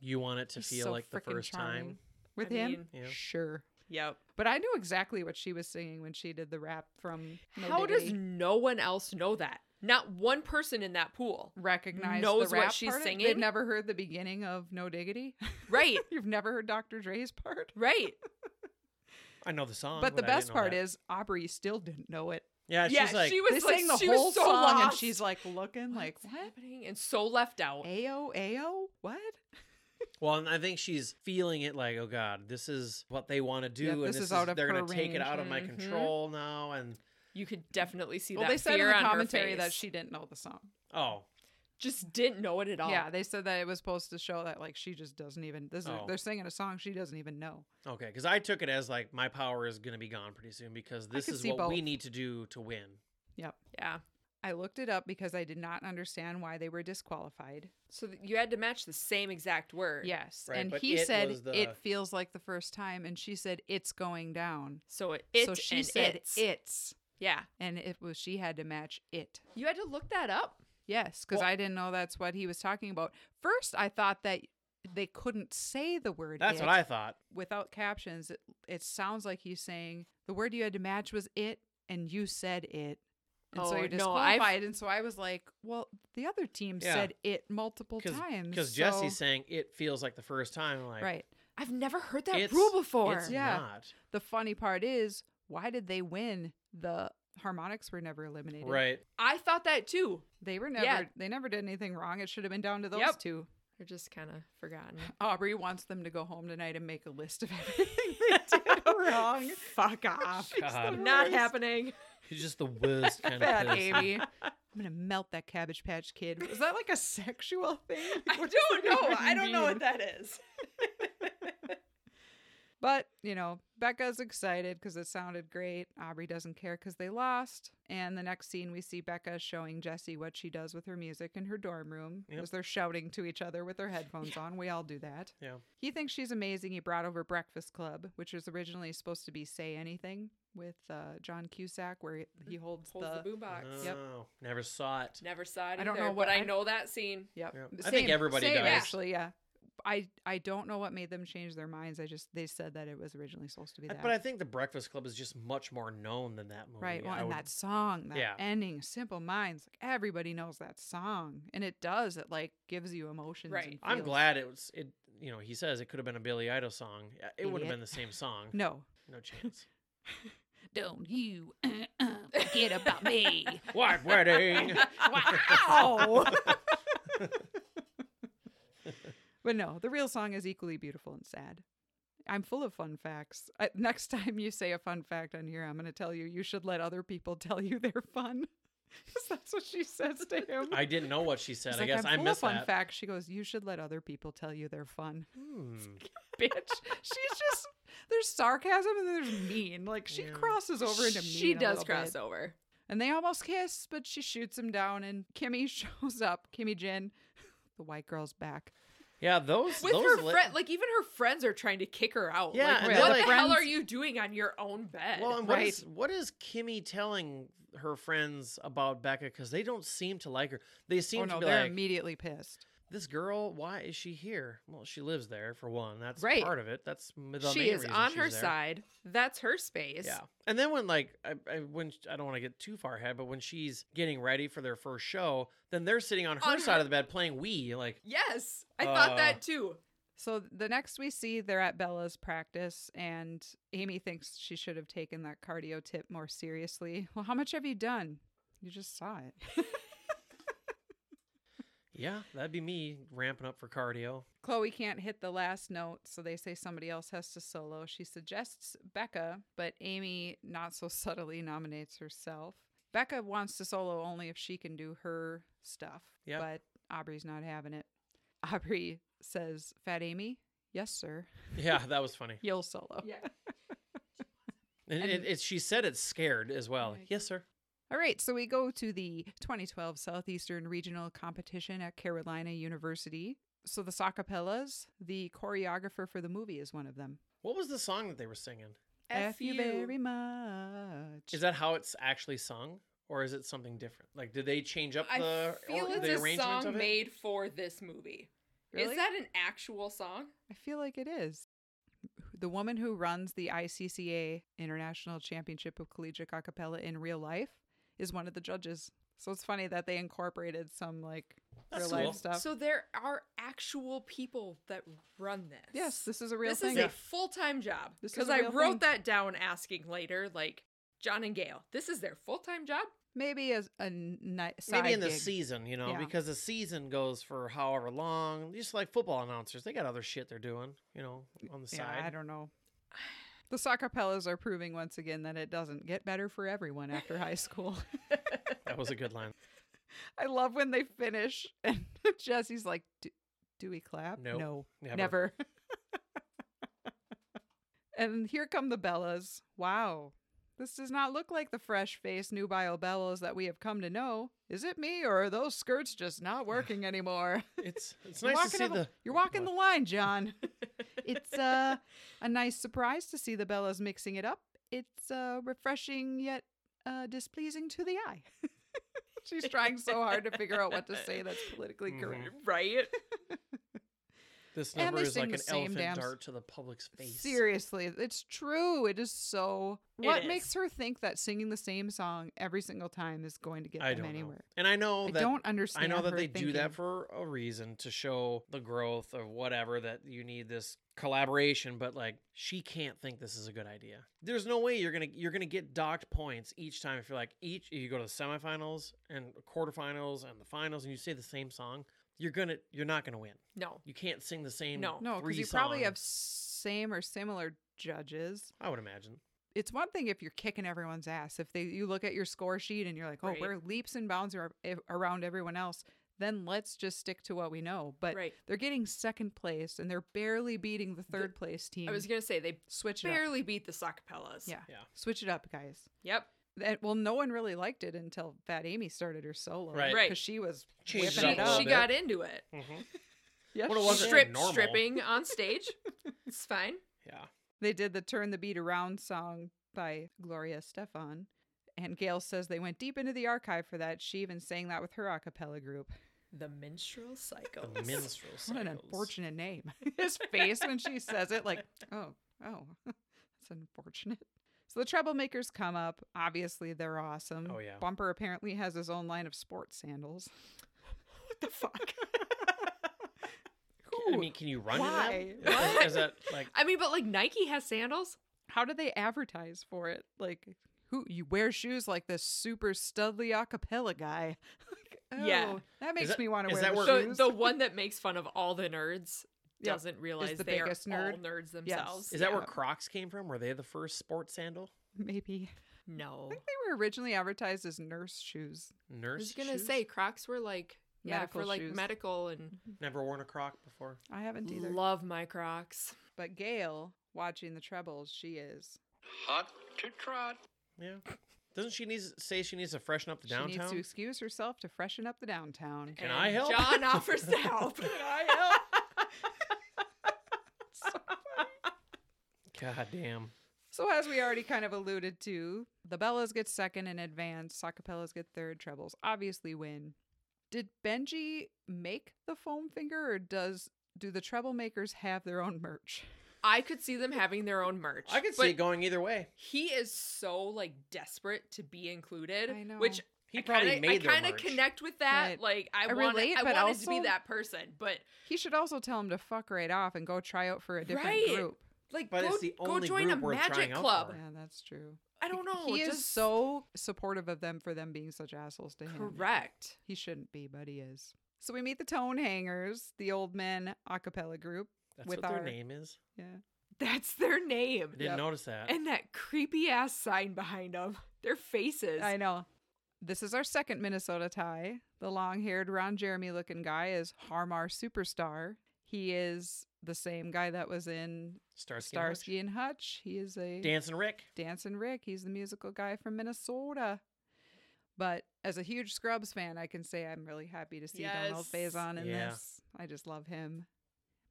[SPEAKER 4] You want it to
[SPEAKER 3] He's
[SPEAKER 4] feel
[SPEAKER 3] so
[SPEAKER 4] like the
[SPEAKER 3] frickin'
[SPEAKER 4] first
[SPEAKER 3] charming.
[SPEAKER 4] time.
[SPEAKER 3] With
[SPEAKER 5] I
[SPEAKER 3] him,
[SPEAKER 5] mean-
[SPEAKER 4] Yeah.
[SPEAKER 3] sure.
[SPEAKER 5] Yep.
[SPEAKER 3] But I knew exactly what she was singing when she did the rap from. No
[SPEAKER 5] How does
[SPEAKER 3] Diggity.
[SPEAKER 5] no one else know that? Not one person in that pool.
[SPEAKER 3] recognize
[SPEAKER 5] knows
[SPEAKER 3] the
[SPEAKER 5] what
[SPEAKER 3] rap
[SPEAKER 5] she's
[SPEAKER 3] part of it?
[SPEAKER 5] singing?
[SPEAKER 3] They've never heard the beginning of No Diggity.
[SPEAKER 5] Right.
[SPEAKER 3] You've never heard Dr. Dre's part.
[SPEAKER 5] Right.
[SPEAKER 4] I know the song.
[SPEAKER 3] But the
[SPEAKER 4] I didn't
[SPEAKER 3] best
[SPEAKER 4] know
[SPEAKER 3] part
[SPEAKER 4] that.
[SPEAKER 3] is Aubrey still didn't know it.
[SPEAKER 4] Yeah, she's
[SPEAKER 5] yeah,
[SPEAKER 4] like,
[SPEAKER 5] she was
[SPEAKER 3] they
[SPEAKER 5] like,
[SPEAKER 3] sang the
[SPEAKER 5] she
[SPEAKER 3] whole
[SPEAKER 5] was so
[SPEAKER 3] song
[SPEAKER 5] lost.
[SPEAKER 3] and she's like looking like
[SPEAKER 5] What's
[SPEAKER 3] what?
[SPEAKER 5] happening? And so left out.
[SPEAKER 3] Ao ao what?
[SPEAKER 4] well, and I think she's feeling it like, oh God, this is what they want to do,
[SPEAKER 3] Yeah,
[SPEAKER 4] and
[SPEAKER 3] this
[SPEAKER 4] this,
[SPEAKER 3] is
[SPEAKER 4] is,
[SPEAKER 3] out of
[SPEAKER 4] they're
[SPEAKER 3] her
[SPEAKER 4] gonna take it
[SPEAKER 3] range. Mm-hmm.
[SPEAKER 4] out of my
[SPEAKER 5] Mhm.
[SPEAKER 4] control now, and
[SPEAKER 5] You could definitely see
[SPEAKER 3] Well,
[SPEAKER 5] that
[SPEAKER 3] they said in
[SPEAKER 5] fear
[SPEAKER 3] the
[SPEAKER 5] on her
[SPEAKER 3] commentary that
[SPEAKER 5] face.
[SPEAKER 3] she didn't know the song.
[SPEAKER 4] oh,
[SPEAKER 5] just didn't know it at all.
[SPEAKER 3] Yeah, they said that it was supposed to show that like she just doesn't even. This is,
[SPEAKER 4] Oh.
[SPEAKER 3] they're singing a song she doesn't even know.
[SPEAKER 4] Okay, because I took it as like my power is going to be gone pretty soon because this
[SPEAKER 3] could
[SPEAKER 4] is
[SPEAKER 3] see
[SPEAKER 4] what we
[SPEAKER 3] both.
[SPEAKER 4] need to do to win.
[SPEAKER 3] Yep.
[SPEAKER 5] Yeah.
[SPEAKER 3] I looked it up because I did not understand why they were disqualified.
[SPEAKER 5] So th- you had to match the same exact word.
[SPEAKER 3] Yes,
[SPEAKER 4] Right,
[SPEAKER 3] and
[SPEAKER 4] but
[SPEAKER 3] he
[SPEAKER 4] it
[SPEAKER 3] said
[SPEAKER 4] was the-
[SPEAKER 3] it feels like the first time, and she said it's going down.
[SPEAKER 5] So it, it
[SPEAKER 3] so she
[SPEAKER 5] and
[SPEAKER 3] said
[SPEAKER 5] it's.
[SPEAKER 3] it's
[SPEAKER 5] Yeah.
[SPEAKER 3] and it was she had to match it
[SPEAKER 5] You had to look that up.
[SPEAKER 3] yes because
[SPEAKER 4] Well-
[SPEAKER 3] i didn't know that's what he was talking about first i thought that they couldn't say the word
[SPEAKER 4] That's what
[SPEAKER 3] it.
[SPEAKER 4] I thought.
[SPEAKER 3] without captions it, it sounds like he's saying the word you had to match was it and you said it and
[SPEAKER 5] Oh,
[SPEAKER 3] so
[SPEAKER 5] no,
[SPEAKER 3] you're
[SPEAKER 5] I've-
[SPEAKER 3] disqualified and so i was like well the other team
[SPEAKER 4] Yeah.
[SPEAKER 3] said it multiple times
[SPEAKER 4] Because
[SPEAKER 3] so-
[SPEAKER 4] Jesse's saying it feels like the first time. Like,
[SPEAKER 3] right
[SPEAKER 5] I've never heard that
[SPEAKER 4] It's-
[SPEAKER 5] rule before.
[SPEAKER 4] It's
[SPEAKER 3] Yeah.
[SPEAKER 4] not.
[SPEAKER 3] the funny part is why did they win the harmonics were never eliminated
[SPEAKER 4] Right.
[SPEAKER 5] I thought that too.
[SPEAKER 3] They were never
[SPEAKER 5] Yeah.
[SPEAKER 3] they never did anything wrong. It should have been down to those
[SPEAKER 5] Yep.
[SPEAKER 3] two.
[SPEAKER 5] They're just kind of forgotten.
[SPEAKER 3] Aubrey wants them to go home tonight and make a list of everything they did wrong. Fuck off.
[SPEAKER 4] God.
[SPEAKER 5] Not happening.
[SPEAKER 4] He's just the worst kind of
[SPEAKER 3] Bad
[SPEAKER 4] person.
[SPEAKER 3] Amy. I'm gonna melt that cabbage patch kid. Is that like a sexual thing?
[SPEAKER 5] I
[SPEAKER 3] What does
[SPEAKER 5] don't
[SPEAKER 3] that
[SPEAKER 5] know.
[SPEAKER 3] even
[SPEAKER 5] I don't know
[SPEAKER 3] mean?
[SPEAKER 5] what that is.
[SPEAKER 3] But, you know, Becca's excited because it sounded great. Aubrey doesn't care because they lost. And the next scene, we see Becca showing Jesse what she does with her music in her dorm room
[SPEAKER 4] Yep.
[SPEAKER 3] because they're shouting to each other with their headphones on. We all do that.
[SPEAKER 4] Yeah.
[SPEAKER 3] He thinks she's amazing. He brought over Breakfast Club, which was originally supposed to be Say Anything with uh, John Cusack, where he- he
[SPEAKER 4] Mm,
[SPEAKER 3] holds,
[SPEAKER 5] Holds
[SPEAKER 3] the.
[SPEAKER 5] the, boom box.
[SPEAKER 3] Yep.
[SPEAKER 4] Oh, never saw it.
[SPEAKER 5] Never saw it.
[SPEAKER 3] I don't
[SPEAKER 5] either,
[SPEAKER 3] know
[SPEAKER 5] but
[SPEAKER 3] what-
[SPEAKER 5] I
[SPEAKER 3] I-
[SPEAKER 5] know that scene.
[SPEAKER 3] Yep.
[SPEAKER 4] Yeah. I think everybody
[SPEAKER 3] same,
[SPEAKER 4] does.
[SPEAKER 3] Actually, yeah. I, I don't know what made them change their minds. I just they said that it was originally supposed to be
[SPEAKER 4] I-
[SPEAKER 3] that.
[SPEAKER 4] But I think The Breakfast Club is just much more known than that movie.
[SPEAKER 3] Right. Well,
[SPEAKER 4] I
[SPEAKER 3] and
[SPEAKER 4] would-
[SPEAKER 3] that song, that
[SPEAKER 4] Yeah.
[SPEAKER 3] ending, Simple Minds, like everybody knows that song, and it does. It like gives you emotions.
[SPEAKER 5] Right.
[SPEAKER 3] and
[SPEAKER 4] I'm
[SPEAKER 3] feels.
[SPEAKER 4] glad it was. It you know he says it could have been a Billy Idol song. Uh, It would have
[SPEAKER 3] Idiot.
[SPEAKER 4] been the same song.
[SPEAKER 3] No,
[SPEAKER 4] No chance.
[SPEAKER 3] don't you uh, uh, forget about me.
[SPEAKER 4] White wedding.
[SPEAKER 3] Wow. but no, the real song is equally beautiful and sad. I'm full of fun facts. I, next time you say a fun fact on here, I'm going to tell you you should let other people tell you they're fun. 'Cause that's what she says to him.
[SPEAKER 4] I didn't know what she said.
[SPEAKER 3] He's
[SPEAKER 4] I
[SPEAKER 3] like,
[SPEAKER 4] guess
[SPEAKER 3] I'm
[SPEAKER 4] I
[SPEAKER 3] full
[SPEAKER 4] missed
[SPEAKER 3] of fun
[SPEAKER 4] that.
[SPEAKER 3] facts. She goes, "You should let other people tell you they're fun,
[SPEAKER 4] Hmm.
[SPEAKER 3] bitch." She's just there's sarcasm and there's mean. Like she
[SPEAKER 4] Yeah.
[SPEAKER 3] crosses over into mean.
[SPEAKER 5] She
[SPEAKER 3] a
[SPEAKER 5] does
[SPEAKER 3] little
[SPEAKER 5] cross
[SPEAKER 3] bit.
[SPEAKER 5] over.
[SPEAKER 3] and they almost kiss, but she shoots him down. And Kimmy shows up. Kimmy Jin, the white girl's back.
[SPEAKER 4] Yeah, those
[SPEAKER 5] With
[SPEAKER 4] those
[SPEAKER 5] her
[SPEAKER 4] li-
[SPEAKER 5] friend, like even her friends are trying to kick her out.
[SPEAKER 4] Yeah,
[SPEAKER 5] like,
[SPEAKER 4] and
[SPEAKER 5] what
[SPEAKER 4] they're
[SPEAKER 5] the hell
[SPEAKER 3] like-
[SPEAKER 5] are you doing on your own bed?
[SPEAKER 4] Well, and what
[SPEAKER 3] Right.
[SPEAKER 4] is what is Kimmy telling her friends about Becca? Because they don't seem to like her. They seem
[SPEAKER 3] oh no,
[SPEAKER 4] to be
[SPEAKER 3] they're
[SPEAKER 4] like,
[SPEAKER 3] immediately pissed.
[SPEAKER 4] "This girl, why is she here?" Well, she lives there for one. That's
[SPEAKER 5] Right.
[SPEAKER 4] part of it. That's m- the
[SPEAKER 5] she
[SPEAKER 4] main
[SPEAKER 5] is
[SPEAKER 4] reason
[SPEAKER 5] on
[SPEAKER 4] she's
[SPEAKER 5] her
[SPEAKER 4] there.
[SPEAKER 5] side. That's her space.
[SPEAKER 4] Yeah, and then when like I, I when I don't want to get too far ahead, but when she's getting ready for their first show, then they're sitting on her
[SPEAKER 5] On
[SPEAKER 4] side
[SPEAKER 5] her-
[SPEAKER 4] of the bed playing Wii. Like,
[SPEAKER 5] Yes, I
[SPEAKER 4] Uh,
[SPEAKER 5] thought that too.
[SPEAKER 3] So the next we see, they're at Bella's practice, and Amy thinks she should have taken that cardio tip more seriously. Well, how much have you done? You just saw it.
[SPEAKER 4] yeah, that'd be me ramping up for cardio.
[SPEAKER 3] Chloe can't hit the last note, so they say somebody else has to solo. She suggests Becca, but Amy not so subtly nominates herself. Becca wants to solo only if she can do her stuff,
[SPEAKER 4] Yeah.
[SPEAKER 3] but Aubrey's not having it. Aubrey says, Fat Amy, yes, sir,
[SPEAKER 4] Yeah, that was funny.
[SPEAKER 3] you'll solo.
[SPEAKER 5] Yeah.
[SPEAKER 4] And,
[SPEAKER 3] And-
[SPEAKER 4] it, it, she said it's scared as well.
[SPEAKER 3] Right.
[SPEAKER 4] Yes, sir.
[SPEAKER 3] All right, so we go to the 2012 Southeastern Regional Competition at Carolina University. So the Sacapellas, the choreographer for the movie is one of them.
[SPEAKER 4] What was the song that they were singing?
[SPEAKER 5] F you.
[SPEAKER 3] very much.
[SPEAKER 4] Is that how it's actually sung, or is it something different? Like, did they change up
[SPEAKER 5] I
[SPEAKER 4] the,
[SPEAKER 5] feel
[SPEAKER 4] or, the
[SPEAKER 5] it's a
[SPEAKER 4] arrangement
[SPEAKER 5] song
[SPEAKER 4] of it?
[SPEAKER 5] made for this movie.
[SPEAKER 3] Really?
[SPEAKER 5] Is that an actual song?
[SPEAKER 3] I feel like it is. The woman who runs the ICCA International Championship of Collegiate Acapella in real life is one of the judges. So it's funny that they incorporated some like
[SPEAKER 4] That's
[SPEAKER 3] real life
[SPEAKER 4] cool.
[SPEAKER 3] stuff.
[SPEAKER 5] So there are actual people that run this.
[SPEAKER 3] yes, this is a real
[SPEAKER 5] this
[SPEAKER 3] thing.
[SPEAKER 5] is
[SPEAKER 4] Yeah.
[SPEAKER 5] a full time job.
[SPEAKER 3] This is
[SPEAKER 5] Because
[SPEAKER 3] a
[SPEAKER 5] I
[SPEAKER 3] real
[SPEAKER 5] wrote
[SPEAKER 3] thing.
[SPEAKER 5] that down asking later, like John and Gail, this is their full time job?
[SPEAKER 3] Maybe as a ni- side
[SPEAKER 4] Maybe in the
[SPEAKER 3] gig.
[SPEAKER 4] season, you know,
[SPEAKER 3] Yeah.
[SPEAKER 4] because the season goes for however long. Just like football announcers, they got other shit they're doing, you know, on the
[SPEAKER 3] Yeah,
[SPEAKER 4] side.
[SPEAKER 3] I don't know. The Sacapellas are proving once again that it doesn't get better for everyone after high school.
[SPEAKER 4] That was a good line.
[SPEAKER 3] I love when they finish and Jesse's like, "Do- "Do we clap?
[SPEAKER 4] Nope.
[SPEAKER 3] No,
[SPEAKER 4] Never.
[SPEAKER 3] never." and here come the Bellas. Wow, this does not look like the fresh-faced nubile Bellas that we have come to know. Is it me, or are those skirts just not working anymore?
[SPEAKER 4] It's it's
[SPEAKER 3] You're
[SPEAKER 4] nice
[SPEAKER 3] walking
[SPEAKER 4] to see
[SPEAKER 3] up a-
[SPEAKER 4] the.
[SPEAKER 3] You're walking the line, John. it's uh, a nice surprise to see the Bellas mixing it up. It's uh, refreshing yet uh, displeasing to the eye. She's trying so hard to figure out what to say that's politically
[SPEAKER 4] Mhm.
[SPEAKER 3] correct.
[SPEAKER 5] Right?
[SPEAKER 4] This
[SPEAKER 3] And
[SPEAKER 4] number
[SPEAKER 3] they
[SPEAKER 4] is
[SPEAKER 3] sing
[SPEAKER 4] like
[SPEAKER 3] the
[SPEAKER 4] an
[SPEAKER 3] same
[SPEAKER 4] elephant
[SPEAKER 3] damn s-
[SPEAKER 4] dart to the public's face.
[SPEAKER 3] Seriously, it's true. It is so.
[SPEAKER 5] It
[SPEAKER 3] What
[SPEAKER 5] is.
[SPEAKER 3] makes her think that singing the same song every single time is going to get
[SPEAKER 4] I
[SPEAKER 3] them
[SPEAKER 4] don't know.
[SPEAKER 3] anywhere?
[SPEAKER 4] And I know
[SPEAKER 3] I
[SPEAKER 4] that
[SPEAKER 3] don't understand.
[SPEAKER 4] I know that
[SPEAKER 3] her
[SPEAKER 4] they do
[SPEAKER 3] thinking.
[SPEAKER 4] that for a reason to show the growth of whatever that you need this collaboration, but like she can't think this is a good idea. There's no way you're gonna you're gonna get docked points each time if you're like each if you go to the semifinals and quarterfinals and the finals and you say the same song. You're gonna you're not gonna win.
[SPEAKER 5] No.
[SPEAKER 4] You can't sing the same.
[SPEAKER 5] No.
[SPEAKER 3] No,
[SPEAKER 4] three
[SPEAKER 3] because you probably
[SPEAKER 4] songs,
[SPEAKER 3] have same or similar judges.
[SPEAKER 4] I would imagine.
[SPEAKER 3] it's one thing if you're kicking everyone's ass. If they you look at your score sheet and you're like, oh,
[SPEAKER 5] Right.
[SPEAKER 3] we're leaps and bounds ar- ev- around everyone else. then let's just stick to what we know. But
[SPEAKER 5] right.
[SPEAKER 3] they're getting second place and they're barely beating the third place team.
[SPEAKER 5] I was gonna say they
[SPEAKER 3] Switch it up.
[SPEAKER 5] barely beat the Sacapellas.
[SPEAKER 3] Yeah.
[SPEAKER 4] Yeah.
[SPEAKER 3] Switch it up, guys.
[SPEAKER 5] Yep.
[SPEAKER 3] That, well, no one really liked it until Fat Amy started her solo.
[SPEAKER 4] Right.
[SPEAKER 5] Right.
[SPEAKER 3] Because she was
[SPEAKER 4] Changed
[SPEAKER 5] She,
[SPEAKER 4] it
[SPEAKER 3] whipping
[SPEAKER 4] up
[SPEAKER 3] it
[SPEAKER 4] a
[SPEAKER 3] up.
[SPEAKER 5] she
[SPEAKER 4] bit.
[SPEAKER 5] got into it.
[SPEAKER 3] Mm-hmm.
[SPEAKER 4] Mhm.
[SPEAKER 3] Yes,
[SPEAKER 4] Well, it
[SPEAKER 3] she
[SPEAKER 4] wasn't
[SPEAKER 3] did.
[SPEAKER 5] Strip
[SPEAKER 4] normal.
[SPEAKER 5] stripping on stage. it's fine.
[SPEAKER 4] Yeah.
[SPEAKER 3] They did the Turn the Beat Around song by Gloria Stefan. And Gail says they went deep into the archive for that. She even sang that with her a cappella group.
[SPEAKER 5] The minstrel cycle.
[SPEAKER 4] The minstrel cycles.
[SPEAKER 3] What an unfortunate name. His face when she says it, like, oh, oh, that's unfortunate. So the troublemakers come up. Obviously, they're awesome.
[SPEAKER 4] Oh, yeah.
[SPEAKER 3] Bumper apparently has his own line of sports sandals.
[SPEAKER 5] What the fuck?
[SPEAKER 4] I mean, can you run
[SPEAKER 3] Why?
[SPEAKER 4] in them? Is-
[SPEAKER 5] What?
[SPEAKER 4] Is that like
[SPEAKER 5] I mean, but like Nike has sandals.
[SPEAKER 3] How do they advertise for it? Like, who you wear shoes like this super studly a cappella guy? Like, oh,
[SPEAKER 5] Yeah.
[SPEAKER 3] that makes
[SPEAKER 4] that-
[SPEAKER 3] me want to wear
[SPEAKER 4] is that
[SPEAKER 3] the
[SPEAKER 4] where-
[SPEAKER 5] The,
[SPEAKER 3] shoes.
[SPEAKER 5] the one that makes fun of all the nerds
[SPEAKER 3] Yep.
[SPEAKER 5] doesn't realize
[SPEAKER 3] the
[SPEAKER 5] they are
[SPEAKER 3] biggest nerd.
[SPEAKER 5] all nerds themselves.
[SPEAKER 4] is that where
[SPEAKER 3] Yeah.
[SPEAKER 4] Crocs came from? Were they the first sports sandal?
[SPEAKER 3] Maybe
[SPEAKER 5] No.
[SPEAKER 3] I think they were originally advertised as nurse shoes.
[SPEAKER 5] I
[SPEAKER 4] Nurse.
[SPEAKER 5] was gonna
[SPEAKER 4] shoes?
[SPEAKER 5] say Crocs were like yeah
[SPEAKER 3] Medical
[SPEAKER 5] for like
[SPEAKER 3] shoes.
[SPEAKER 5] medical and
[SPEAKER 4] never worn a Croc before.
[SPEAKER 3] I haven't either.
[SPEAKER 5] love my Crocs.
[SPEAKER 3] but Gail, watching the trebles, she is
[SPEAKER 6] Hot to trot.
[SPEAKER 4] Yeah. Doesn't she needs say she needs to freshen up the
[SPEAKER 3] She needs
[SPEAKER 4] downtown?
[SPEAKER 3] to excuse herself to freshen up the downtown.
[SPEAKER 4] Can I help?
[SPEAKER 5] John offers to help.
[SPEAKER 4] God damn.
[SPEAKER 3] So as we already kind of alluded to, the Bellas get second in advance, Sacapellas get third, trebles obviously win. Did Benji make the foam finger or does do the treble makers have their own merch?
[SPEAKER 5] I could see them having their own merch.
[SPEAKER 4] I could
[SPEAKER 5] but
[SPEAKER 4] see it going either way.
[SPEAKER 5] He is so like desperate to be included,
[SPEAKER 3] I know.
[SPEAKER 5] which
[SPEAKER 4] He
[SPEAKER 5] I
[SPEAKER 4] probably
[SPEAKER 5] kinda,
[SPEAKER 4] made
[SPEAKER 5] I
[SPEAKER 4] their
[SPEAKER 5] kind of
[SPEAKER 4] merch.
[SPEAKER 5] connect with that.
[SPEAKER 3] Right.
[SPEAKER 5] Like I,
[SPEAKER 3] I
[SPEAKER 5] wanted,
[SPEAKER 3] relate,
[SPEAKER 5] I
[SPEAKER 3] but
[SPEAKER 5] wanted to be
[SPEAKER 3] also-
[SPEAKER 5] that person, but
[SPEAKER 3] He should also tell him to fuck right off and go try out for a different
[SPEAKER 5] Right.
[SPEAKER 3] group.
[SPEAKER 5] like
[SPEAKER 4] But
[SPEAKER 5] go,
[SPEAKER 4] it's the
[SPEAKER 5] go
[SPEAKER 4] only
[SPEAKER 5] join a
[SPEAKER 4] group worth
[SPEAKER 5] magic
[SPEAKER 4] trying out
[SPEAKER 5] club.
[SPEAKER 4] for.
[SPEAKER 3] Yeah, that's true.
[SPEAKER 5] I don't know.
[SPEAKER 3] He is
[SPEAKER 5] just-
[SPEAKER 3] so supportive of them for them being such assholes to him.
[SPEAKER 5] correct.
[SPEAKER 3] He shouldn't be, but he is. So we meet the Tone Hangers, the old men a cappella group.
[SPEAKER 4] That's
[SPEAKER 3] with
[SPEAKER 4] what their
[SPEAKER 3] our-
[SPEAKER 4] name is.
[SPEAKER 3] Yeah.
[SPEAKER 5] That's their name.
[SPEAKER 4] I didn't notice that.
[SPEAKER 5] And that creepy ass sign behind them. Their faces.
[SPEAKER 3] I know. This is our second Minnesota tie. The long haired Ron Jeremy looking guy is Harmar Superstar. He is the same guy that was in
[SPEAKER 4] Starsky. and Hutch.
[SPEAKER 3] Starsky and Hutch. He is a
[SPEAKER 4] Dancing Rick.
[SPEAKER 3] Dancing Rick. He's the musical guy from Minnesota. But as a huge Scrubs fan, I can say I'm really happy to see Donald
[SPEAKER 5] Yes.
[SPEAKER 3] Faison in
[SPEAKER 4] Yeah.
[SPEAKER 3] this. I just love him.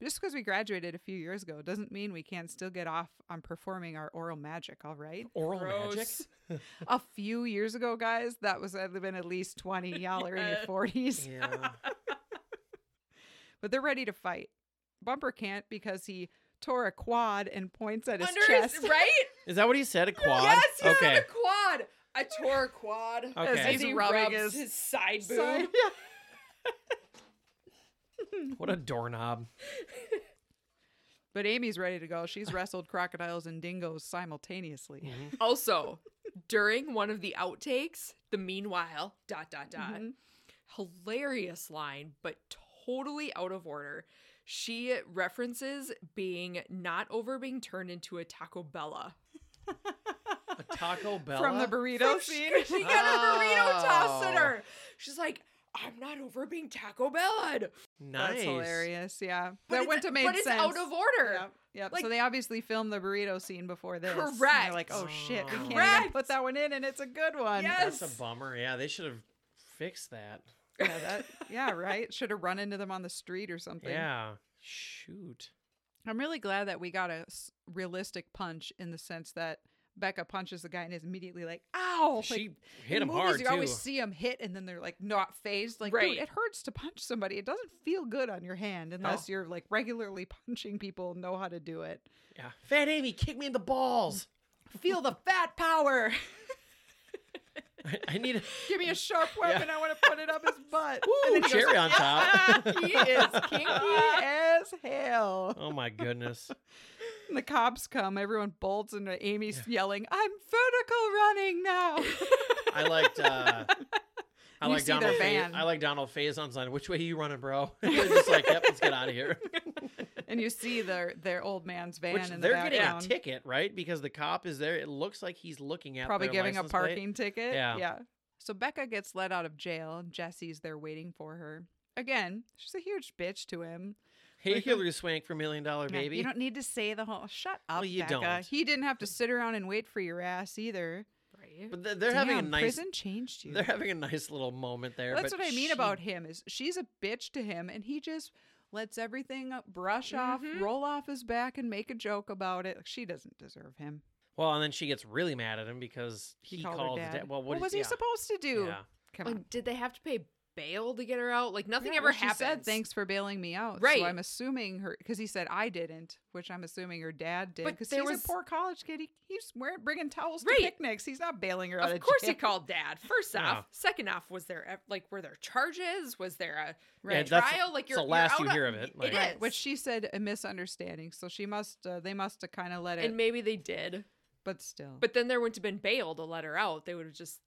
[SPEAKER 3] Just because we graduated a few years ago doesn't mean we can't still get off on performing our oral magic, all right?
[SPEAKER 4] Oral magic.
[SPEAKER 5] Gross.
[SPEAKER 3] a few years ago, guys, that was had been at least 20. Y'all are in your
[SPEAKER 5] Yeah.
[SPEAKER 3] 40s,
[SPEAKER 4] Yeah.
[SPEAKER 3] but they're ready to fight. Bumper can't because he tore a quad and points at his
[SPEAKER 5] Under his-
[SPEAKER 3] chest.
[SPEAKER 5] right?
[SPEAKER 4] Is that what he said? A quad?
[SPEAKER 5] Yes, he's
[SPEAKER 4] okay.
[SPEAKER 5] on a quad. I tore a quad.
[SPEAKER 4] Okay.
[SPEAKER 5] As
[SPEAKER 4] As
[SPEAKER 5] he
[SPEAKER 3] he
[SPEAKER 5] rubs
[SPEAKER 3] rubbing
[SPEAKER 5] his,
[SPEAKER 3] his
[SPEAKER 5] side boob.
[SPEAKER 3] Side-
[SPEAKER 4] What a doorknob.
[SPEAKER 3] But Amy's ready to go. She's wrestled crocodiles and dingoes simultaneously.
[SPEAKER 4] Mm-hmm.
[SPEAKER 5] Also, during one of the outtakes, the meanwhile, dot, dot, dot,
[SPEAKER 3] Mhm.
[SPEAKER 5] hilarious line, but totally out of order. She references being not over being turned into a Taco Bella.
[SPEAKER 4] A Taco Bell.
[SPEAKER 3] Mm-hmm. From the burrito
[SPEAKER 5] she,
[SPEAKER 3] scene.
[SPEAKER 5] she got a burrito tossed at
[SPEAKER 4] Oh.
[SPEAKER 5] her. She's like, I'm not over being Taco Bella.
[SPEAKER 4] Nice.
[SPEAKER 3] That's hilarious. Yeah.
[SPEAKER 5] But
[SPEAKER 3] that
[SPEAKER 5] it's-
[SPEAKER 3] went to make
[SPEAKER 5] But it's
[SPEAKER 3] sense.
[SPEAKER 5] out of order.
[SPEAKER 3] Yep. Yep.
[SPEAKER 5] Like-
[SPEAKER 3] so they obviously filmed the burrito scene before this. and
[SPEAKER 5] Correct.
[SPEAKER 3] They're like, oh shit, we can't even
[SPEAKER 5] Correct.
[SPEAKER 3] put that one in, and it's a good one.
[SPEAKER 5] Yes.
[SPEAKER 4] That's a bummer. Yeah, they should have fixed that.
[SPEAKER 3] Yeah, that, yeah right. Should have run into them on the street or something.
[SPEAKER 4] Yeah. Shoot.
[SPEAKER 3] I'm really glad that we got a s- realistic punch in the sense that Becca punches the guy and is immediately like, "Ow!"
[SPEAKER 4] she
[SPEAKER 3] like,
[SPEAKER 4] hit
[SPEAKER 3] in
[SPEAKER 4] him
[SPEAKER 3] movies,
[SPEAKER 4] hard
[SPEAKER 3] You
[SPEAKER 4] too.
[SPEAKER 3] always see him hit, and then they're like not phased. Like,
[SPEAKER 5] Right.
[SPEAKER 3] dude, it hurts to punch somebody. It doesn't feel good on your hand
[SPEAKER 4] Oh.
[SPEAKER 3] unless you're like regularly punching people and know how to do it.
[SPEAKER 4] yeah. Fat Amy, kick me in the balls.
[SPEAKER 3] Feel the fat power.
[SPEAKER 4] I, I need a
[SPEAKER 3] Give me a
[SPEAKER 4] Mm.
[SPEAKER 3] sharp weapon. I want to put it up his butt.
[SPEAKER 4] Ooh, cherry on top.
[SPEAKER 3] he is kinky as hell.
[SPEAKER 4] oh my goodness.
[SPEAKER 3] And the cops come. Everyone bolts, and Amy's yelling, "I'm vertical running now."
[SPEAKER 4] I liked. uh I
[SPEAKER 3] You
[SPEAKER 4] like
[SPEAKER 3] see their
[SPEAKER 4] Donald. Fa-
[SPEAKER 3] van.
[SPEAKER 4] I like Donald Faison's line. Which way you running, bro? They're just like, yep, let's get out of here.
[SPEAKER 3] and you see their their old man's van
[SPEAKER 4] Which
[SPEAKER 3] in the
[SPEAKER 4] they're getting a
[SPEAKER 3] background,
[SPEAKER 4] ticket, right? Because the cop is there. It looks like he's looking at
[SPEAKER 3] probably
[SPEAKER 4] their
[SPEAKER 3] giving a
[SPEAKER 4] license plate.
[SPEAKER 3] parking ticket.
[SPEAKER 4] Yeah.
[SPEAKER 3] yeah. So Becca gets let out of jail. Jesse's there waiting for her. again, she's a huge bitch to him.
[SPEAKER 4] Hey,
[SPEAKER 3] Like,
[SPEAKER 4] Hillary Swank for Million Dollar
[SPEAKER 3] Yeah,
[SPEAKER 4] Baby.
[SPEAKER 3] You don't need to say the whole. Shut up,
[SPEAKER 4] Well, you
[SPEAKER 3] Becca.
[SPEAKER 4] don't.
[SPEAKER 3] He didn't have to sit around and wait for your ass either.
[SPEAKER 5] Right.
[SPEAKER 4] but they're, they're having a
[SPEAKER 3] Damn,
[SPEAKER 4] nice.
[SPEAKER 3] prison changed you.
[SPEAKER 4] They're having a nice little moment there.
[SPEAKER 3] That's
[SPEAKER 4] but
[SPEAKER 3] what I mean
[SPEAKER 4] she-
[SPEAKER 3] about him is she's a bitch to him, and he just lets everything up- brush off,
[SPEAKER 4] Mm-hmm.
[SPEAKER 5] Mhm.
[SPEAKER 3] roll off his back, and make a joke about it. Like, she doesn't deserve him.
[SPEAKER 4] Well, and then she gets really mad at him because
[SPEAKER 3] He,
[SPEAKER 4] he
[SPEAKER 3] called,
[SPEAKER 4] called
[SPEAKER 3] her dad.
[SPEAKER 4] his dad. Well, what,
[SPEAKER 3] what
[SPEAKER 4] is-
[SPEAKER 3] was he
[SPEAKER 4] yeah,
[SPEAKER 3] supposed to do?
[SPEAKER 4] Yeah.
[SPEAKER 3] Come on.
[SPEAKER 5] Like, did they have to pay bail to get her out? Like nothing
[SPEAKER 3] Yeah,
[SPEAKER 5] ever
[SPEAKER 3] well, she
[SPEAKER 5] happened.
[SPEAKER 3] said thanks for bailing me out.
[SPEAKER 5] Right.
[SPEAKER 3] So I'm assuming her because he said I didn't, which I'm assuming her dad did.
[SPEAKER 5] But
[SPEAKER 3] Because
[SPEAKER 5] there
[SPEAKER 3] he's
[SPEAKER 5] was-
[SPEAKER 3] a poor college kid. He, he's wearing bringing towels
[SPEAKER 5] Right.
[SPEAKER 3] to picnics. He's not bailing her out.
[SPEAKER 5] Of course,
[SPEAKER 3] jail.
[SPEAKER 5] he called dad. First
[SPEAKER 4] Yeah.
[SPEAKER 5] off, second off, was there ev- like were there charges? Was there a
[SPEAKER 4] Yeah,
[SPEAKER 3] Right.
[SPEAKER 4] that's
[SPEAKER 5] trial? Like
[SPEAKER 4] it's
[SPEAKER 5] you're
[SPEAKER 4] the last
[SPEAKER 5] you're
[SPEAKER 4] you
[SPEAKER 5] out
[SPEAKER 4] hear
[SPEAKER 5] on-
[SPEAKER 4] of it,
[SPEAKER 5] It
[SPEAKER 4] like-
[SPEAKER 5] is.
[SPEAKER 4] Right,
[SPEAKER 3] Which she said a misunderstanding. So she must uh, they must have kind of let it.
[SPEAKER 5] and maybe they did,
[SPEAKER 3] but still,
[SPEAKER 5] but then there wouldn't have been bail to let her out. They would have just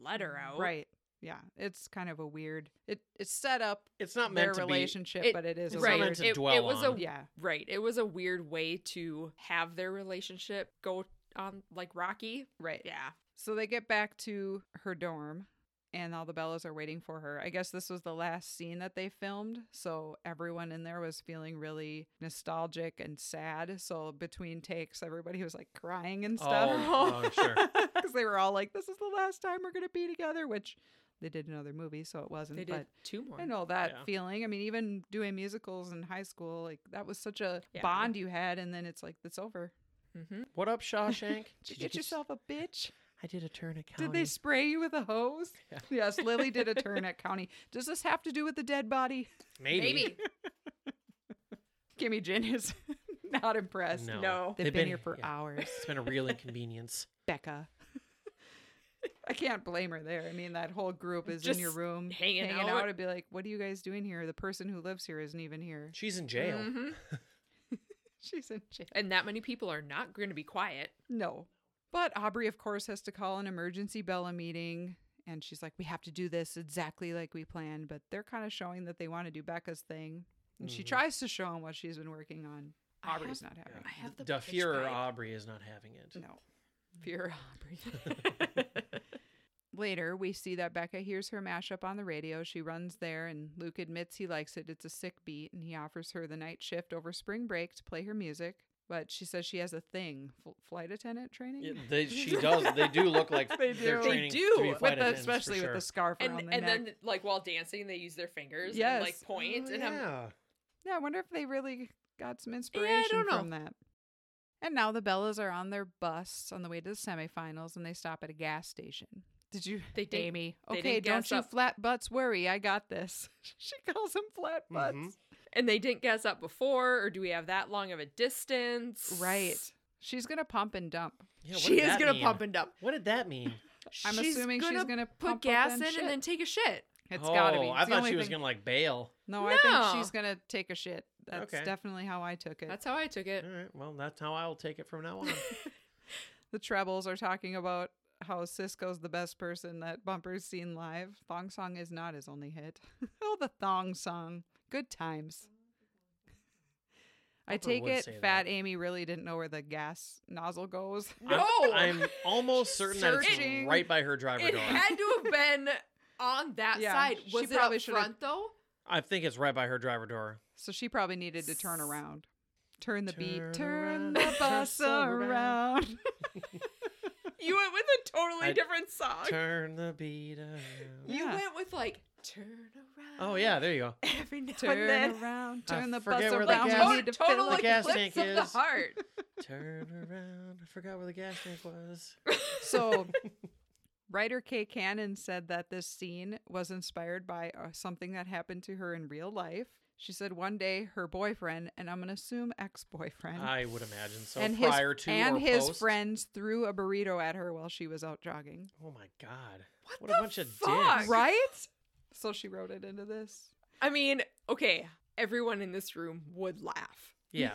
[SPEAKER 5] let her out.
[SPEAKER 3] right. Yeah, it's kind of a weird. It it's set up
[SPEAKER 4] It's not
[SPEAKER 3] their
[SPEAKER 4] meant to be.
[SPEAKER 3] relationship,
[SPEAKER 5] It-
[SPEAKER 3] but it is a
[SPEAKER 4] it's
[SPEAKER 5] right.
[SPEAKER 4] not meant
[SPEAKER 3] weird.
[SPEAKER 4] to
[SPEAKER 5] It-
[SPEAKER 4] dwell
[SPEAKER 5] it was a-
[SPEAKER 4] on.
[SPEAKER 3] yeah,
[SPEAKER 5] Right. It was a weird way to have their relationship go on like rocky.
[SPEAKER 3] right.
[SPEAKER 5] Yeah.
[SPEAKER 3] So they get back to her dorm and all the Bellas are waiting for her. I guess this was the last scene that they filmed. So everyone in there was feeling really nostalgic and sad. So between takes, everybody was like crying and stuff.
[SPEAKER 4] Oh, oh, sure.
[SPEAKER 3] Because they were all like, this is the last time we're going to be together, which they did another movie. So it wasn't.
[SPEAKER 5] They did
[SPEAKER 3] Mm, but
[SPEAKER 5] two more.
[SPEAKER 3] I know that
[SPEAKER 4] Yeah.
[SPEAKER 3] feeling. I mean, even doing musicals in high school, like that was such a
[SPEAKER 5] Yeah.
[SPEAKER 3] bond you had. And then it's like, it's over.
[SPEAKER 5] Mm-hmm.
[SPEAKER 4] What up, Shawshank?
[SPEAKER 3] Did you get yourself a bitch?
[SPEAKER 4] I did a turn at
[SPEAKER 3] Did they spray you with a hose?
[SPEAKER 4] Yeah.
[SPEAKER 3] Yes, Lily did a turn at County. Does this have to do with the dead body?
[SPEAKER 4] Maybe.
[SPEAKER 3] Kimmy Jin is not impressed.
[SPEAKER 4] No.
[SPEAKER 3] They've, been, here for
[SPEAKER 4] yeah.
[SPEAKER 3] hours.
[SPEAKER 4] It's been a real inconvenience.
[SPEAKER 3] Becca. I can't blame her there. I mean, that whole group is
[SPEAKER 5] Just
[SPEAKER 3] in your room
[SPEAKER 5] hanging
[SPEAKER 3] hanging
[SPEAKER 5] out.
[SPEAKER 3] out and be like, what are you guys doing here? The person who lives here isn't even here.
[SPEAKER 4] She's in jail.
[SPEAKER 3] Mm-hmm.
[SPEAKER 5] hmm
[SPEAKER 3] She's in jail.
[SPEAKER 5] And that many people are not going to be quiet.
[SPEAKER 3] No. But Aubrey, of course, has to call an emergency Bella meeting. And she's like, we have to do this exactly like we planned. But they're kind of showing that they want to do Becca's thing. And she
[SPEAKER 4] Mhm.
[SPEAKER 3] tries to show him what she's been working on.
[SPEAKER 5] I
[SPEAKER 3] Aubrey's
[SPEAKER 5] have-
[SPEAKER 3] not having
[SPEAKER 5] I have the
[SPEAKER 4] Da
[SPEAKER 5] bitch
[SPEAKER 4] Fuhrer
[SPEAKER 5] vibe.
[SPEAKER 4] Aubrey is not having it.
[SPEAKER 3] it. No. Fear Aubrey. Later, we see that Becca hears her mashup on the radio. She runs there, and Luke admits he likes it. It's a sick beat, and he offers her the night shift over spring break to play her music. But she says she has a thing Fl- flight attendant training?
[SPEAKER 4] It- they, she does. They do look like
[SPEAKER 3] They
[SPEAKER 4] they're
[SPEAKER 3] do. They
[SPEAKER 4] training
[SPEAKER 5] do.
[SPEAKER 4] to be
[SPEAKER 5] With
[SPEAKER 3] with
[SPEAKER 4] flight
[SPEAKER 3] the,
[SPEAKER 4] attendants for
[SPEAKER 3] especially with
[SPEAKER 4] sure.
[SPEAKER 3] the scarf
[SPEAKER 5] and
[SPEAKER 3] around the
[SPEAKER 5] and
[SPEAKER 3] neck.
[SPEAKER 5] then like while dancing they use their fingers and like
[SPEAKER 3] Yes.
[SPEAKER 5] point
[SPEAKER 4] Oh,
[SPEAKER 5] and I'm
[SPEAKER 4] yeah.
[SPEAKER 3] yeah, I wonder if they really got some
[SPEAKER 5] don't
[SPEAKER 3] inspiration
[SPEAKER 5] know.
[SPEAKER 3] from that. And now the Bellas are on their bus on the way to the semifinals, and they stop at a gas station. Did you,
[SPEAKER 5] They didn't-
[SPEAKER 3] Amy?
[SPEAKER 5] they
[SPEAKER 3] okay,
[SPEAKER 5] didn't
[SPEAKER 3] don't
[SPEAKER 5] gas
[SPEAKER 3] you
[SPEAKER 5] up.
[SPEAKER 3] flat butts worry. I got this. she calls them flat butts.
[SPEAKER 4] Mhm.
[SPEAKER 5] and they didn't gas up before or do we have that long of a distance?
[SPEAKER 3] Right. She's gonna pump and dump.
[SPEAKER 4] Yeah, what
[SPEAKER 5] she
[SPEAKER 4] did
[SPEAKER 5] is
[SPEAKER 4] that
[SPEAKER 5] gonna
[SPEAKER 4] mean?
[SPEAKER 5] pump and dump.
[SPEAKER 4] What did that mean?
[SPEAKER 3] I'm assuming she's gonna
[SPEAKER 5] put
[SPEAKER 3] pump up
[SPEAKER 5] gas
[SPEAKER 3] and
[SPEAKER 5] in
[SPEAKER 3] shit.
[SPEAKER 5] and then take a shit.
[SPEAKER 3] It's
[SPEAKER 4] oh,
[SPEAKER 3] gotta be.
[SPEAKER 4] I
[SPEAKER 3] It's the
[SPEAKER 4] thought
[SPEAKER 3] only
[SPEAKER 4] she was
[SPEAKER 3] thing-
[SPEAKER 4] gonna like bail.
[SPEAKER 3] No, I think she's
[SPEAKER 5] No.
[SPEAKER 3] gonna take a shit. That's
[SPEAKER 4] Okay.
[SPEAKER 3] definitely how I took it.
[SPEAKER 5] That's how I took it.
[SPEAKER 4] All right. Well, that's how I'll take it from now on.
[SPEAKER 3] the trebles are talking about how Cisco's the best person that Bumper's seen live. Thong Song is not his only hit. oh, the Thong Song. Good times. I
[SPEAKER 4] Bumper
[SPEAKER 3] take
[SPEAKER 4] would
[SPEAKER 3] it
[SPEAKER 4] say that.
[SPEAKER 3] Fat Amy really didn't know where the gas nozzle goes.
[SPEAKER 5] No.
[SPEAKER 4] Mm-hmm. I'm, I'm almost certain that it's
[SPEAKER 3] Searching.
[SPEAKER 4] right by her driver
[SPEAKER 5] It
[SPEAKER 4] door.
[SPEAKER 5] had to have been on that
[SPEAKER 3] Yeah,
[SPEAKER 5] side.
[SPEAKER 3] she
[SPEAKER 5] Was it
[SPEAKER 3] probably
[SPEAKER 5] up
[SPEAKER 3] should've-
[SPEAKER 5] front though?
[SPEAKER 4] I think it's right by her driver door.
[SPEAKER 3] So she probably needed to turn around. Turn the
[SPEAKER 4] Turn
[SPEAKER 3] beat. Turn
[SPEAKER 4] around,
[SPEAKER 3] the bus
[SPEAKER 4] just around.
[SPEAKER 3] around.
[SPEAKER 5] You went with a totally
[SPEAKER 4] I-
[SPEAKER 5] different song.
[SPEAKER 4] Turn the beat around.
[SPEAKER 5] You
[SPEAKER 3] Yeah.
[SPEAKER 5] went with like turn around.
[SPEAKER 4] Oh yeah, there you go.
[SPEAKER 5] every now and
[SPEAKER 3] Turn
[SPEAKER 5] then.
[SPEAKER 3] around.
[SPEAKER 4] I
[SPEAKER 3] Turn the bus
[SPEAKER 4] forget where
[SPEAKER 3] around.
[SPEAKER 4] the gas-
[SPEAKER 3] We need to fill
[SPEAKER 5] total
[SPEAKER 3] it.
[SPEAKER 4] the gas
[SPEAKER 5] eclipse
[SPEAKER 4] tank
[SPEAKER 5] of the
[SPEAKER 4] is.
[SPEAKER 5] heart.
[SPEAKER 4] Turn around. I forgot where the gas tank was.
[SPEAKER 3] So, writer Kay Cannon said that this scene was inspired by uh, something that happened to her in real life. She said one day her boyfriend, and I'm going to assume ex boyfriend,
[SPEAKER 4] I would imagine so.
[SPEAKER 3] and his,
[SPEAKER 4] prior to
[SPEAKER 3] and
[SPEAKER 4] or
[SPEAKER 3] his
[SPEAKER 4] post?
[SPEAKER 3] friends threw a burrito at her while she was out jogging.
[SPEAKER 4] Oh my god.
[SPEAKER 5] What
[SPEAKER 4] What,
[SPEAKER 5] the
[SPEAKER 4] a bunch of
[SPEAKER 5] fuck?
[SPEAKER 4] dicks.
[SPEAKER 3] Right? So she wrote it into this.
[SPEAKER 5] I mean, okay, everyone in this room would laugh.
[SPEAKER 4] Yeah.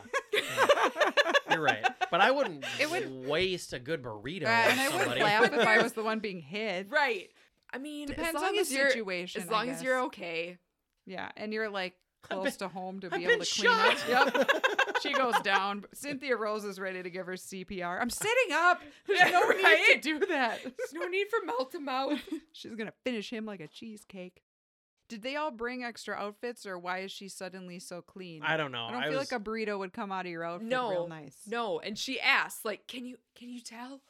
[SPEAKER 4] You're right. But I wouldn't
[SPEAKER 3] It would-
[SPEAKER 4] waste a good burrito
[SPEAKER 3] Uh, and
[SPEAKER 4] on
[SPEAKER 3] I would
[SPEAKER 4] somebody.
[SPEAKER 3] laugh if I was the one being hit.
[SPEAKER 5] Right. I mean, as
[SPEAKER 3] Depends
[SPEAKER 5] long
[SPEAKER 3] on the
[SPEAKER 5] as you're,
[SPEAKER 3] situation,
[SPEAKER 5] As
[SPEAKER 3] I
[SPEAKER 5] long as you're
[SPEAKER 3] guess.
[SPEAKER 5] okay.
[SPEAKER 3] Yeah, and you're like
[SPEAKER 4] I've
[SPEAKER 3] close to home to be
[SPEAKER 4] I've
[SPEAKER 3] able
[SPEAKER 4] been
[SPEAKER 3] to clean up. Yep. she goes down. Cynthia Rose is ready to give her CPR. I'm sitting up. There's no
[SPEAKER 5] Right?
[SPEAKER 3] need to do that.
[SPEAKER 5] There's no need for mouth to mouth.
[SPEAKER 3] She's gonna finish him like a cheesecake. Did they all bring extra outfits, or why is she suddenly so clean?
[SPEAKER 4] I don't know.
[SPEAKER 3] I don't feel
[SPEAKER 4] was-
[SPEAKER 3] like a burrito would come out of your outfit
[SPEAKER 5] no,
[SPEAKER 3] real nice.
[SPEAKER 5] no. And she asks, like, can you can you tell?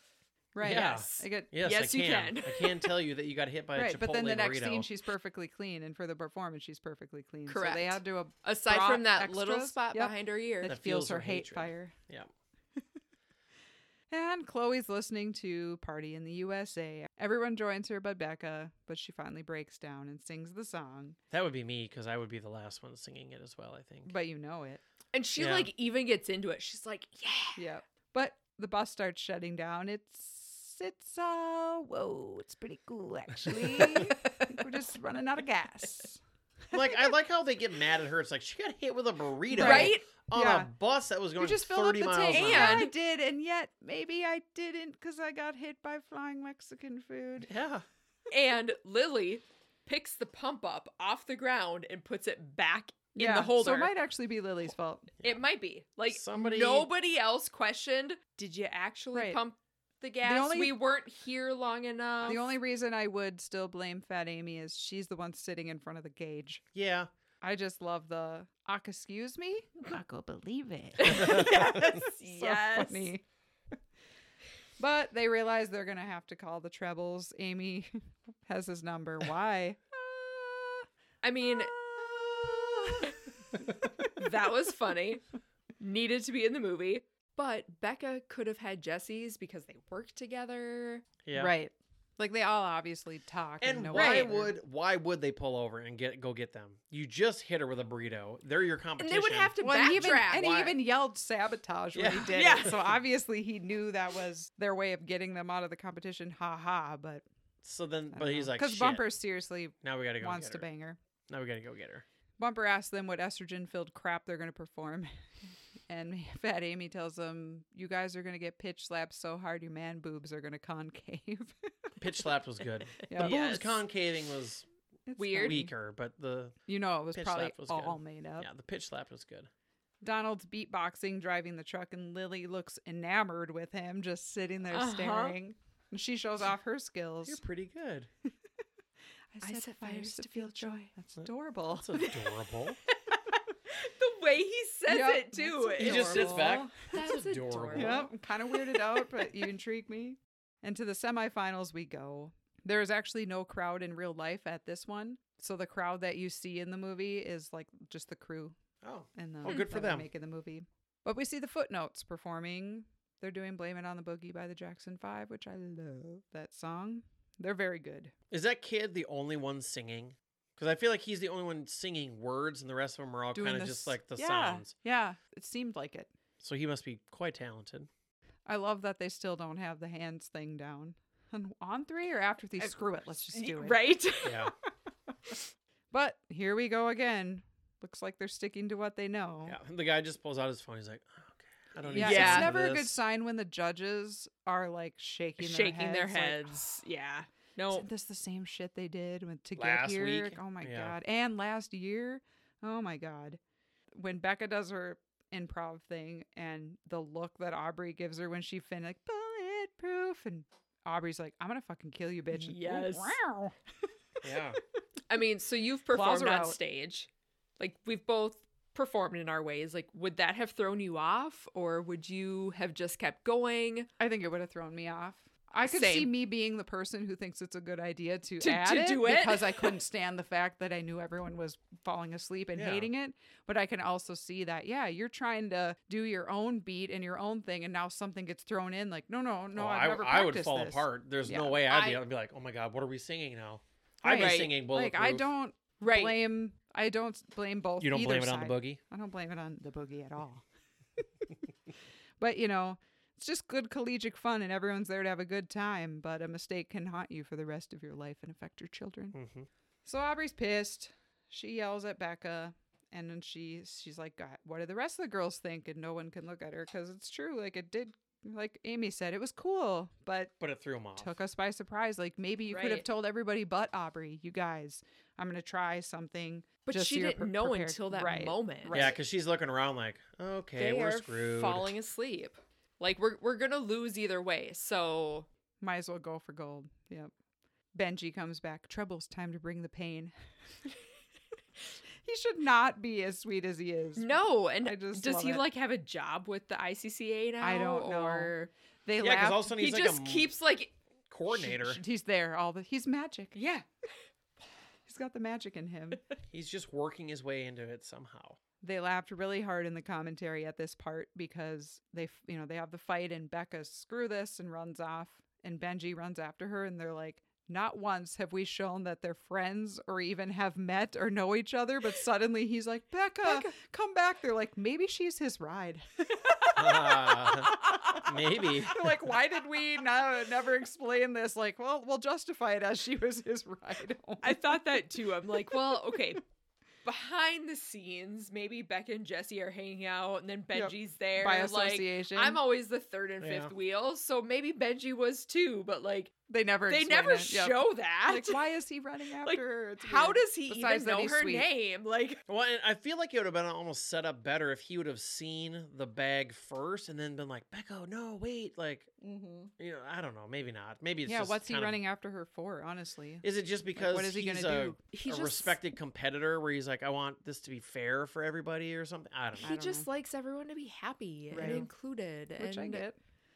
[SPEAKER 3] right?
[SPEAKER 4] Yeah.
[SPEAKER 5] Yes.
[SPEAKER 3] I get
[SPEAKER 4] Yes,
[SPEAKER 5] Yes,
[SPEAKER 4] I
[SPEAKER 5] you
[SPEAKER 4] can.
[SPEAKER 5] can.
[SPEAKER 4] I can tell you that you got hit by a
[SPEAKER 3] right,
[SPEAKER 4] Chipotle
[SPEAKER 3] but then the next
[SPEAKER 4] burrito.
[SPEAKER 3] scene she's perfectly clean, and for the performance she's perfectly clean. So
[SPEAKER 5] Correct.
[SPEAKER 3] they had to a
[SPEAKER 5] Aside
[SPEAKER 3] brought
[SPEAKER 5] from that little
[SPEAKER 3] extras?
[SPEAKER 5] spot
[SPEAKER 3] Yep.
[SPEAKER 5] behind her ear.
[SPEAKER 3] that, fuels her hate
[SPEAKER 4] hatred.
[SPEAKER 3] fire.
[SPEAKER 4] yeah.
[SPEAKER 3] And Chloe's listening to Party in the USA. Everyone joins her but Becca, but she finally breaks down and sings the song.
[SPEAKER 4] That would be me because I would be the last one singing it as well, I think.
[SPEAKER 3] But you know it.
[SPEAKER 5] and she
[SPEAKER 4] Yeah.
[SPEAKER 5] like even gets into it. She's like, Yeah.
[SPEAKER 3] Yep. But the bus starts shutting down. It's it's uh whoa, it's pretty cool actually. We're just running out of gas.
[SPEAKER 4] like, I like how they get mad at her. It's like she got hit with a burrito
[SPEAKER 5] Right?
[SPEAKER 4] on
[SPEAKER 3] Yeah.
[SPEAKER 4] a bus that was
[SPEAKER 3] You
[SPEAKER 4] going
[SPEAKER 3] just filled up
[SPEAKER 4] 30
[SPEAKER 3] the
[SPEAKER 4] miles
[SPEAKER 3] tank.
[SPEAKER 4] an
[SPEAKER 3] Yeah,
[SPEAKER 4] hour.
[SPEAKER 3] I did, and yet maybe I didn't because I got hit by flying Mexican food.
[SPEAKER 4] Yeah.
[SPEAKER 5] And Lily picks the pump up off the ground and puts it back in
[SPEAKER 3] yeah,
[SPEAKER 5] the holder.
[SPEAKER 3] So it might actually be Lily's fault.
[SPEAKER 5] It might be. Like
[SPEAKER 4] Somebody-
[SPEAKER 5] nobody else questioned. Did you actually
[SPEAKER 3] Right.
[SPEAKER 5] pump the gas?
[SPEAKER 3] only-
[SPEAKER 5] we weren't here long enough.
[SPEAKER 3] The only reason I would still blame Fat Amy is she's the one sitting in front of the gauge.
[SPEAKER 4] Yeah.
[SPEAKER 3] I just love the "Ah, excuse me. I go believe it.
[SPEAKER 5] yes,
[SPEAKER 3] so funny. But they realize they're gonna have to call the trebles. Amy has his number. Why?
[SPEAKER 5] I mean, that was funny. Needed to be in the movie. But Becca could have had Jesse's because they work together.
[SPEAKER 4] Yeah.
[SPEAKER 3] Ah. Right. Like they all obviously talk. And,
[SPEAKER 4] And
[SPEAKER 3] know
[SPEAKER 4] why
[SPEAKER 3] each other.
[SPEAKER 4] would why would they pull over and get go get them? You just hit her with a burrito. They're your
[SPEAKER 5] And
[SPEAKER 4] competition.
[SPEAKER 5] they would have to
[SPEAKER 3] Well,
[SPEAKER 5] backtrack.
[SPEAKER 3] he even, and he
[SPEAKER 4] Why?
[SPEAKER 3] even yelled sabotage when he
[SPEAKER 4] Yeah.
[SPEAKER 3] did
[SPEAKER 5] Yeah.
[SPEAKER 3] it. So obviously he knew that was their way of getting them out of the competition. Ha ha. But
[SPEAKER 4] So then, but he's like,
[SPEAKER 3] because
[SPEAKER 4] "Shit,
[SPEAKER 3] Bumper seriously
[SPEAKER 4] now we gotta go
[SPEAKER 3] wants
[SPEAKER 4] get
[SPEAKER 3] to
[SPEAKER 4] her.
[SPEAKER 3] bang her.
[SPEAKER 4] Now we gotta go get her.
[SPEAKER 3] Bumper asks them what estrogen filled crap they're going to perform. And Fat Amy tells them, You guys are going to get pitch slapped so hard your man boobs are going to concave.
[SPEAKER 4] Pitch slapped was good.
[SPEAKER 3] Yeah.
[SPEAKER 4] The
[SPEAKER 5] Yes.
[SPEAKER 4] boobs concaving was
[SPEAKER 3] It's
[SPEAKER 5] Weird.
[SPEAKER 3] funny.
[SPEAKER 4] weaker, but the
[SPEAKER 3] You know, it was
[SPEAKER 4] Pitch
[SPEAKER 3] probably
[SPEAKER 4] slap was good.
[SPEAKER 3] all made up.
[SPEAKER 4] yeah, the pitch slapped was good.
[SPEAKER 3] Donald's beatboxing, driving the truck, and Lily looks enamored with him, just sitting there
[SPEAKER 5] Uh-huh.
[SPEAKER 3] staring. And she shows off her skills.
[SPEAKER 4] You're pretty good.
[SPEAKER 5] I set fires to feel joy.
[SPEAKER 3] That's adorable.
[SPEAKER 4] That's adorable.
[SPEAKER 5] the way he says
[SPEAKER 3] Yep,
[SPEAKER 5] it too.
[SPEAKER 3] that's
[SPEAKER 4] he just sits back.
[SPEAKER 3] Adorable.
[SPEAKER 5] That's
[SPEAKER 4] That's adorable.
[SPEAKER 5] adorable.
[SPEAKER 3] Yep, I'm kind of weirded out, but you intrigue me. And to the semifinals we go. There is actually no crowd in real life at this one, so the crowd that you see in the movie is like just the crew
[SPEAKER 4] Oh,
[SPEAKER 3] and the
[SPEAKER 4] Oh, good for
[SPEAKER 3] that were
[SPEAKER 4] them.
[SPEAKER 3] making the movie. But we see the footnotes performing. They're doing "Blame It on the Boogie" by the Jackson Five, which I love that song. They're very good.
[SPEAKER 4] is that kid the only one singing? Because I feel like he's the only one singing words, and the rest of them are all
[SPEAKER 3] Doing
[SPEAKER 4] kind of
[SPEAKER 3] this-
[SPEAKER 4] just like the
[SPEAKER 3] yeah,
[SPEAKER 4] sounds.
[SPEAKER 3] Yeah, it seemed like it.
[SPEAKER 4] So he must be quite talented.
[SPEAKER 3] I love that they still don't have the hands thing down. On, on three or after three?
[SPEAKER 5] Uh,
[SPEAKER 3] Screw it. Let's just do it.
[SPEAKER 5] Right?
[SPEAKER 4] Yeah,
[SPEAKER 3] But here we go again. Looks like they're sticking to what they know.
[SPEAKER 4] yeah. The guy just pulls out his phone. He's like, "Oh, okay, I don't. need
[SPEAKER 3] Yeah,
[SPEAKER 4] to
[SPEAKER 5] Yeah.
[SPEAKER 4] listen
[SPEAKER 3] it's
[SPEAKER 4] to
[SPEAKER 3] never a good
[SPEAKER 4] this."
[SPEAKER 3] sign when the judges are like shaking,
[SPEAKER 5] Shaking their
[SPEAKER 3] their heads.
[SPEAKER 5] heads. yeah.
[SPEAKER 3] Like,
[SPEAKER 5] No.
[SPEAKER 3] Isn't this the same shit they did when to
[SPEAKER 4] Last
[SPEAKER 3] get here?
[SPEAKER 4] week?
[SPEAKER 3] Like, Oh my
[SPEAKER 4] Yeah.
[SPEAKER 3] god! And last year, oh my god, when Becca does her improv thing and the look that Aubrey gives her when she fin like bulletproof, and Aubrey's like, "I'm gonna fucking kill you, bitch." and,
[SPEAKER 5] Yes.
[SPEAKER 3] Wow.
[SPEAKER 4] Yeah,
[SPEAKER 5] I mean, so you've
[SPEAKER 3] Claws
[SPEAKER 5] performed
[SPEAKER 3] are
[SPEAKER 5] on
[SPEAKER 3] out.
[SPEAKER 5] stage. Like we've both performed in our ways. Like would that have thrown you off or would you have just kept going
[SPEAKER 3] I think it would have thrown me off. I could see
[SPEAKER 5] Same.
[SPEAKER 3] me being the person who thinks it's a good idea to,
[SPEAKER 5] To-
[SPEAKER 3] add
[SPEAKER 5] to
[SPEAKER 3] it
[SPEAKER 5] do it.
[SPEAKER 3] because I couldn't stand the fact that I knew everyone was falling asleep and
[SPEAKER 4] Yeah.
[SPEAKER 3] hating it. But I can also see that, yeah, you're trying to do your own beat and your own thing, and now something gets thrown in. Like, no, no, no,
[SPEAKER 4] Well,
[SPEAKER 3] I've
[SPEAKER 4] Oh, I,
[SPEAKER 3] never
[SPEAKER 4] I would
[SPEAKER 3] practiced
[SPEAKER 4] fall
[SPEAKER 3] this.
[SPEAKER 4] apart. There's
[SPEAKER 3] Yeah.
[SPEAKER 4] no way I'd be
[SPEAKER 5] I-
[SPEAKER 4] able to be like, oh my god, what are we singing now? I'd
[SPEAKER 5] Right.
[SPEAKER 4] be singing
[SPEAKER 3] Like,
[SPEAKER 4] bulletproof.
[SPEAKER 3] I don't
[SPEAKER 5] Right.
[SPEAKER 3] blame. I don't s- blame both.
[SPEAKER 4] You don't
[SPEAKER 3] either
[SPEAKER 4] blame it
[SPEAKER 3] side.
[SPEAKER 4] on the boogie.
[SPEAKER 3] I don't blame it on the boogie at all. but you know, it's just good collegiate fun, and everyone's there to have a good time. But a mistake can haunt you for the rest of your life and affect your children.
[SPEAKER 4] Mm-hmm.
[SPEAKER 3] So Aubrey's pissed. She yells at Becca, and then she she's like, God, "What do the rest of the girls think?" And no one can look at her because it's true. Like it did, like Amy said, it was cool, but
[SPEAKER 4] But it threw him off.
[SPEAKER 3] took us by surprise. Like maybe you could have
[SPEAKER 5] Right.
[SPEAKER 3] told everybody, but Aubrey, you guys, I'm gonna try something.
[SPEAKER 5] But
[SPEAKER 3] just
[SPEAKER 5] she
[SPEAKER 3] so you're
[SPEAKER 5] didn't
[SPEAKER 3] pre-
[SPEAKER 5] know
[SPEAKER 3] prepared."
[SPEAKER 5] until that
[SPEAKER 3] Right.
[SPEAKER 5] moment.
[SPEAKER 3] Right.
[SPEAKER 4] Yeah, because she's looking around like, okay,
[SPEAKER 5] they
[SPEAKER 4] we're
[SPEAKER 5] are
[SPEAKER 4] screwed.
[SPEAKER 5] falling asleep. Like we're we're gonna lose either way. So
[SPEAKER 3] Might as well go for gold. Yep. Benji comes back. Trouble's time to bring the pain. He should not be as sweet as he is.
[SPEAKER 5] No, and
[SPEAKER 3] I just
[SPEAKER 5] does
[SPEAKER 3] love
[SPEAKER 5] he
[SPEAKER 3] it.
[SPEAKER 5] like have a job with the ICCA now?
[SPEAKER 3] I don't know.
[SPEAKER 5] Or
[SPEAKER 3] They
[SPEAKER 4] Yeah, because all of a
[SPEAKER 3] laughed.
[SPEAKER 4] sudden
[SPEAKER 5] he
[SPEAKER 4] he's like
[SPEAKER 5] just
[SPEAKER 4] a
[SPEAKER 5] keeps like
[SPEAKER 4] coordinator.
[SPEAKER 3] Sh- sh- He's there all the he's magic.
[SPEAKER 5] yeah.
[SPEAKER 3] He's got the magic in him.
[SPEAKER 4] He's just working his way into it somehow.
[SPEAKER 3] they laughed really hard in the commentary at this part because they f- you know they have the fight and becca screw this and runs off and benji runs after her and they're like not once have we shown that they're friends or even have met or know each other but suddenly he's like becca, come back they're like maybe she's his ride
[SPEAKER 4] Ah, maybe.
[SPEAKER 3] they're like why did we no, never explain this like well we'll justify it as she was his ride home.
[SPEAKER 5] I thought that too. I'm like, well, okay. Behind the scenes, maybe Becca and Jesse are hanging out, and then
[SPEAKER 3] Yep.
[SPEAKER 5] Benji's there.
[SPEAKER 3] by
[SPEAKER 5] like,
[SPEAKER 3] association
[SPEAKER 5] I'm always the third and
[SPEAKER 4] Yeah.
[SPEAKER 5] fifth wheel, so maybe Benji was too, but like
[SPEAKER 3] they never
[SPEAKER 5] they
[SPEAKER 3] explain
[SPEAKER 5] never
[SPEAKER 3] it. Yep.
[SPEAKER 5] show that.
[SPEAKER 3] like why is he running after her It's
[SPEAKER 5] How
[SPEAKER 3] weird.
[SPEAKER 5] does he
[SPEAKER 3] Besides
[SPEAKER 5] even
[SPEAKER 3] that
[SPEAKER 5] know
[SPEAKER 3] he's
[SPEAKER 5] her
[SPEAKER 3] sweet.
[SPEAKER 5] name? Like
[SPEAKER 4] Well, and I feel like it would have been almost set up better if he would have seen the bag first and then been like, Becco, no, wait. Like,
[SPEAKER 3] mm-hmm.
[SPEAKER 4] you know, I don't know. Maybe not. Maybe it's
[SPEAKER 3] yeah,
[SPEAKER 4] just
[SPEAKER 3] what's he
[SPEAKER 4] kind of-
[SPEAKER 3] running after her for, honestly?
[SPEAKER 4] Is it just because
[SPEAKER 3] what is he gonna
[SPEAKER 4] he's a,
[SPEAKER 3] do?
[SPEAKER 5] He
[SPEAKER 4] a
[SPEAKER 5] just-
[SPEAKER 4] respected competitor where he's like, I want this to be fair for everybody or something? I don't know.
[SPEAKER 3] I
[SPEAKER 5] he
[SPEAKER 3] don't
[SPEAKER 5] just likes everyone to be happy
[SPEAKER 3] Right.
[SPEAKER 5] and included.
[SPEAKER 3] Which
[SPEAKER 5] and
[SPEAKER 3] I get.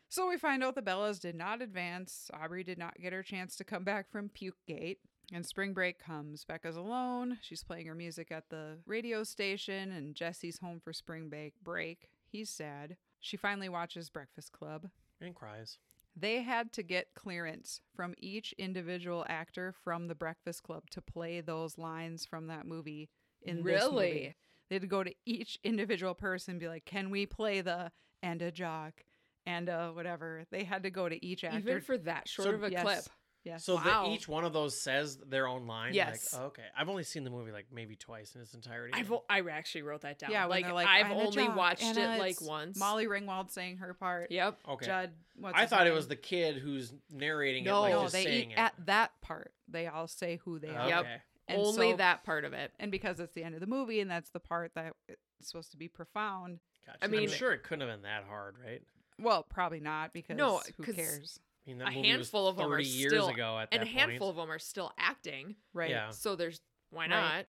[SPEAKER 3] So we find out the Bellas did not advance. Aubrey did not get her chance to come back from Puke Gate. And spring break comes. Becca's alone. She's playing her music at the radio station, and Jesse's home for spring break. break. He's sad. She finally watches Breakfast Club.
[SPEAKER 4] And cries.
[SPEAKER 3] They had to get clearance from each individual actor from the Breakfast Club to play those lines from that movie in this movie.
[SPEAKER 5] Really?
[SPEAKER 3] They had to go to each individual person and be like, "Can we play the and a jock and a whatever?" They had to go to each actor.
[SPEAKER 5] Even for that short
[SPEAKER 4] So-
[SPEAKER 5] of a
[SPEAKER 3] yes,
[SPEAKER 5] clip.
[SPEAKER 3] Yes.
[SPEAKER 4] So
[SPEAKER 5] Wow.
[SPEAKER 4] that each one of those says their own line?
[SPEAKER 5] Yes.
[SPEAKER 4] Like, oh, okay. I've only seen the movie like maybe twice in its entirety.
[SPEAKER 5] I've o- I actually wrote that down.
[SPEAKER 3] yeah, when
[SPEAKER 5] like,
[SPEAKER 3] they're like,
[SPEAKER 5] I've
[SPEAKER 3] "And a
[SPEAKER 5] only
[SPEAKER 3] jock,
[SPEAKER 5] watched
[SPEAKER 3] Anna,"
[SPEAKER 5] it like
[SPEAKER 3] it's
[SPEAKER 5] once.
[SPEAKER 3] Molly Ringwald saying her part.
[SPEAKER 5] Yep.
[SPEAKER 4] Okay.
[SPEAKER 3] Judd. What's
[SPEAKER 4] I
[SPEAKER 3] his
[SPEAKER 4] thought it
[SPEAKER 3] name?
[SPEAKER 4] was the kid who's narrating
[SPEAKER 5] No.
[SPEAKER 4] it, like
[SPEAKER 3] no.
[SPEAKER 4] just
[SPEAKER 3] They
[SPEAKER 4] saying
[SPEAKER 3] eat
[SPEAKER 4] it.
[SPEAKER 3] at that part. They all say who they are.
[SPEAKER 4] okay.
[SPEAKER 5] Yep.
[SPEAKER 3] And
[SPEAKER 5] only
[SPEAKER 3] so-
[SPEAKER 5] that part of it.
[SPEAKER 3] And because it's the end of the movie, and that's the part that it's supposed to be profound.
[SPEAKER 4] Gotcha.
[SPEAKER 5] I
[SPEAKER 4] I mean,
[SPEAKER 5] mean-
[SPEAKER 4] am sure it couldn't have been that hard, right?
[SPEAKER 3] Well, probably not because
[SPEAKER 5] No,
[SPEAKER 3] who
[SPEAKER 5] 'cause-
[SPEAKER 3] cares,
[SPEAKER 4] I mean, that
[SPEAKER 5] A
[SPEAKER 4] movie was
[SPEAKER 5] handful of
[SPEAKER 4] 30
[SPEAKER 5] them are
[SPEAKER 4] years
[SPEAKER 5] still-
[SPEAKER 4] ago at
[SPEAKER 5] And a
[SPEAKER 4] that
[SPEAKER 5] handful
[SPEAKER 4] point.
[SPEAKER 5] of them are still acting.
[SPEAKER 3] right?
[SPEAKER 4] Yeah.
[SPEAKER 5] So there's why
[SPEAKER 3] Right.
[SPEAKER 5] not?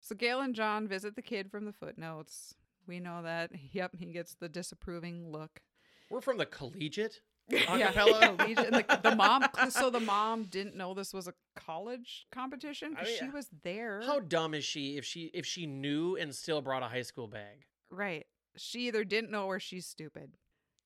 [SPEAKER 3] So Gail and John visit the kid from the footnotes. We know that. Yep, he gets the disapproving look.
[SPEAKER 4] We're from the collegiate
[SPEAKER 3] Yeah,
[SPEAKER 4] acapella.
[SPEAKER 3] the Legion- like the mom. So the mom didn't know this was a college competition
[SPEAKER 4] I
[SPEAKER 3] because
[SPEAKER 4] mean,
[SPEAKER 3] she was there.
[SPEAKER 4] How dumb is she if she if she knew and still brought a high school bag?
[SPEAKER 3] Right. She either didn't know or she's stupid.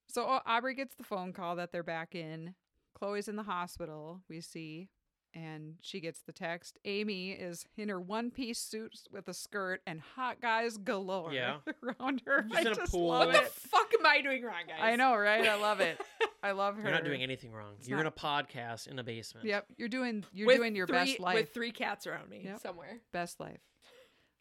[SPEAKER 3] So Au- Aubrey gets the phone call that they're back in. Chloe's in the hospital, we see, and she gets the text. Amy is in her one piece suit with a skirt and hot guys galore
[SPEAKER 4] Yeah.
[SPEAKER 3] around her.
[SPEAKER 4] Just
[SPEAKER 3] I
[SPEAKER 4] in a
[SPEAKER 3] just
[SPEAKER 4] pool.
[SPEAKER 3] love
[SPEAKER 5] What the
[SPEAKER 3] it.
[SPEAKER 5] fuck am I doing wrong, guys?
[SPEAKER 3] I know, right? I love it. I love her.
[SPEAKER 4] You're not doing anything wrong. You're in a podcast in a basement.
[SPEAKER 3] Yep, you're doing you're
[SPEAKER 5] With
[SPEAKER 3] doing your
[SPEAKER 5] three-
[SPEAKER 3] best life.
[SPEAKER 5] with three cats around me
[SPEAKER 3] Yep.
[SPEAKER 5] somewhere.
[SPEAKER 3] best life.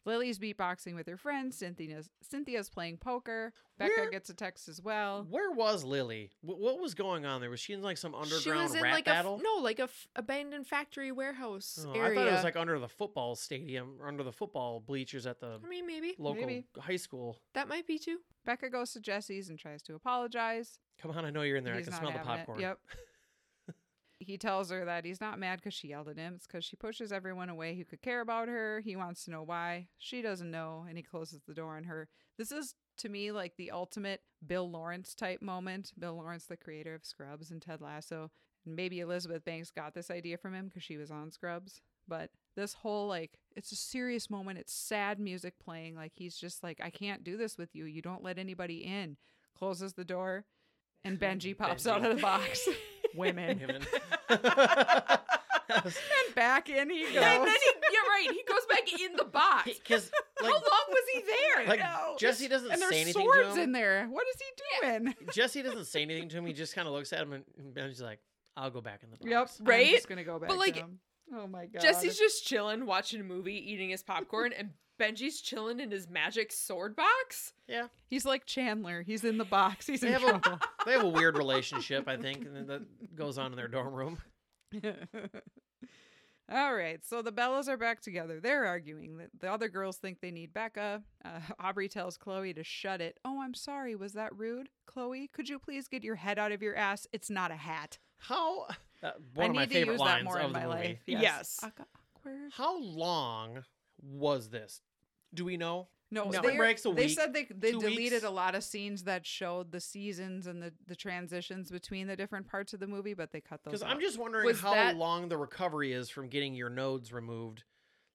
[SPEAKER 3] Lily's beatboxing with her friends. Cynthia's Cynthia's playing poker. Becca
[SPEAKER 4] Where-
[SPEAKER 3] gets a text as well.
[SPEAKER 4] Where was Lily? Wh- what was going on there? Was she in like some underground
[SPEAKER 5] she was in
[SPEAKER 4] rat
[SPEAKER 5] like
[SPEAKER 4] battle?
[SPEAKER 5] a f- no, like a f- abandoned factory warehouse
[SPEAKER 4] Oh,
[SPEAKER 5] area.
[SPEAKER 4] I thought it was like under the football stadium or under the football bleachers at the
[SPEAKER 5] I mean, maybe
[SPEAKER 4] local
[SPEAKER 3] maybe.
[SPEAKER 4] high school.
[SPEAKER 5] that might be too.
[SPEAKER 3] Becca goes to Jesse's and tries to apologize.
[SPEAKER 4] Come on, I know you're in there.
[SPEAKER 3] He's
[SPEAKER 4] I can
[SPEAKER 3] not
[SPEAKER 4] smell the
[SPEAKER 3] having it.
[SPEAKER 4] popcorn.
[SPEAKER 3] Yep. he tells her that he's not mad because she yelled at him. It's because she pushes everyone away who could care about her. He wants to know why. She doesn't know, and he closes the door on her. This is, to me, like the ultimate Bill Lawrence type moment. Bill Lawrence, the creator of Scrubs and Ted Lasso. Maybe Elizabeth Banks got this idea from him because she was on Scrubs. But this whole, like, it's a serious moment. It's sad music playing. Like, he's just like, I can't do this with you. You don't let anybody in. Closes the door, and Benji pops out
[SPEAKER 4] Benji.
[SPEAKER 3] of the box. Women.
[SPEAKER 4] Him and-
[SPEAKER 3] And back in he goes.
[SPEAKER 5] And then he, yeah, right. He goes back in the box.
[SPEAKER 4] Because
[SPEAKER 5] How
[SPEAKER 4] like,
[SPEAKER 5] long was he there?
[SPEAKER 4] like
[SPEAKER 3] No.
[SPEAKER 4] Jesse doesn't
[SPEAKER 3] and
[SPEAKER 4] say
[SPEAKER 3] there's
[SPEAKER 4] anything
[SPEAKER 3] swords
[SPEAKER 4] to him.
[SPEAKER 3] in there. What is he doing?
[SPEAKER 4] Jesse doesn't say anything to him. He just kind of looks at him and, and Benji's like, "I'll go back in the box."
[SPEAKER 3] Yep. I'm
[SPEAKER 5] Right?
[SPEAKER 3] just gonna go back.
[SPEAKER 5] like,
[SPEAKER 3] to him. oh my god.
[SPEAKER 5] Jesse's just chilling, watching a movie, eating his popcorn, and Benji's chilling in his magic sword box.
[SPEAKER 4] Yeah,
[SPEAKER 3] he's like Chandler. He's in the box. He's in
[SPEAKER 4] They have a-
[SPEAKER 3] trouble.
[SPEAKER 4] they have a weird relationship, I think, and that goes on in their dorm room.
[SPEAKER 3] All right, so the Bellas are back together. They're arguing that the other girls think they need Becca. Uh, Aubrey tells Chloe to shut it. Oh, I'm sorry. Was that rude, Chloe? Could you please get your head out of your ass? It's not a hat.
[SPEAKER 4] How? Uh,
[SPEAKER 3] I
[SPEAKER 4] one of my
[SPEAKER 3] need to
[SPEAKER 4] favorite
[SPEAKER 3] use
[SPEAKER 4] lines
[SPEAKER 3] that more
[SPEAKER 4] of
[SPEAKER 3] in
[SPEAKER 4] the
[SPEAKER 3] my
[SPEAKER 4] movie.
[SPEAKER 3] life.
[SPEAKER 5] Yes.
[SPEAKER 3] Awkward.
[SPEAKER 4] How long was this? Do we know?
[SPEAKER 3] No,
[SPEAKER 5] No.
[SPEAKER 3] they,
[SPEAKER 5] Spring
[SPEAKER 4] break's a
[SPEAKER 3] they
[SPEAKER 4] week,
[SPEAKER 3] said they, they
[SPEAKER 4] two
[SPEAKER 3] deleted
[SPEAKER 4] weeks.
[SPEAKER 3] a lot of scenes that showed the seasons and the, the transitions between the different parts of the movie, but they cut those.
[SPEAKER 4] Because I'm
[SPEAKER 3] out.
[SPEAKER 4] just wondering
[SPEAKER 5] Was
[SPEAKER 4] how
[SPEAKER 5] that-
[SPEAKER 4] long the recovery is from getting your nodes removed.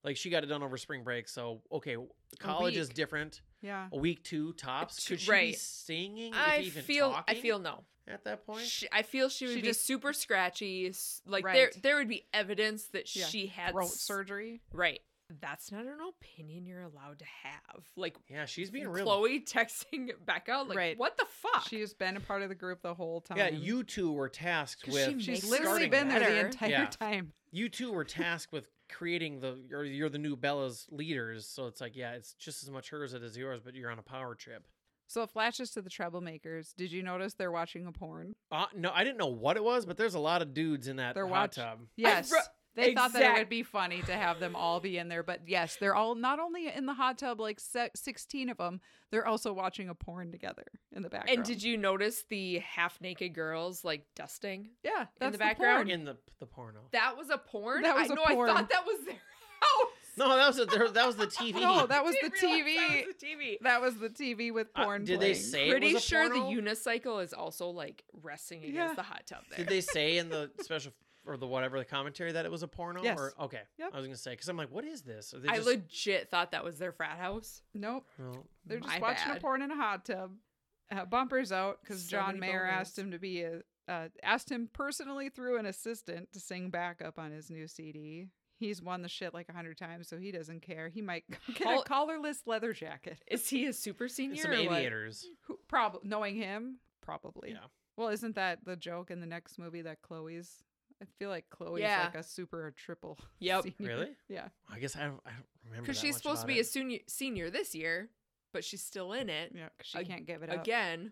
[SPEAKER 4] Like she got it done over spring break, so okay, college is
[SPEAKER 5] week.
[SPEAKER 4] different.
[SPEAKER 3] yeah.
[SPEAKER 4] A week, two tops.
[SPEAKER 5] Two-
[SPEAKER 4] Could she be
[SPEAKER 5] right.
[SPEAKER 4] singing?
[SPEAKER 5] I
[SPEAKER 4] if even
[SPEAKER 5] feel I
[SPEAKER 4] talking
[SPEAKER 5] feel no.
[SPEAKER 4] at that point.
[SPEAKER 5] She, I feel she would
[SPEAKER 3] She
[SPEAKER 5] be
[SPEAKER 3] just-
[SPEAKER 5] super scratchy. s- Like there
[SPEAKER 3] Right.
[SPEAKER 5] there would be evidence that
[SPEAKER 3] Yeah.
[SPEAKER 5] she had
[SPEAKER 3] Throat
[SPEAKER 5] s-
[SPEAKER 3] surgery.
[SPEAKER 5] Right. That's not an opinion you're allowed to have. Like
[SPEAKER 4] yeah, she's being real.
[SPEAKER 5] Chloe texting Becca, like
[SPEAKER 3] Right.
[SPEAKER 5] what the fuck?
[SPEAKER 3] She's been a part of the group the whole time.
[SPEAKER 4] Yeah, you two were tasked
[SPEAKER 5] 'Cause
[SPEAKER 4] with.
[SPEAKER 5] she
[SPEAKER 3] She's
[SPEAKER 5] makes
[SPEAKER 3] literally
[SPEAKER 5] starting
[SPEAKER 3] been there the
[SPEAKER 5] better.
[SPEAKER 3] entire
[SPEAKER 4] Yeah.
[SPEAKER 3] time.
[SPEAKER 4] you two were tasked with creating the you're, you're the new bella's leaders so it's like yeah it's just as much hers as it is yours but you're on a power trip
[SPEAKER 3] So it flashes to the troublemakers. Did you notice they're watching a porn?
[SPEAKER 4] uh, no i didn't know what it was but there's a lot of dudes in that
[SPEAKER 3] They're
[SPEAKER 4] hot
[SPEAKER 3] watch-
[SPEAKER 4] tub
[SPEAKER 3] Yes.
[SPEAKER 5] ru-
[SPEAKER 3] they thought that it would
[SPEAKER 5] Exact-
[SPEAKER 3] be funny to have them all be in there, but yes, they're all not only in the hot tub, like se- 16 of them, they're also watching a porn together in the background.
[SPEAKER 5] and did you notice the half naked girls like dusting?
[SPEAKER 3] Yeah, that's
[SPEAKER 5] the background?
[SPEAKER 3] porn.
[SPEAKER 4] in the the porno
[SPEAKER 5] That was a porn?
[SPEAKER 3] That was
[SPEAKER 5] I
[SPEAKER 3] a
[SPEAKER 5] know
[SPEAKER 3] porn.
[SPEAKER 5] I thought that was their house.
[SPEAKER 4] no that was a, there- that was the tv
[SPEAKER 3] No, that was the
[SPEAKER 5] Didn't realize
[SPEAKER 3] TV.
[SPEAKER 5] that was Oh, the TV.
[SPEAKER 3] That was the TV with
[SPEAKER 4] Uh,
[SPEAKER 3] porn.
[SPEAKER 4] did they
[SPEAKER 3] playing.
[SPEAKER 4] say it
[SPEAKER 5] Pretty
[SPEAKER 4] was a
[SPEAKER 5] sure the
[SPEAKER 4] porno?
[SPEAKER 5] unicycle is also like resting against
[SPEAKER 3] Yeah.
[SPEAKER 5] the hot tub there.
[SPEAKER 4] did they say in the special or the whatever the commentary that it was a porno
[SPEAKER 3] Yes.
[SPEAKER 4] or okay
[SPEAKER 3] Yep.
[SPEAKER 4] i was gonna say because i'm like what is this Are they
[SPEAKER 5] I
[SPEAKER 4] just-
[SPEAKER 5] legit thought that was their frat house.
[SPEAKER 3] Nope.
[SPEAKER 4] no.
[SPEAKER 3] They're just
[SPEAKER 5] My
[SPEAKER 3] watching a
[SPEAKER 5] bad.
[SPEAKER 3] porn in a hot tub. Uh, bumpers out because
[SPEAKER 5] So
[SPEAKER 3] John
[SPEAKER 5] many
[SPEAKER 3] Mayer
[SPEAKER 5] boners.
[SPEAKER 3] asked him to be a uh, asked him personally through an assistant to sing backup on his new CD. He's won the shit like a hundred times, so he doesn't care. He might get a
[SPEAKER 5] Col-
[SPEAKER 3] collarless leather jacket.
[SPEAKER 5] Is he a super senior?
[SPEAKER 4] some
[SPEAKER 5] or what?
[SPEAKER 4] aviators
[SPEAKER 3] Who, prob- knowing him, probably.
[SPEAKER 4] Yeah.
[SPEAKER 3] Well, isn't that the joke in the next movie that Chloe's? I feel like Chloe's
[SPEAKER 5] Yeah.
[SPEAKER 3] like a super or triple.
[SPEAKER 5] Yep.
[SPEAKER 3] senior.
[SPEAKER 4] Really?
[SPEAKER 3] Yeah.
[SPEAKER 4] i guess i don't, I don't remember
[SPEAKER 5] Because
[SPEAKER 4] that
[SPEAKER 5] she's
[SPEAKER 4] much
[SPEAKER 5] supposed to
[SPEAKER 4] about
[SPEAKER 5] be a
[SPEAKER 4] it.
[SPEAKER 5] senior, senior this year, but she's still in it
[SPEAKER 3] Yeah. 'cause she
[SPEAKER 5] Ag-
[SPEAKER 3] can't give it up.
[SPEAKER 5] again.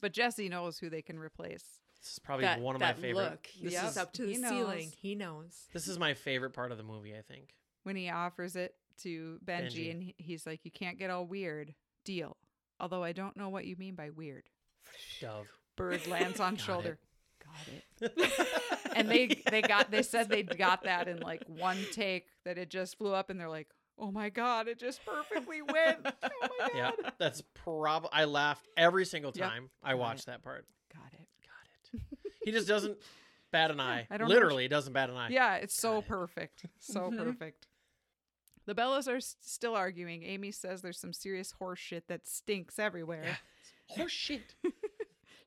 [SPEAKER 3] But Jesse knows who they can replace.
[SPEAKER 4] this is probably
[SPEAKER 5] that,
[SPEAKER 4] one of my
[SPEAKER 5] that
[SPEAKER 4] favorite
[SPEAKER 5] Look, this
[SPEAKER 3] Yep.
[SPEAKER 5] is up to the
[SPEAKER 3] He knows.
[SPEAKER 5] ceiling. He knows.
[SPEAKER 4] This is my favorite part of the movie, I think.
[SPEAKER 3] when he offers it to Benji,
[SPEAKER 4] Benji.
[SPEAKER 3] and he- he's like, "You can't get all weird." Deal. Although I don't know what you mean by weird.
[SPEAKER 4] Dove.
[SPEAKER 3] Bird lands on
[SPEAKER 4] Got
[SPEAKER 3] shoulder.
[SPEAKER 4] it.
[SPEAKER 3] Got it. And they they got they said they got that in like one take that it just flew up, and they're like, "Oh my god, it just perfectly went." Oh my god.
[SPEAKER 4] Yeah, that's probably. I laughed every single
[SPEAKER 3] Yep.
[SPEAKER 4] time I
[SPEAKER 3] Got
[SPEAKER 4] watched
[SPEAKER 3] it.
[SPEAKER 4] that part.
[SPEAKER 3] Got it.
[SPEAKER 4] Got it. He just doesn't bat an eye.
[SPEAKER 3] I don't know
[SPEAKER 4] Literally, doesn't bat an eye.
[SPEAKER 3] Yeah, it's so
[SPEAKER 4] Got it. Mm-hmm.
[SPEAKER 3] perfect. So
[SPEAKER 5] Mhm.
[SPEAKER 3] perfect. The Bellas are s- still arguing. Amy says there's some serious horse shit that stinks everywhere.
[SPEAKER 4] Yeah. Oh shit.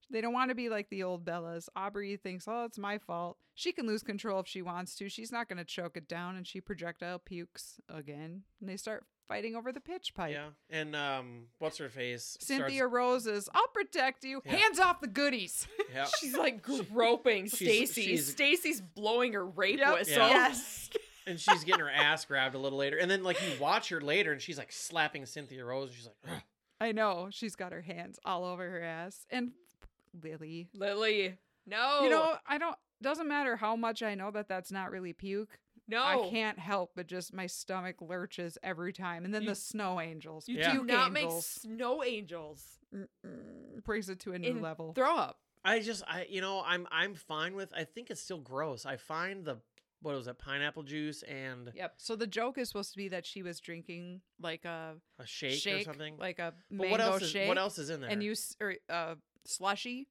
[SPEAKER 3] They don't want to be like the old Bellas. Aubrey thinks, oh, it's my fault. She can lose control if she wants to. She's not going to choke it down. And she projectile pukes again. And they start fighting over the pitch pipe.
[SPEAKER 4] Yeah. And um, what's her face?
[SPEAKER 3] Cynthia
[SPEAKER 4] starts-
[SPEAKER 3] Rose's, I'll protect you.
[SPEAKER 4] Yeah.
[SPEAKER 3] Hands off the goodies.
[SPEAKER 4] yeah.
[SPEAKER 5] She's like groping
[SPEAKER 4] she's-
[SPEAKER 5] Stacy.
[SPEAKER 4] she's-
[SPEAKER 5] Stacy's blowing her rape
[SPEAKER 3] Yep.
[SPEAKER 5] whistle.
[SPEAKER 4] Yeah.
[SPEAKER 3] Yes.
[SPEAKER 4] And she's getting her ass grabbed a little later. And then like you watch her later, and she's like slapping Cynthia Rose. And she's like, "Ugh."
[SPEAKER 3] I know. She's got her hands all over her ass. And Lily.
[SPEAKER 5] Lily, no,
[SPEAKER 4] Oh.
[SPEAKER 3] You know, I don't, doesn't matter how much I know that that's not really puke.
[SPEAKER 5] no,
[SPEAKER 3] I can't help but just my stomach lurches every time. And then
[SPEAKER 4] You-
[SPEAKER 3] the snow angels.
[SPEAKER 5] You
[SPEAKER 4] Yeah.
[SPEAKER 5] do
[SPEAKER 3] puke
[SPEAKER 5] not
[SPEAKER 3] angels.
[SPEAKER 5] make snow angels
[SPEAKER 3] Mm-mm. brings it to a new
[SPEAKER 5] in
[SPEAKER 3] level.
[SPEAKER 5] Throw up.
[SPEAKER 4] I just, I, you know, I'm, I'm fine with. I think it's still gross. I find the, what was it, pineapple juice and
[SPEAKER 3] Yep. So the joke is supposed to be that she was drinking like a
[SPEAKER 4] a shake,
[SPEAKER 3] shake,
[SPEAKER 4] or something.
[SPEAKER 3] like a
[SPEAKER 4] But
[SPEAKER 3] mango
[SPEAKER 4] what else?
[SPEAKER 3] shake.
[SPEAKER 4] Is, what else is in there?
[SPEAKER 3] And you s- or uh, slushy.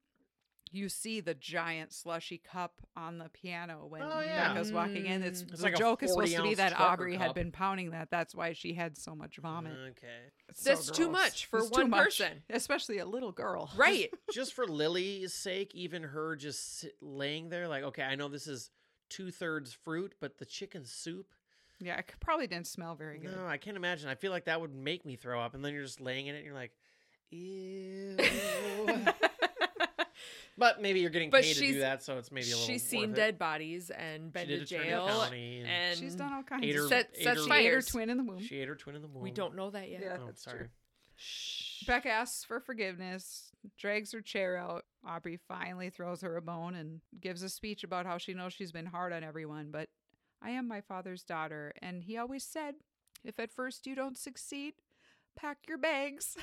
[SPEAKER 3] You see the giant slushy cup on the piano when
[SPEAKER 4] Oh, yeah.
[SPEAKER 3] Becca's walking in. It's,
[SPEAKER 5] Mm.
[SPEAKER 3] the
[SPEAKER 4] It's like a
[SPEAKER 3] joke is supposed to be
[SPEAKER 4] 40-ounce
[SPEAKER 3] that
[SPEAKER 4] trucker
[SPEAKER 3] Aubrey had
[SPEAKER 4] cup.
[SPEAKER 3] been pounding that. That's why she had so much vomit.
[SPEAKER 4] Okay.
[SPEAKER 3] It's so
[SPEAKER 5] That's too
[SPEAKER 3] gross.
[SPEAKER 5] much for
[SPEAKER 3] It's too
[SPEAKER 5] one
[SPEAKER 3] much,
[SPEAKER 5] person.
[SPEAKER 3] especially a little girl.
[SPEAKER 5] Right.
[SPEAKER 4] Just for Lily's sake, even her just sit, laying there, like, okay, I know this is two thirds fruit, but the chicken soup.
[SPEAKER 3] Yeah, it probably didn't smell very good.
[SPEAKER 4] No, I can't imagine. I feel like that would make me throw up. And then you're just laying in it, and you're like, ew. but maybe you're getting
[SPEAKER 5] But
[SPEAKER 4] paid to do
[SPEAKER 5] she's-
[SPEAKER 4] that, so it's maybe a little.
[SPEAKER 5] She's
[SPEAKER 4] worth
[SPEAKER 5] seen
[SPEAKER 4] it.
[SPEAKER 5] dead bodies and been
[SPEAKER 4] did
[SPEAKER 5] to
[SPEAKER 4] a turn
[SPEAKER 5] jail.
[SPEAKER 4] county
[SPEAKER 5] And,
[SPEAKER 4] and
[SPEAKER 3] She's done all kinds
[SPEAKER 4] ate
[SPEAKER 3] of
[SPEAKER 4] her-
[SPEAKER 3] stuff.
[SPEAKER 5] Set-
[SPEAKER 4] ate
[SPEAKER 5] set
[SPEAKER 4] her-
[SPEAKER 3] She ate her
[SPEAKER 5] fires.
[SPEAKER 3] twin in the womb.
[SPEAKER 4] She ate her twin in the womb.
[SPEAKER 5] We don't know that yet.
[SPEAKER 3] Yeah.
[SPEAKER 4] Oh,
[SPEAKER 3] That's
[SPEAKER 4] sorry.
[SPEAKER 3] true.
[SPEAKER 5] Shh.
[SPEAKER 3] Becca asks for forgiveness, drags her chair out. Aubrey finally throws her a bone and gives a speech about how she knows she's been hard on everyone, but I am my father's daughter, and he always said, if at first you don't succeed, pack your bags.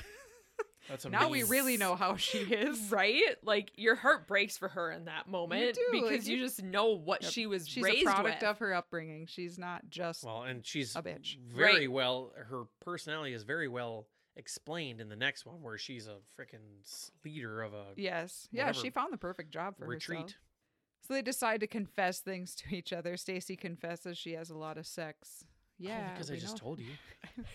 [SPEAKER 4] That's amazing.
[SPEAKER 3] now we really know how she is.
[SPEAKER 5] Right? Like your heart breaks for her in that moment
[SPEAKER 3] do, like,
[SPEAKER 5] because you,
[SPEAKER 3] you-
[SPEAKER 5] just know what
[SPEAKER 3] Yep.
[SPEAKER 5] she was
[SPEAKER 3] She's
[SPEAKER 5] raised
[SPEAKER 3] a product
[SPEAKER 5] with.
[SPEAKER 3] of her upbringing. She's not just
[SPEAKER 4] Well, and she's
[SPEAKER 3] a bitch.
[SPEAKER 4] very
[SPEAKER 5] Right.
[SPEAKER 4] well. Her personality is very well explained in the next one, where she's a freaking leader of a
[SPEAKER 3] Yes. Yeah,
[SPEAKER 4] whatever
[SPEAKER 3] she found the perfect job for
[SPEAKER 4] retreat.
[SPEAKER 3] herself. So they decide to confess things to each other. Stacy confesses she has a lot of sex. Yeah.
[SPEAKER 4] Oh, because I
[SPEAKER 3] we
[SPEAKER 4] just
[SPEAKER 3] know-
[SPEAKER 4] told you.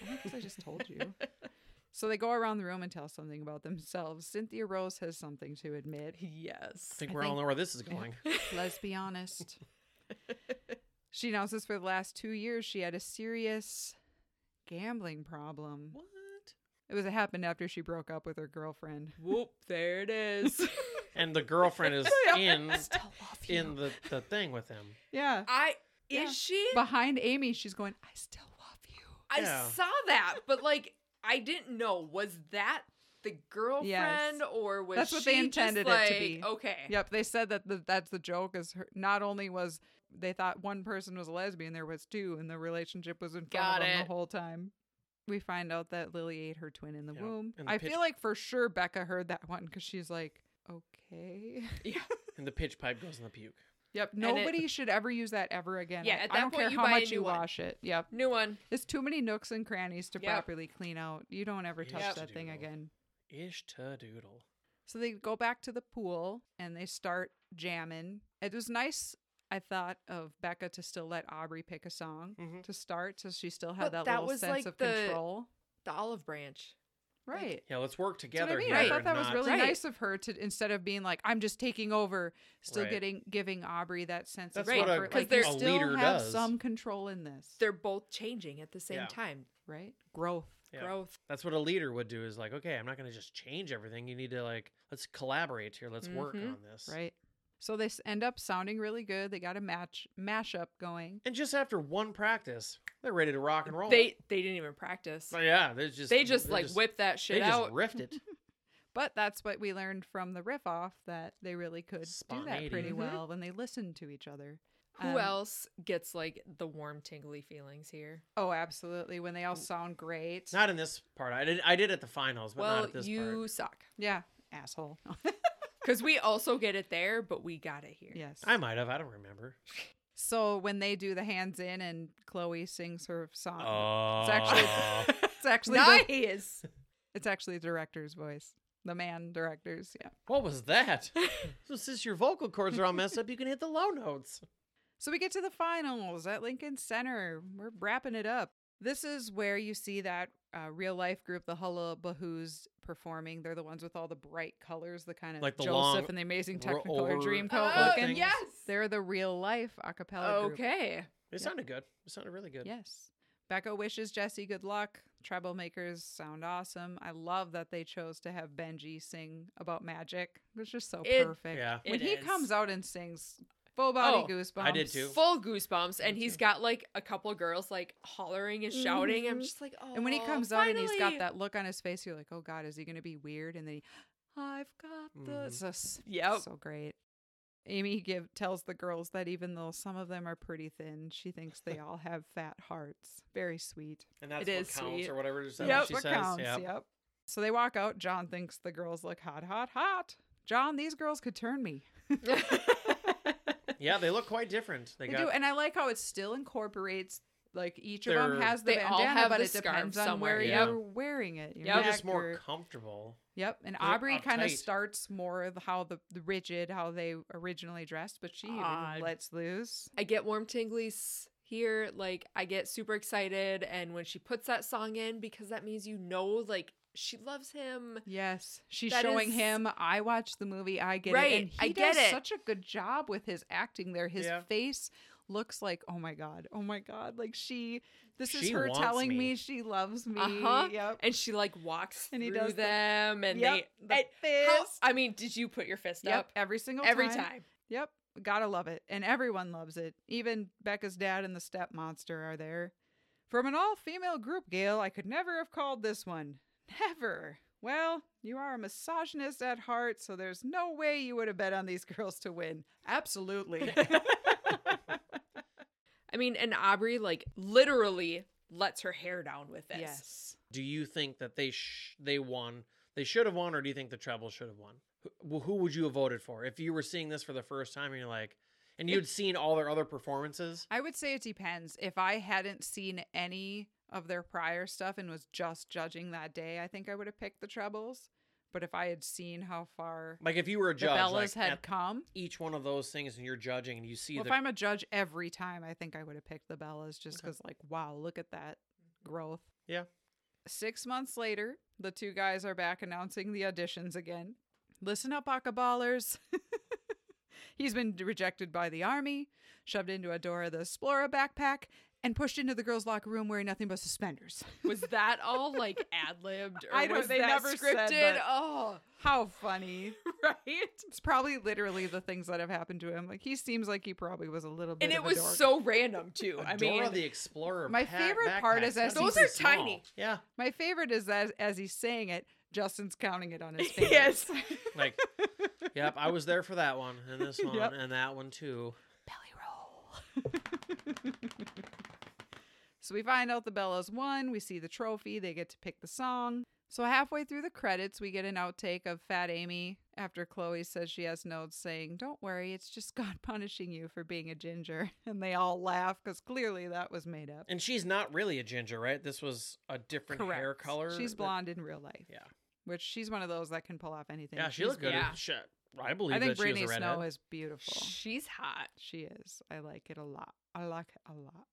[SPEAKER 3] Only 'cause I just told you. So they go around the room and tell something about themselves. Cynthia Rose has something to admit.
[SPEAKER 4] I
[SPEAKER 5] Yes.
[SPEAKER 4] think
[SPEAKER 3] I
[SPEAKER 4] we're all
[SPEAKER 3] think-
[SPEAKER 4] know where this is going.
[SPEAKER 3] Let's be honest. She announces for the last two years she had a serious gambling problem.
[SPEAKER 4] what?
[SPEAKER 3] It was it happened after she broke up with her girlfriend.
[SPEAKER 5] Whoop, there it is.
[SPEAKER 4] And the girlfriend is in in the, the thing with him.
[SPEAKER 3] Yeah.
[SPEAKER 5] I is
[SPEAKER 3] Yeah.
[SPEAKER 5] she?
[SPEAKER 3] Behind Amy, she's going, I still love you.
[SPEAKER 5] I
[SPEAKER 4] Yeah.
[SPEAKER 5] saw that, but like I didn't know. Was that the girlfriend or was
[SPEAKER 3] That's what they
[SPEAKER 5] she just,
[SPEAKER 3] intended it to
[SPEAKER 5] like-
[SPEAKER 3] be.
[SPEAKER 5] Okay.
[SPEAKER 3] Yep, they said that the, that's the joke is her, not only was they thought one person was a lesbian, there was two, and the relationship was in front
[SPEAKER 5] Got
[SPEAKER 3] of them
[SPEAKER 5] it.
[SPEAKER 3] the whole time. We find out that Lily ate her twin in the
[SPEAKER 4] Yep,
[SPEAKER 3] womb.
[SPEAKER 4] and the
[SPEAKER 3] I
[SPEAKER 4] pitch-
[SPEAKER 3] feel like for sure Becca heard that one because she's like, okay.
[SPEAKER 4] And the pitch pipe goes in the puke.
[SPEAKER 3] Yep,
[SPEAKER 5] it-
[SPEAKER 3] nobody should ever use that ever again.
[SPEAKER 5] Yeah,
[SPEAKER 3] I,
[SPEAKER 5] at
[SPEAKER 3] I
[SPEAKER 5] that
[SPEAKER 3] don't
[SPEAKER 5] point,
[SPEAKER 3] care
[SPEAKER 5] you
[SPEAKER 3] how
[SPEAKER 5] buy a
[SPEAKER 3] much
[SPEAKER 5] new
[SPEAKER 3] you
[SPEAKER 5] one.
[SPEAKER 3] wash it. Yep,
[SPEAKER 5] New one.
[SPEAKER 3] it's too many nooks and crannies to
[SPEAKER 5] Yep.
[SPEAKER 3] properly clean out. You don't ever
[SPEAKER 4] You
[SPEAKER 3] touch
[SPEAKER 5] have
[SPEAKER 4] to
[SPEAKER 3] that thing
[SPEAKER 4] do.
[SPEAKER 3] again.
[SPEAKER 4] Ish to doodle.
[SPEAKER 3] So they go back to the pool and they start jamming. It was nice, I thought, of Becca to still let Aubrey pick a song
[SPEAKER 4] Mhm.
[SPEAKER 3] to start, so she still
[SPEAKER 5] But
[SPEAKER 3] had that,
[SPEAKER 5] that
[SPEAKER 3] little
[SPEAKER 5] was,
[SPEAKER 3] sense
[SPEAKER 5] like,
[SPEAKER 3] of
[SPEAKER 5] the-
[SPEAKER 3] control.
[SPEAKER 5] The olive branch. like,
[SPEAKER 3] Right.
[SPEAKER 4] Yeah, let's work
[SPEAKER 3] That's
[SPEAKER 4] together
[SPEAKER 3] what I mean.
[SPEAKER 4] here.
[SPEAKER 3] I thought
[SPEAKER 4] and
[SPEAKER 3] that was
[SPEAKER 4] not-
[SPEAKER 3] really
[SPEAKER 5] Right.
[SPEAKER 3] nice of her to instead of being like, "I'm just taking over," still
[SPEAKER 4] Right.
[SPEAKER 3] getting giving Aubrey that sense
[SPEAKER 4] That's
[SPEAKER 3] of
[SPEAKER 5] what a-
[SPEAKER 3] comfort.
[SPEAKER 5] 'cause
[SPEAKER 3] like you
[SPEAKER 5] they're- a
[SPEAKER 3] still
[SPEAKER 4] leader
[SPEAKER 3] have
[SPEAKER 4] does.
[SPEAKER 3] some control in this,
[SPEAKER 5] They're both changing at the same
[SPEAKER 4] Yeah.
[SPEAKER 5] time.
[SPEAKER 3] right? Growth.
[SPEAKER 4] Yeah.
[SPEAKER 5] Growth.
[SPEAKER 4] That's what a leader would do. Is like, okay, I'm not going to just change everything. You need to like, let's collaborate here. Let's work
[SPEAKER 5] Mhm.
[SPEAKER 4] on this.
[SPEAKER 3] Right. So they s- end up sounding really good. They got a match mashup going.
[SPEAKER 4] And just after one practice, they're ready to rock and roll.
[SPEAKER 5] They they didn't even practice.
[SPEAKER 4] So, yeah, they just
[SPEAKER 5] they just
[SPEAKER 4] they're
[SPEAKER 5] like whipped that
[SPEAKER 4] They
[SPEAKER 5] shit
[SPEAKER 4] just
[SPEAKER 5] out.
[SPEAKER 4] riffed it.
[SPEAKER 3] But that's what we learned from the riff off that they really could do that
[SPEAKER 4] Spontaneity.
[SPEAKER 3] pretty
[SPEAKER 4] Mhm.
[SPEAKER 3] well when they listened to each other.
[SPEAKER 5] Who
[SPEAKER 3] Um,
[SPEAKER 5] else gets like the warm tingly feelings here?
[SPEAKER 3] Oh, absolutely. When they all sound great.
[SPEAKER 4] Not in this part. I did. I did at the finals, but not
[SPEAKER 5] Well,
[SPEAKER 4] at this
[SPEAKER 5] you
[SPEAKER 4] part.
[SPEAKER 5] suck.
[SPEAKER 3] yeah. Asshole.
[SPEAKER 5] Because we also get it there, but we got it here.
[SPEAKER 3] yes.
[SPEAKER 4] I might have. I don't remember.
[SPEAKER 3] so when they do the hands in and Chloe sings her song,
[SPEAKER 4] Oh,
[SPEAKER 3] it's actually it's actually the,
[SPEAKER 5] Nice.
[SPEAKER 3] it's actually the director's voice. The man directors, yeah.
[SPEAKER 4] what was that? so since your vocal cords are all messed up, you can hit the low notes.
[SPEAKER 3] So we get to the finals at Lincoln Center. We're wrapping it up. This is where you see that uh, real life group, the Hullabahoos, performing. They're the ones with all the bright colors, the kind of
[SPEAKER 4] Like the
[SPEAKER 3] Joseph
[SPEAKER 4] long
[SPEAKER 3] and the Amazing
[SPEAKER 4] ro-
[SPEAKER 3] Technicolor
[SPEAKER 4] over-
[SPEAKER 3] Dreamcoat
[SPEAKER 4] Oh,
[SPEAKER 5] Uh,
[SPEAKER 3] looking.
[SPEAKER 4] things.
[SPEAKER 5] yes.
[SPEAKER 3] They're the real life acapella group.
[SPEAKER 5] Okay.
[SPEAKER 4] It sounded good. It sounded really good.
[SPEAKER 3] Yes. Becca wishes Jesse good luck. Troublemakers sound awesome. I love that they chose to have Benji sing about magic. It was just so
[SPEAKER 5] It-
[SPEAKER 3] perfect.
[SPEAKER 4] Yeah.
[SPEAKER 3] When
[SPEAKER 5] It
[SPEAKER 3] he
[SPEAKER 5] is.
[SPEAKER 3] comes out and sings full body
[SPEAKER 5] Oh,
[SPEAKER 3] goosebumps.
[SPEAKER 4] I did too.
[SPEAKER 5] Full goosebumps, and he's got like a couple of girls like hollering and shouting. I'm
[SPEAKER 3] Mhm.
[SPEAKER 5] just like, oh.
[SPEAKER 3] And when he comes out and he's got
[SPEAKER 5] finally."
[SPEAKER 3] that look on his face, you're like, oh God, is he going to be weird? And then he, I've got
[SPEAKER 4] Mhm.
[SPEAKER 3] this. It's
[SPEAKER 5] Yep.
[SPEAKER 3] So great. Amy give, tells the girls that even though some of them are pretty thin, she thinks they all have fat hearts. Very sweet.
[SPEAKER 4] And that's
[SPEAKER 5] It
[SPEAKER 4] what
[SPEAKER 5] is
[SPEAKER 4] counts
[SPEAKER 5] sweet.
[SPEAKER 4] or whatever it is that
[SPEAKER 5] Yep,
[SPEAKER 4] she
[SPEAKER 3] what
[SPEAKER 4] says.
[SPEAKER 3] counts.
[SPEAKER 4] yeah.
[SPEAKER 3] Yep. So they walk out. John thinks the girls look hot, hot, hot. John, these girls could turn me.
[SPEAKER 4] yeah, they look quite different. They,
[SPEAKER 3] They
[SPEAKER 4] got
[SPEAKER 3] do, and I like how it still incorporates. Like each of them
[SPEAKER 4] Their-
[SPEAKER 3] has the
[SPEAKER 5] They all
[SPEAKER 3] bandana,
[SPEAKER 5] have
[SPEAKER 3] but
[SPEAKER 5] the
[SPEAKER 3] it
[SPEAKER 5] scarf
[SPEAKER 3] depends on
[SPEAKER 5] somewhere,
[SPEAKER 3] where
[SPEAKER 4] yeah.
[SPEAKER 3] you're wearing it. Your
[SPEAKER 5] Yep.
[SPEAKER 4] they're
[SPEAKER 3] neck,
[SPEAKER 4] just more
[SPEAKER 3] your-
[SPEAKER 4] comfortable.
[SPEAKER 3] Yep, and
[SPEAKER 4] They're
[SPEAKER 3] Aubrey kind of
[SPEAKER 4] uptight.
[SPEAKER 3] starts more of how the, the rigid, how they originally dressed, but she even
[SPEAKER 5] Odd.
[SPEAKER 3] lets loose.
[SPEAKER 5] I get warm tinglies here. Like, I get super excited. And when she puts that song in, because that means you know, like, she loves him.
[SPEAKER 3] Yes, she's
[SPEAKER 5] That
[SPEAKER 3] showing
[SPEAKER 5] is-
[SPEAKER 3] him. I watched the movie. I get it,
[SPEAKER 5] Right,
[SPEAKER 3] and he
[SPEAKER 5] I get
[SPEAKER 3] does
[SPEAKER 5] it.
[SPEAKER 3] such a good job with his acting there. His
[SPEAKER 4] Yeah.
[SPEAKER 3] face looks like, oh my god, oh my god, like she. This is
[SPEAKER 4] She
[SPEAKER 3] her
[SPEAKER 4] wants
[SPEAKER 3] telling me.
[SPEAKER 4] me.
[SPEAKER 3] she loves me.
[SPEAKER 5] Uh-huh.
[SPEAKER 3] Yep.
[SPEAKER 5] And she, like, walks
[SPEAKER 3] And he
[SPEAKER 5] through
[SPEAKER 3] does the-
[SPEAKER 5] them. and
[SPEAKER 3] Yep,
[SPEAKER 5] they.
[SPEAKER 3] the
[SPEAKER 5] and how-
[SPEAKER 3] fist.
[SPEAKER 5] I mean, did you put your fist
[SPEAKER 3] Yep,
[SPEAKER 5] up?
[SPEAKER 3] every single
[SPEAKER 5] Every
[SPEAKER 3] time.
[SPEAKER 5] time.
[SPEAKER 3] Yep, gotta love it, and everyone loves it. Even Becca's dad and the step monster are there. From an all-female group, Gail, I could never have called this one. Never. Well, you are a misogynist at heart, so there's no way you would have bet on these girls to win. Absolutely.
[SPEAKER 5] I mean, and Aubrey, like, literally lets her hair down with this.
[SPEAKER 3] yes.
[SPEAKER 4] Do you think that they sh- they won they should have won, or do you think the treble should have won? Who, who would you have voted for if you were seeing this for the first time and you're like, and you'd seen all their other performances?
[SPEAKER 3] I would say it depends. If I hadn't seen any of their prior stuff and was just judging that day, I think I would have picked the trebles. But if I had seen how far
[SPEAKER 4] Like if you were a judge,
[SPEAKER 3] the Bellas
[SPEAKER 4] like,
[SPEAKER 3] had
[SPEAKER 4] at
[SPEAKER 3] come,
[SPEAKER 4] each one of those things, and you're judging, and you see
[SPEAKER 3] well,
[SPEAKER 4] the
[SPEAKER 3] if I'm a judge every time, I think I would have picked the Bellas just because, like, wow, look at that
[SPEAKER 5] Mm-hmm.
[SPEAKER 3] growth.
[SPEAKER 4] Yeah.
[SPEAKER 3] Six months later, the two guys are back announcing the auditions again. Listen up, Ballers. He's been rejected by the army, shoved into a Dora the Explorer backpack, and pushed into the girls' locker room wearing nothing but suspenders.
[SPEAKER 5] Was that all like ad libbed?
[SPEAKER 3] I don't-
[SPEAKER 5] was they
[SPEAKER 3] that
[SPEAKER 5] never
[SPEAKER 3] said,
[SPEAKER 5] scripted?
[SPEAKER 3] but-
[SPEAKER 5] oh,
[SPEAKER 3] How funny.
[SPEAKER 5] right.
[SPEAKER 3] It's probably literally the things that have happened to him. Like, he seems like he probably was a little bit
[SPEAKER 5] And it
[SPEAKER 3] of a
[SPEAKER 5] was
[SPEAKER 3] dork.
[SPEAKER 5] so random too. I mean,
[SPEAKER 4] Dora the Explorer.
[SPEAKER 3] My
[SPEAKER 4] pa-
[SPEAKER 3] favorite part
[SPEAKER 4] backpacks.
[SPEAKER 3] is
[SPEAKER 4] That's
[SPEAKER 3] as he-
[SPEAKER 5] Those
[SPEAKER 4] pretty
[SPEAKER 5] are tiny.
[SPEAKER 4] small. Yeah,
[SPEAKER 3] My favorite is that as he's saying it, Justin's counting it on his fingers.
[SPEAKER 5] yes.
[SPEAKER 4] like, yep. I was there for that one, and this one,
[SPEAKER 3] Yep.
[SPEAKER 4] and that one too.
[SPEAKER 3] So we find out the Bellas won. We see the trophy. They get to pick the song. So halfway through the credits, we get an outtake of Fat Amy after Chloe says she has notes saying, Don't worry, it's just God punishing you for being a ginger. And they all laugh because clearly that was made up.
[SPEAKER 4] And she's not really a ginger, right? This was a different hair color.
[SPEAKER 3] She's
[SPEAKER 4] that-
[SPEAKER 3] blonde in real life.
[SPEAKER 4] Yeah.
[SPEAKER 3] Which she's one of those that can pull off anything.
[SPEAKER 4] Yeah, she looked good.
[SPEAKER 5] yeah.
[SPEAKER 4] She- I believe
[SPEAKER 3] I think
[SPEAKER 4] that she
[SPEAKER 3] Brittany
[SPEAKER 4] was a
[SPEAKER 3] Snow
[SPEAKER 4] redhead.
[SPEAKER 3] is beautiful.
[SPEAKER 5] She's hot.
[SPEAKER 3] She is. I like it a lot. I like it a lot.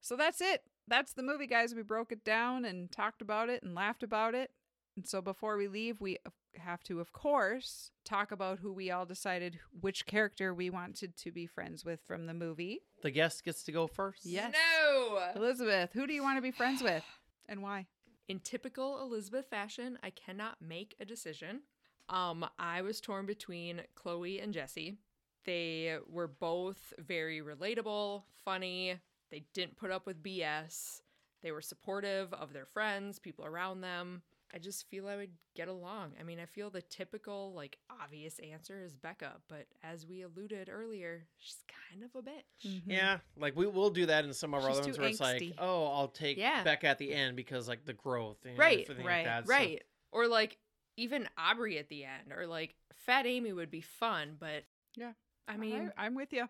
[SPEAKER 3] So that's it. That's the movie, guys. We broke it down and talked about it and laughed about it. And so before we leave, we of- have to, of course, talk about who we all decided which character we wanted to be friends with from the movie.
[SPEAKER 4] The guest gets to go first.
[SPEAKER 3] Yes.
[SPEAKER 5] No.
[SPEAKER 3] Elizabeth, who do you want to be friends with and why?
[SPEAKER 5] In typical Elizabeth fashion, I cannot make a decision. Um, I was torn between Chloe and Jesse. They were both very relatable, funny. They didn't put up with BS. They were supportive of their friends, people around them. I just feel I would get along. I mean, I feel the typical, like, obvious answer is Becca, but as we alluded earlier, she's kind of a bitch.
[SPEAKER 3] Mm-hmm.
[SPEAKER 4] Yeah, like we will do that in some of our
[SPEAKER 3] She's too
[SPEAKER 4] other ones where it's like,
[SPEAKER 3] angsty.
[SPEAKER 4] oh, I'll take
[SPEAKER 5] Yeah.
[SPEAKER 4] Becca at the end because like the growth, and
[SPEAKER 5] Right,
[SPEAKER 4] everything
[SPEAKER 3] right,
[SPEAKER 4] like that, so-
[SPEAKER 5] Right. Or like even Aubrey at the end, or like Fat Amy would be fun, but
[SPEAKER 3] Yeah.
[SPEAKER 5] I mean,
[SPEAKER 3] I, am with you.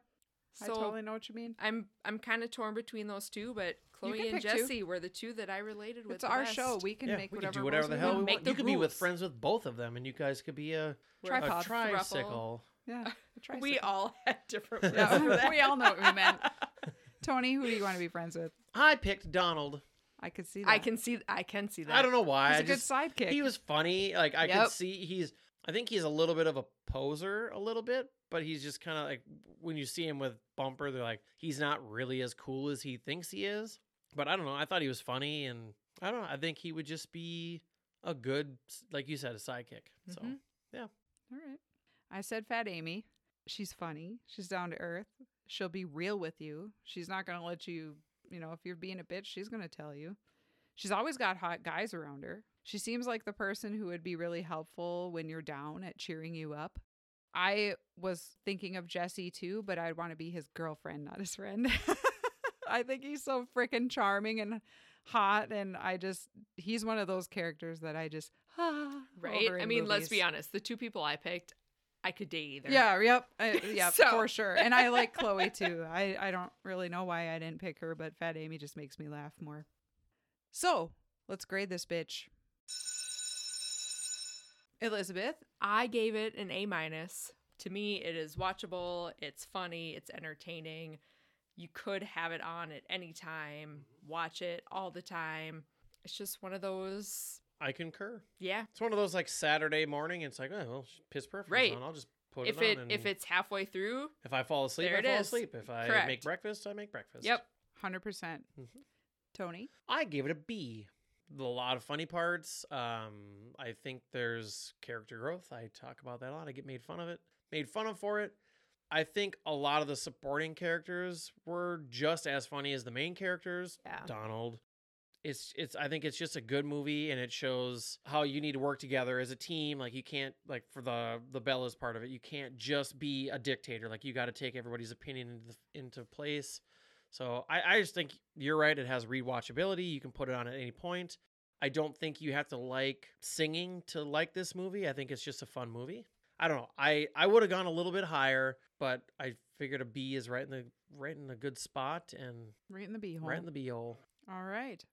[SPEAKER 3] I
[SPEAKER 5] so
[SPEAKER 3] totally know what you mean.
[SPEAKER 5] I'm I'm kind of torn between those two, but
[SPEAKER 3] can
[SPEAKER 5] Chloe and
[SPEAKER 3] pick two.
[SPEAKER 5] Jesse were the two that I related with.
[SPEAKER 3] It's
[SPEAKER 5] the
[SPEAKER 3] our
[SPEAKER 5] best.
[SPEAKER 3] show. We can
[SPEAKER 4] yeah,
[SPEAKER 3] make
[SPEAKER 4] we could
[SPEAKER 3] whatever
[SPEAKER 4] do whatever
[SPEAKER 3] rules
[SPEAKER 4] the
[SPEAKER 3] we
[SPEAKER 4] hell
[SPEAKER 3] want.
[SPEAKER 4] we
[SPEAKER 5] Make
[SPEAKER 4] want.
[SPEAKER 5] the
[SPEAKER 4] you could be with
[SPEAKER 5] rules.
[SPEAKER 4] friends with both of them, and you guys could be a,
[SPEAKER 5] We're
[SPEAKER 4] a
[SPEAKER 5] a
[SPEAKER 3] Tripod.
[SPEAKER 4] tricycle.
[SPEAKER 3] Yeah, the
[SPEAKER 5] thruple. We
[SPEAKER 3] tricycle.
[SPEAKER 5] all had different. Ones for
[SPEAKER 3] Yeah,
[SPEAKER 5] that.
[SPEAKER 3] we all know what we meant. Tony, who do you want to be friends with?
[SPEAKER 4] I picked Donald.
[SPEAKER 3] I could see that.
[SPEAKER 5] I can see. I can see that.
[SPEAKER 4] I don't know why.
[SPEAKER 3] He's
[SPEAKER 4] I
[SPEAKER 3] a good
[SPEAKER 4] just-
[SPEAKER 3] sidekick.
[SPEAKER 4] He was funny. Like I
[SPEAKER 5] Yep.
[SPEAKER 4] could see he's. I think he's a little bit of a poser, a little bit, but he's just kind of like when you see him with Bumper, they're like he's not really as cool as he thinks he is. But I don't know. I thought he was funny, and I don't know. I think he would just be a good, like you said, a sidekick. So
[SPEAKER 5] Mm-hmm.
[SPEAKER 3] Mhm. All right. I said Fat Amy. She's funny. She's down to earth. She'll be real with you. She's not going to let you, you know, if you're being a bitch, she's going to tell you. She's always got hot guys around her. She seems like the person who would be really helpful when you're down at cheering you up. I was thinking of Jesse too, but I'd want to be his girlfriend, not his friend. I think he's so freaking charming and hot. And I just, he's one of those characters that I just, ah,
[SPEAKER 5] Right.
[SPEAKER 3] over
[SPEAKER 5] I
[SPEAKER 3] in
[SPEAKER 5] mean, let's
[SPEAKER 3] movies.
[SPEAKER 5] be honest. The two people I picked, I could date either.
[SPEAKER 3] Yeah, yep. I, yep,
[SPEAKER 5] So-
[SPEAKER 3] for sure. And I like Chloe too. I, I don't really know why I didn't pick her, but Fat Amy just makes me laugh more. So let's grade this bitch. Elizabeth,
[SPEAKER 5] I gave it an A minus. To me, it is watchable. It's funny. It's entertaining. You could have it on at any time. Watch it all the time. It's just one of those.
[SPEAKER 4] I concur.
[SPEAKER 5] Yeah.
[SPEAKER 4] It's one of those like Saturday morning. It's like oh, well, piss perfect.
[SPEAKER 5] Right.
[SPEAKER 4] On. I'll just put
[SPEAKER 5] if
[SPEAKER 4] it,
[SPEAKER 5] it
[SPEAKER 4] on. And
[SPEAKER 5] if it's halfway through,
[SPEAKER 4] if I fall asleep,
[SPEAKER 5] There
[SPEAKER 4] I
[SPEAKER 5] it
[SPEAKER 4] fall
[SPEAKER 5] is.
[SPEAKER 4] asleep. If I make
[SPEAKER 5] Correct.
[SPEAKER 4] breakfast, I make breakfast.
[SPEAKER 5] yep.
[SPEAKER 3] 100%. percent
[SPEAKER 4] Mhm.
[SPEAKER 3] Tony,
[SPEAKER 4] I gave it a B. A lot of funny parts. Um, I think there's character growth. I talk about that a lot. I get made fun of it, made fun of for it. I think a lot of the supporting characters were just as funny as the main characters.
[SPEAKER 5] Yeah.
[SPEAKER 4] Donald. It's it's I think it's just a good movie and it shows how you need to work together as a team. Like you can't like for the the Bella's part of it, you can't just be a dictator. Like you got to take everybody's opinion into, into place. So I, I just think you're right. It has rewatchability. You can put it on at any point. I don't think you have to like singing to like this movie. I think it's just a fun movie. I don't know. I I would have gone a little bit higher, but I figured a B is right in the right in a good spot and
[SPEAKER 3] Right in the beehole.
[SPEAKER 4] right in the B hole.
[SPEAKER 3] All right.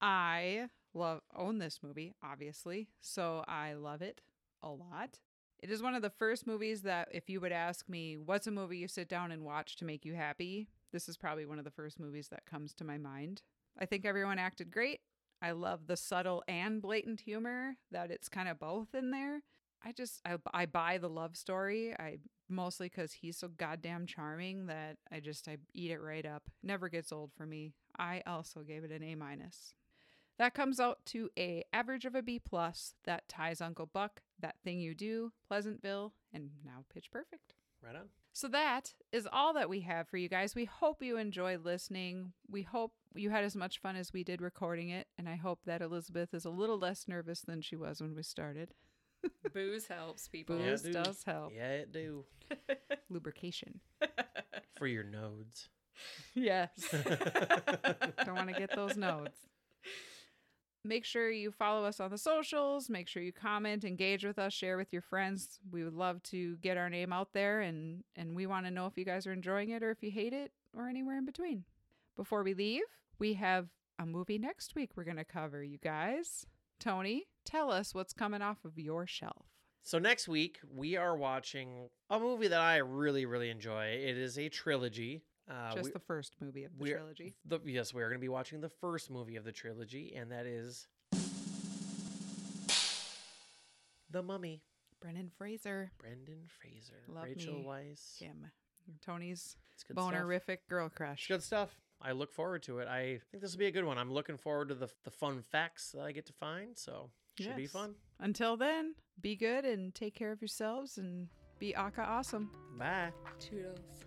[SPEAKER 3] I love own this movie, obviously. So I love it a lot. It is one of the first movies that if you would ask me what's a movie you sit down and watch to make you happy, this is probably one of the first movies that comes to my mind. I think everyone acted great. I love the subtle and blatant humor that it's kind of both in there. I just I, I buy the love story. I mostly because he's so goddamn charming that I just I eat it right up. Never gets old for me. I also gave it an A minus. That comes out to a average of a B plus. That ties Uncle Buck, That Thing You Do, Pleasantville, and now Pitch Perfect.
[SPEAKER 4] Right on.
[SPEAKER 3] So that is all that we have for you guys. We hope you enjoyed listening. We hope you had as much fun as we did recording it, and I hope that Elizabeth is a little less nervous than she was when we started.
[SPEAKER 5] Booze helps people.
[SPEAKER 4] Yeah,
[SPEAKER 3] Booze
[SPEAKER 4] dude.
[SPEAKER 3] does help.
[SPEAKER 4] Yeah, it do.
[SPEAKER 3] Lubrication.
[SPEAKER 4] For your nodes.
[SPEAKER 3] Yes. Don't want to get those notes. Make sure you follow us on the socials. Make sure you comment, engage with us, share with your friends. We would love to get our name out there, and and we want to know if you guys are enjoying it or if you hate it or anywhere in between. Before we leave, we have a movie next week we're going to cover. You guys, Tony, tell us what's coming off of your shelf.
[SPEAKER 4] So next week we are watching a movie that I really really enjoy. It is a trilogy. Uh,
[SPEAKER 3] Just
[SPEAKER 4] we-
[SPEAKER 3] the first movie of the
[SPEAKER 4] we're-
[SPEAKER 3] trilogy.
[SPEAKER 4] The, yes, we are going to be watching the first movie of the trilogy, and that is The Mummy.
[SPEAKER 3] Brennan Fraser,
[SPEAKER 4] Brendan Fraser,
[SPEAKER 3] Love
[SPEAKER 4] Rachel
[SPEAKER 3] me.
[SPEAKER 4] Weisz.
[SPEAKER 3] Kim, Tony's
[SPEAKER 4] It's good stuff.
[SPEAKER 3] bonerific girl
[SPEAKER 4] It's
[SPEAKER 3] crush.
[SPEAKER 4] good stuff. I look forward to it. I think this will be a good one. I'm looking forward to the, the fun facts that I get to find. So should be
[SPEAKER 3] Yes.
[SPEAKER 4] fun.
[SPEAKER 3] Until then, be good and take care of yourselves and be aka awesome.
[SPEAKER 4] Bye.
[SPEAKER 5] Toodles.